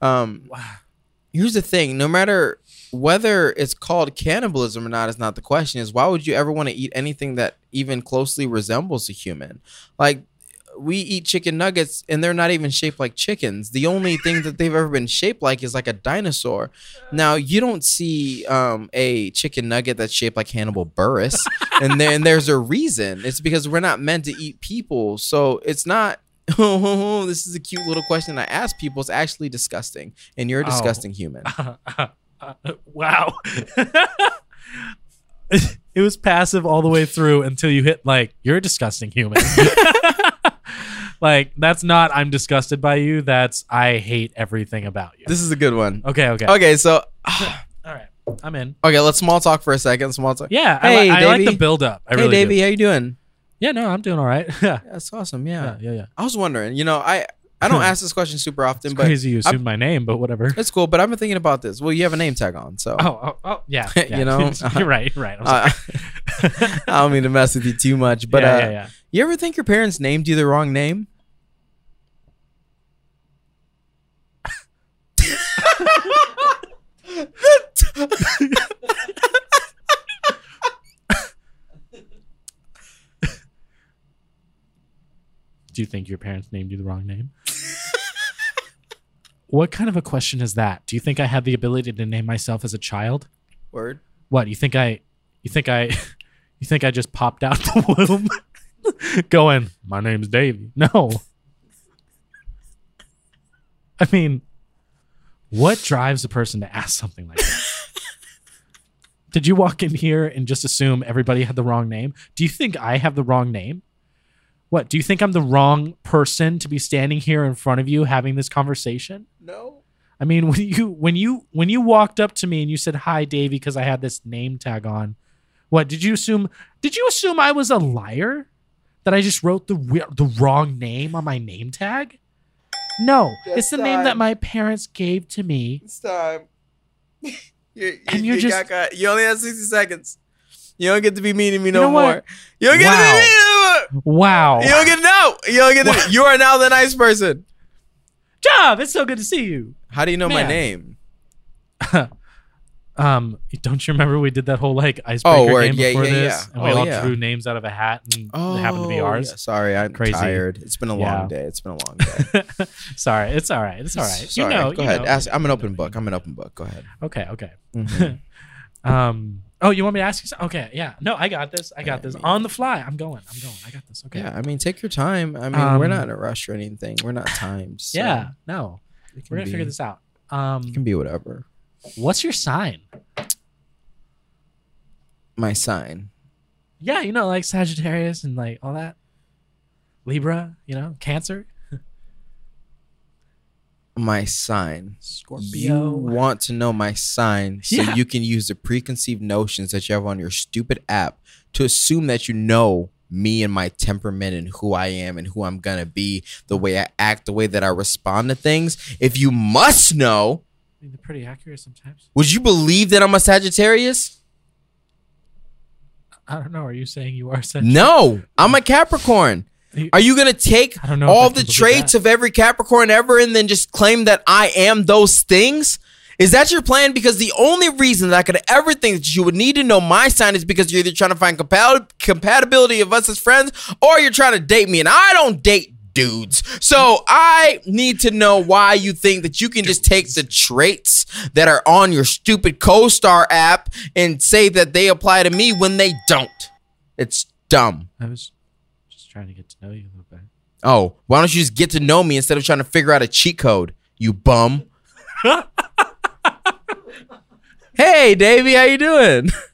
Speaker 2: Um,
Speaker 1: Wow.
Speaker 2: here's the thing: no matter whether it's called cannibalism or not, is not the question. Is why would you ever want to eat anything that even closely resembles a human? Like we eat chicken nuggets and they're not even shaped like chickens. The only thing that they've ever been shaped like is like a dinosaur. Now you don't see um, a chicken nugget that's shaped like Hannibal Burris, and then there's a reason. It's because we're not meant to eat people, so it's not. Oh, this is a cute little question I ask people. It's actually disgusting, and you're a
Speaker 1: Oh.
Speaker 2: disgusting human.
Speaker 1: wow. it was passive all the way through until you hit like you're a disgusting human. like that's not I'm disgusted by you. That's I hate everything about you.
Speaker 2: This is a good one.
Speaker 1: okay. Okay.
Speaker 2: Okay, so
Speaker 1: All right. I'm in.
Speaker 2: okay, let's small talk for a second. Small talk.
Speaker 1: Yeah. I,
Speaker 2: Hey,
Speaker 1: li- I like
Speaker 2: Davey.
Speaker 1: the build up. I
Speaker 2: hey,
Speaker 1: really
Speaker 2: Davey,
Speaker 1: do.
Speaker 2: how you doing?
Speaker 1: Yeah. No, I'm doing all right. yeah.
Speaker 2: That's awesome.
Speaker 1: Yeah.
Speaker 2: yeah.
Speaker 1: Yeah. yeah.
Speaker 2: I was wondering. You know, I I don't ask this question super often,
Speaker 1: It's
Speaker 2: but
Speaker 1: crazy you assumed my name, but whatever.
Speaker 2: That's cool, but I've been thinking about this. Well, you have a name tag on, so
Speaker 1: Oh, oh, oh yeah.
Speaker 2: You
Speaker 1: yeah.
Speaker 2: know,
Speaker 1: you're right. You're right. I'm
Speaker 2: uh,
Speaker 1: sorry.
Speaker 2: I don't mean to mess with you too much. But
Speaker 1: yeah,
Speaker 2: uh,
Speaker 1: yeah, yeah.
Speaker 2: you ever think your parents named you the wrong name?
Speaker 1: Do you think your parents named you the wrong name? what kind of a question is that? Do you think I had the ability to name myself as a child?
Speaker 2: Word.
Speaker 1: What you think I? You think I? You think I just popped out the womb? going, my name's Davey. No. I mean, what drives a person to ask something like that? Did you walk in here and just assume everybody had the wrong name? Do you think I have the wrong name? What? Do you think I'm the wrong person to be standing here in front of you having this conversation?
Speaker 2: No.
Speaker 1: I mean, when you when you when you walked up to me and you said hi, Davey, because I had this name tag on, what did you assume? Did you assume I was a liar? That I just wrote the wi- the wrong name on my name tag? No,
Speaker 2: Yes,
Speaker 1: it's the name
Speaker 2: I-
Speaker 1: that my parents gave to me.
Speaker 2: It's time. you, you,
Speaker 1: And you're
Speaker 2: you
Speaker 1: just-
Speaker 2: got cut. You only have 60 seconds. You don't get to be mean to me no
Speaker 1: know what?
Speaker 2: more. You don't get to
Speaker 1: Wow.
Speaker 2: be mean to me.
Speaker 1: Wow,
Speaker 2: You don't get no. You don't get to
Speaker 1: Wow.
Speaker 2: You are now the nice person.
Speaker 1: job! It's so good to see you.
Speaker 2: How do you know
Speaker 1: Man.
Speaker 2: my name?
Speaker 1: Um, don't you remember we did that whole like icebreaker
Speaker 2: Oh, word.
Speaker 1: game
Speaker 2: Yeah,
Speaker 1: before
Speaker 2: yeah,
Speaker 1: this,
Speaker 2: yeah.
Speaker 1: and we
Speaker 2: Oh,
Speaker 1: all
Speaker 2: yeah.
Speaker 1: drew names out of a hat, and they happened to be
Speaker 2: Oh,
Speaker 1: ours.
Speaker 2: yeah. Sorry, I'm
Speaker 1: Crazy.
Speaker 2: tired. It's been a
Speaker 1: Yeah.
Speaker 2: long day. It's been a long day.
Speaker 1: Sorry, it's all right. It's all right.
Speaker 2: Sorry.
Speaker 1: You know.
Speaker 2: Go
Speaker 1: you
Speaker 2: ahead.
Speaker 1: know.
Speaker 2: Ask, I'm an open book. I'm an open book. Go ahead.
Speaker 1: Okay. Okay.
Speaker 2: Mhm.
Speaker 1: Um. Oh, you want me to ask you? Something? Okay. Yeah. No, I got this. I got
Speaker 2: I
Speaker 1: this
Speaker 2: mean-
Speaker 1: on the fly. I'm going. I'm going. I got this. Okay.
Speaker 2: Yeah, I mean, take your time. I mean, we're
Speaker 1: Um,
Speaker 2: not in a rush or anything. We're not timed. so
Speaker 1: Yeah, No,
Speaker 2: it can
Speaker 1: we're gonna
Speaker 2: be-
Speaker 1: figure this out.
Speaker 2: It
Speaker 1: Um.
Speaker 2: can be whatever.
Speaker 1: What's your sign?
Speaker 2: My sign.
Speaker 1: Yeah, you know, like Sagittarius and like all that. Libra, you know, Cancer,
Speaker 2: My sign. You
Speaker 1: Scorpio.
Speaker 2: want to know my sign so
Speaker 1: Yeah.
Speaker 2: you can use the preconceived notions that you have on your stupid app to assume that you know me and my temperament and who I am and who I'm gonna be, the way I act, the way that I respond to things. If you must know,
Speaker 1: I mean, they're pretty accurate sometimes.
Speaker 2: would you believe that I'm a Sagittarius?
Speaker 1: I don't know. Are you saying you are Sagittarius?
Speaker 2: No, I'm a Capricorn. Are you gonna take
Speaker 1: I don't know if I
Speaker 2: all
Speaker 1: can
Speaker 2: the
Speaker 1: believe
Speaker 2: traits
Speaker 1: that.
Speaker 2: of every Capricorn ever and then just claim that I am those things? Is that your plan? Because the only reason that I could ever think that you would need to know my sign is because you're either trying to find compa- compatibility of us as friends or you're trying to date me, and I don't date dudes. So I need to know why you think that you can just take the traits that are on your stupid co-star app and say that they apply to me when they don't. It's dumb.
Speaker 1: I was just trying to get to know you a little bit.
Speaker 2: Oh, why don't you just get to know me instead of trying to figure out a cheat code, you bum? hey, Davey, how you doing?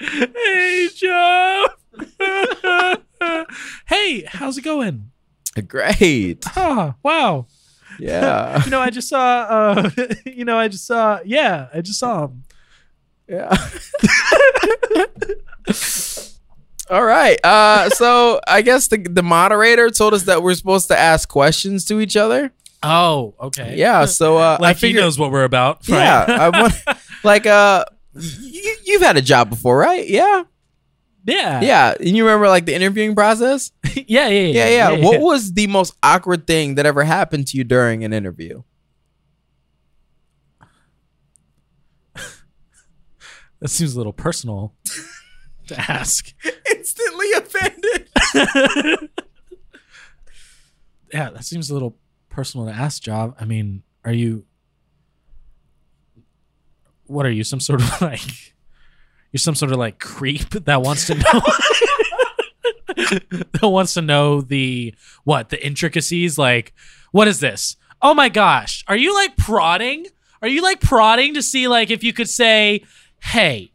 Speaker 1: hey, Joe. hey, how's it going?
Speaker 2: Great.
Speaker 1: Oh, wow.
Speaker 2: Yeah.
Speaker 1: You know, I just saw. Uh, you know, I just saw. Yeah, I just saw him.
Speaker 2: Yeah. All right. Uh, so I guess the the moderator told us that we're supposed to ask questions to each other.
Speaker 1: Oh, okay.
Speaker 2: Yeah. So uh, I
Speaker 1: like
Speaker 2: figured.
Speaker 1: he knows what we're about. Right?
Speaker 2: yeah. uh, I want, like uh, you, you've had a job before, right? Yeah.
Speaker 1: yeah.
Speaker 2: Yeah. And you remember like the interviewing process?
Speaker 1: Yeah. Yeah. Yeah.
Speaker 2: Yeah, yeah.
Speaker 1: yeah.
Speaker 2: What was the most awkward thing that ever happened to you during an interview?
Speaker 1: That seems a little personal to ask.
Speaker 2: Instantly offended.
Speaker 1: yeah, that seems a little personal to ask, Job. I mean, are you? What are you? Some sort of like, you're some sort of like creep that wants to know. that wants to know the what the intricacies like what is this oh my gosh are you like prodding are you like prodding to see like if you could say hey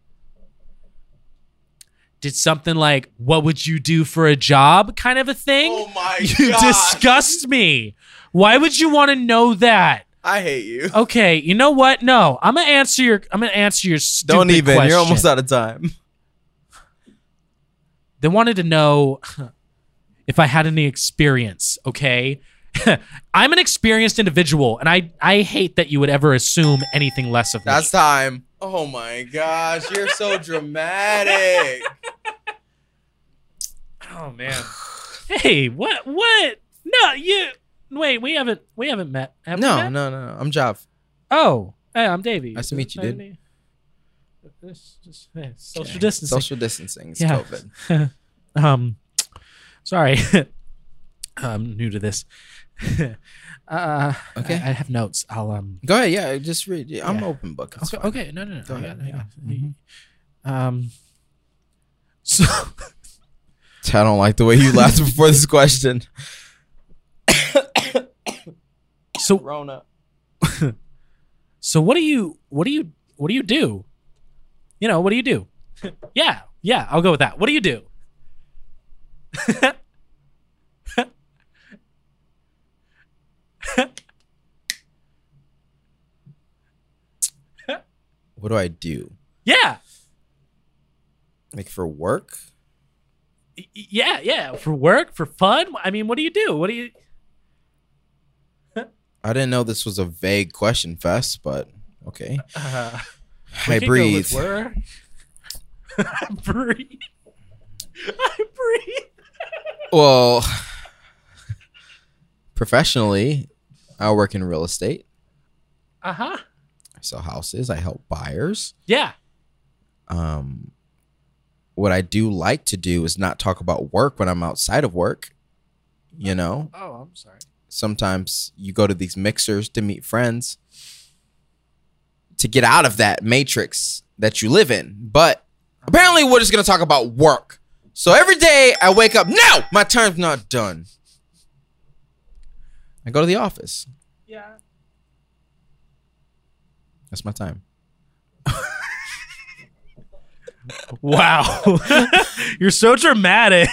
Speaker 1: did something like what would you do for a job kind of a thing
Speaker 2: Oh my
Speaker 1: you disgust me. Why would you want to know that?
Speaker 2: I hate you.
Speaker 1: Okay, you know what? No, I'm gonna answer your. I'm gonna answer your stupid
Speaker 2: Don't even.
Speaker 1: Question.
Speaker 2: You're almost out of time.
Speaker 1: They wanted to know if I had any experience. Okay, I'm an experienced individual, and I I hate that you would ever assume anything less of me.
Speaker 2: time. Oh my gosh, you're so dramatic.
Speaker 1: Oh man. hey, what? What? No, you. Wait, we haven't we haven't met. Have we
Speaker 2: No,
Speaker 1: met?
Speaker 2: no, no, no. I'm Jav.
Speaker 1: Oh, hey, I'm Davey.
Speaker 2: Nice to meet you, dude.
Speaker 1: This- this- hey, Social
Speaker 2: Okay.
Speaker 1: distancing.
Speaker 2: Social distancing. It's
Speaker 1: Yeah.
Speaker 2: COVID.
Speaker 1: um sorry i'm new to this uh
Speaker 2: Okay.
Speaker 1: I, I have notes i'll um
Speaker 2: Go ahead. Yeah, just read. Yeah, I'm
Speaker 1: Yeah.
Speaker 2: open book. It's
Speaker 1: okay
Speaker 2: fine.
Speaker 1: okay no no no
Speaker 2: Go
Speaker 1: I
Speaker 2: ahead,
Speaker 1: got- I
Speaker 2: yeah.
Speaker 1: got-
Speaker 2: Mhm.
Speaker 1: um so
Speaker 2: I don't like the way you laughed before this question.
Speaker 1: so
Speaker 2: Rona.
Speaker 1: So what do you what do you what do you do? You know, what do you do? yeah, yeah, I'll go with that. What do you do?
Speaker 2: What do I do?
Speaker 1: Yeah.
Speaker 2: Like for work?
Speaker 1: y- y- Yeah, yeah, for work, for fun. I mean, what do you do? What do you
Speaker 2: I didn't know this was a vague question fest, but okay. Uh-huh.
Speaker 1: uh,
Speaker 2: I breathe.
Speaker 1: I breathe. I breathe.
Speaker 2: Well, professionally, I work in real estate.
Speaker 1: Uh huh.
Speaker 2: I sell houses. I help buyers.
Speaker 1: Yeah.
Speaker 2: Um, what I do like to do is not talk about work when I'm outside of work. You know,
Speaker 1: Oh, I'm sorry.
Speaker 2: sometimes you go to these mixers to meet friends to get out of that matrix that you live in. But apparently, we're just going to talk about work. So every day I wake up, no, my time's not done. I go to the office.
Speaker 1: Yeah.
Speaker 2: That's my time.
Speaker 1: Wow. You're so dramatic.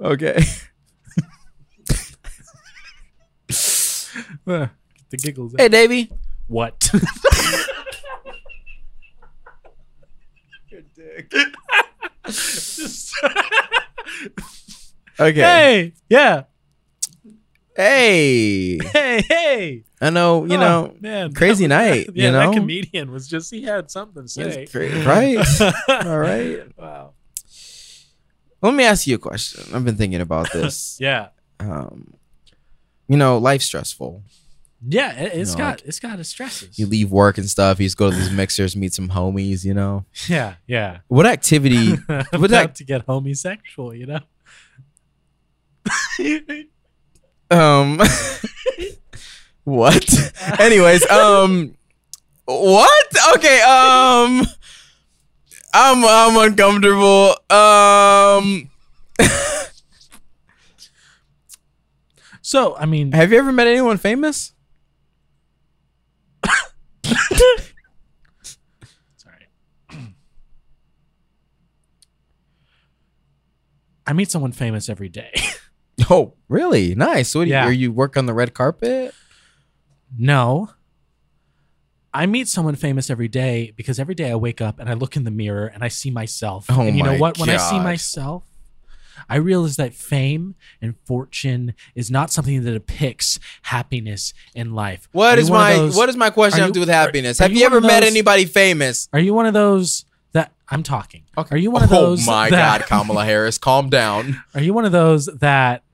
Speaker 2: Okay.
Speaker 1: the giggles.
Speaker 2: Hey, Davey.
Speaker 1: What? Just-
Speaker 2: Okay.
Speaker 1: hey. Yeah.
Speaker 2: Hey.
Speaker 1: Hey. Hey.
Speaker 2: I know, you
Speaker 1: Oh,
Speaker 2: know,
Speaker 1: man.
Speaker 2: crazy night,
Speaker 1: yeah,
Speaker 2: you know?
Speaker 1: that comedian was just, he had something to say.
Speaker 2: It's great, right? All right.
Speaker 1: Wow.
Speaker 2: Let me ask you a question. I've been thinking about this.
Speaker 1: Yeah.
Speaker 2: um, you know, life's stressful.
Speaker 1: Yeah. It, has
Speaker 2: No,
Speaker 1: got,
Speaker 2: like-
Speaker 1: it's got its stresses.
Speaker 2: You leave work and stuff. You just go to these mixers, meet some homies. You know,
Speaker 1: yeah. Yeah.
Speaker 2: what activity?
Speaker 1: I'm about
Speaker 2: Would that-
Speaker 1: to get homosexual, you know?
Speaker 2: um, what? Anyways, um, what? Okay, um, I'm I'm uncomfortable. Um,
Speaker 1: so, I mean,
Speaker 2: have you ever met anyone famous?
Speaker 1: Sorry. I meet someone famous every day.
Speaker 2: Oh, really? Nice. What do
Speaker 1: Yeah.
Speaker 2: you? Are you work on the red carpet?
Speaker 1: no. I meet someone famous every day because every day I wake up and I look in the mirror and I see myself.
Speaker 2: Oh
Speaker 1: and you know
Speaker 2: my
Speaker 1: what? When I see
Speaker 2: God.
Speaker 1: myself, I realize that fame and fortune is not something that depicts happiness in life.
Speaker 2: What
Speaker 1: Are you
Speaker 2: is
Speaker 1: one of
Speaker 2: my
Speaker 1: those-
Speaker 2: What does my question
Speaker 1: are
Speaker 2: have
Speaker 1: you-
Speaker 2: to do with
Speaker 1: are-
Speaker 2: happiness?
Speaker 1: are
Speaker 2: have
Speaker 1: you
Speaker 2: you,
Speaker 1: one
Speaker 2: ever
Speaker 1: of
Speaker 2: met
Speaker 1: those-
Speaker 2: anybody famous?
Speaker 1: Are you one of those that I'm talking?
Speaker 2: Okay.
Speaker 1: Are you one of those?
Speaker 2: oh my
Speaker 1: that-
Speaker 2: God, Kamala Harris, calm down.
Speaker 1: Are you one of those that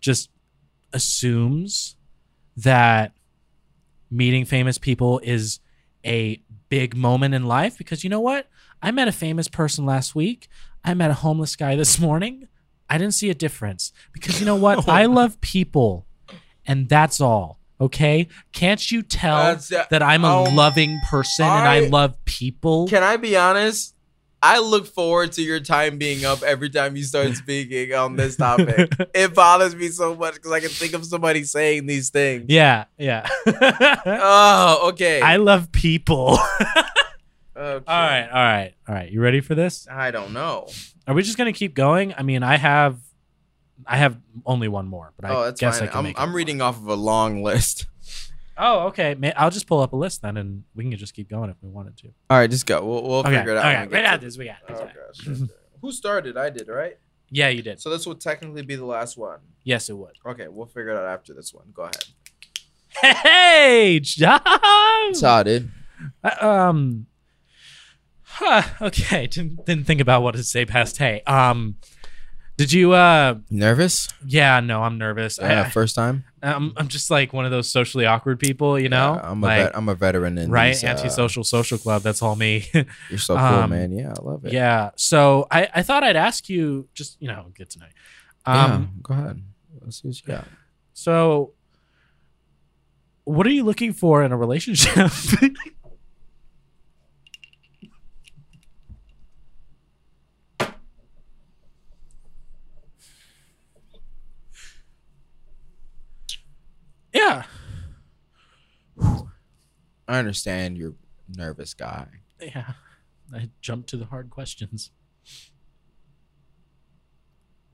Speaker 1: just assumes that meeting famous people is a big moment in life? Because you know what? I met a famous person last week. I met a homeless guy this morning. I didn't see a difference because you know what? I love people and that's all. Okay? Can't you tell
Speaker 2: That's- uh,
Speaker 1: that I'm a
Speaker 2: oh,
Speaker 1: loving person and I
Speaker 2: I-
Speaker 1: love people?
Speaker 2: Can I be honest? I look forward to your time being up every time you start speaking on this topic. it bothers me so much because I can think of somebody saying these things.
Speaker 1: yeah, yeah.
Speaker 2: Oh, okay.
Speaker 1: I love people.
Speaker 2: okay.
Speaker 1: All right, all right, all right. You ready for this?
Speaker 2: I don't know.
Speaker 1: Are we just gonna keep going? I mean, I have, I have only one more, but I
Speaker 2: oh, that's
Speaker 1: guess
Speaker 2: fine.
Speaker 1: I can
Speaker 2: I'm,
Speaker 1: make it
Speaker 2: I'm
Speaker 1: more.
Speaker 2: reading off of a long list.
Speaker 1: Oh, okay. May- I'll just pull up a list then, and we can just keep going if we wanted to.
Speaker 2: All right, just go. We'll, we'll
Speaker 1: okay,
Speaker 2: figure it out.
Speaker 1: okay.
Speaker 2: when
Speaker 1: We
Speaker 2: we get
Speaker 1: got
Speaker 2: to-
Speaker 1: this. We got this.
Speaker 2: Oh, gosh. okay. Who started? I did, right?
Speaker 1: Yeah, you did.
Speaker 2: So this will technically be the last one.
Speaker 1: Yes, it would.
Speaker 2: Okay, we'll figure it out after this one. Go ahead.
Speaker 1: Hey, John.
Speaker 2: Started.
Speaker 1: Uh, um. Huh, okay. Didn't didn't think about what to say past hey. Um. Did you? Uh.
Speaker 2: Nervous? Uh,
Speaker 1: Yeah. No, I'm nervous. I- I,
Speaker 2: first time.
Speaker 1: I'm I'm just like one of those socially awkward people. You know.
Speaker 2: I'm a
Speaker 1: like,
Speaker 2: vet- I'm a veteran in
Speaker 1: right
Speaker 2: these, uh,
Speaker 1: antisocial social club that's all me
Speaker 2: You're so cool,
Speaker 1: Um,
Speaker 2: man. Yeah, I love it.
Speaker 1: yeah so I, I thought i'd ask you just you know good tonight um
Speaker 2: Yeah, go ahead. Let's see what you got.
Speaker 1: so what are you looking for in a relationship
Speaker 2: I understand you're a nervous guy.
Speaker 1: Yeah. I jumped to the hard questions.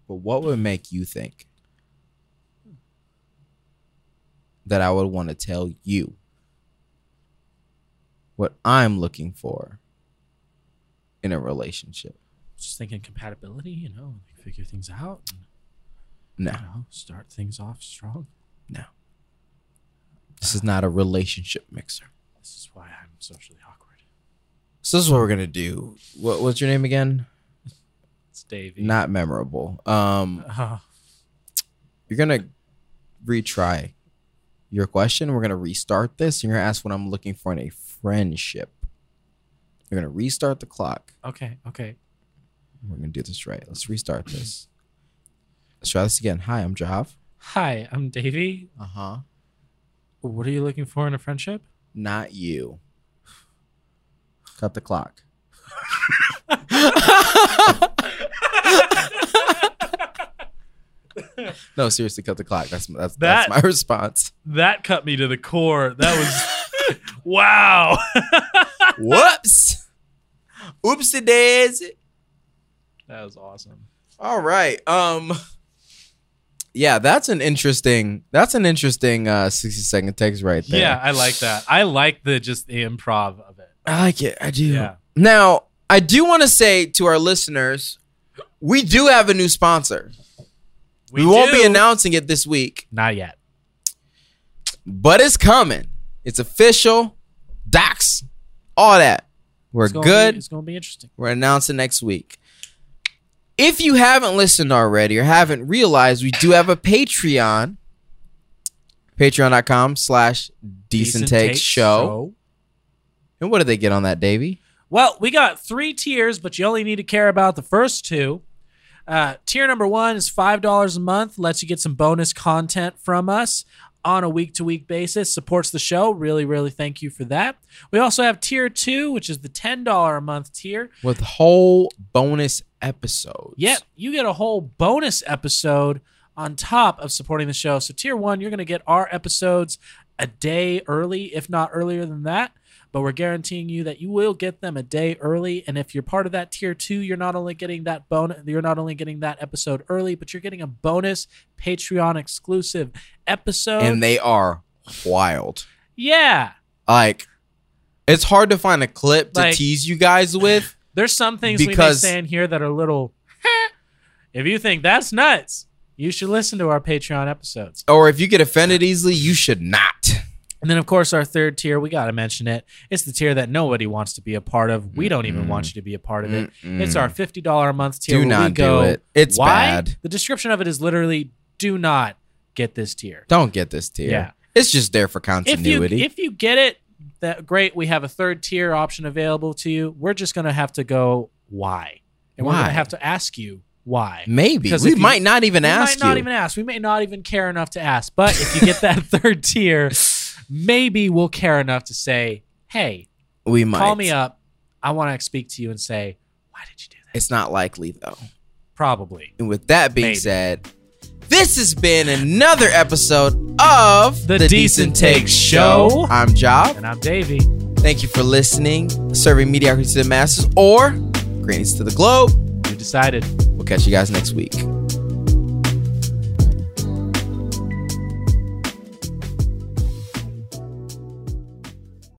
Speaker 2: But what would make you think that I would want to tell you what I'm looking for in a relationship?
Speaker 1: Just thinking compatibility, you know, like figure things out. and,
Speaker 2: No,
Speaker 1: you know, start things off strong.
Speaker 2: this is not a relationship mixer.
Speaker 1: This is why I'm socially awkward.
Speaker 2: So this is what we're gonna do. What, what's your name again?
Speaker 1: It's Davey.
Speaker 2: Not memorable. Um,
Speaker 1: Uh,
Speaker 2: you're gonna retry your question. We're gonna restart this. You're gonna ask what I'm looking for in a friendship. You're gonna restart the clock.
Speaker 1: okay, okay.
Speaker 2: We're gonna do this right. Let's restart this. Let's try this again. Hi, I'm Jav.
Speaker 1: Hi, I'm Davey.
Speaker 2: Uh huh.
Speaker 1: What are you looking for in a friendship?
Speaker 2: Not you. Cut the clock. no, seriously, cut the clock. That's that's, that's
Speaker 1: That-
Speaker 2: my response.
Speaker 1: That cut me to the core. That was wow.
Speaker 2: Whoops. Oopsie daisy.
Speaker 1: that was awesome.
Speaker 2: All right. Um Yeah, that's an interesting that's an interesting uh 60 second text right there.
Speaker 1: Yeah, I like that. I like the just the improv of it.
Speaker 2: I like it. I do.
Speaker 1: Yeah.
Speaker 2: Now, I do want to say to our listeners, we do have a new sponsor. We, won't
Speaker 1: do-
Speaker 2: be announcing it this week,
Speaker 1: Not yet.
Speaker 2: but it's coming. It's official. Docs. All that. We're
Speaker 1: It's gonna be-
Speaker 2: good.
Speaker 1: it's gonna be interesting.
Speaker 2: We're announcing next week. If you haven't listened already or haven't realized, we do have a Patreon. Patreon.com slash decent takes show. And what do they get on that, Davey?
Speaker 1: Well, we got three tiers, but you only need to care about the first two. Uh, tier number one is $5 a month, lets you get some bonus content from us on a week to week basis, supports the show. Really, really thank you for that. We also have tier two, which is the $10 a month tier.
Speaker 2: With whole bonus episodes.
Speaker 1: Yep, you get a whole bonus episode on top of supporting the show. So, tier one, you're going to get our episodes a day early, if not earlier than that. But we're guaranteeing you that you will get them a day early. And if you're part of that tier two, you're not only getting that bonus, you're not only getting that episode early, but you're getting a bonus Patreon exclusive episode.
Speaker 2: And they are wild.
Speaker 1: yeah,
Speaker 2: Like, it's hard to find a clip to
Speaker 1: Like-
Speaker 2: tease you guys with.
Speaker 1: there's some things
Speaker 2: Because-
Speaker 1: we may say in here that are a little. if you think that's nuts, you should listen to our Patreon episodes.
Speaker 2: Or if you get offended easily, you should not.
Speaker 1: And then, of course, our third tier, we got to mention it. It's the tier that nobody wants to be a part of. We don't even want you to be a part of it. It's our $50 a month tier.
Speaker 2: Do
Speaker 1: where we
Speaker 2: not
Speaker 1: go,
Speaker 2: do it. It's
Speaker 1: Why?
Speaker 2: bad.
Speaker 1: The description of it is literally do not get this tier.
Speaker 2: Don't get this tier.
Speaker 1: Yeah.
Speaker 2: It's just there for
Speaker 1: If you,
Speaker 2: continuity.
Speaker 1: if you get it, that great. We have a third tier option available to you. We're just going to have to go, why? And we're going
Speaker 2: Why?
Speaker 1: to have to ask you why.
Speaker 2: Maybe.
Speaker 1: Because
Speaker 2: We
Speaker 1: if you-
Speaker 2: might not even
Speaker 1: we
Speaker 2: ask
Speaker 1: might not
Speaker 2: you.
Speaker 1: even ask. We may not even care enough to ask. But if you get that third tier, maybe we'll care enough to say, hey,
Speaker 2: we might.
Speaker 1: call me up. I want to speak to you and say, why did you do that?
Speaker 2: It's not likely, though.
Speaker 1: Probably.
Speaker 2: And with that being
Speaker 1: Maybe.
Speaker 2: said, this has been another episode of
Speaker 1: The Decent Take Show.
Speaker 2: I'm Job.
Speaker 1: And I'm Davey.
Speaker 2: Thank you for listening, serving mediocrity to the masses or greatness to the globe.
Speaker 1: You decided.
Speaker 2: We'll catch you guys next week.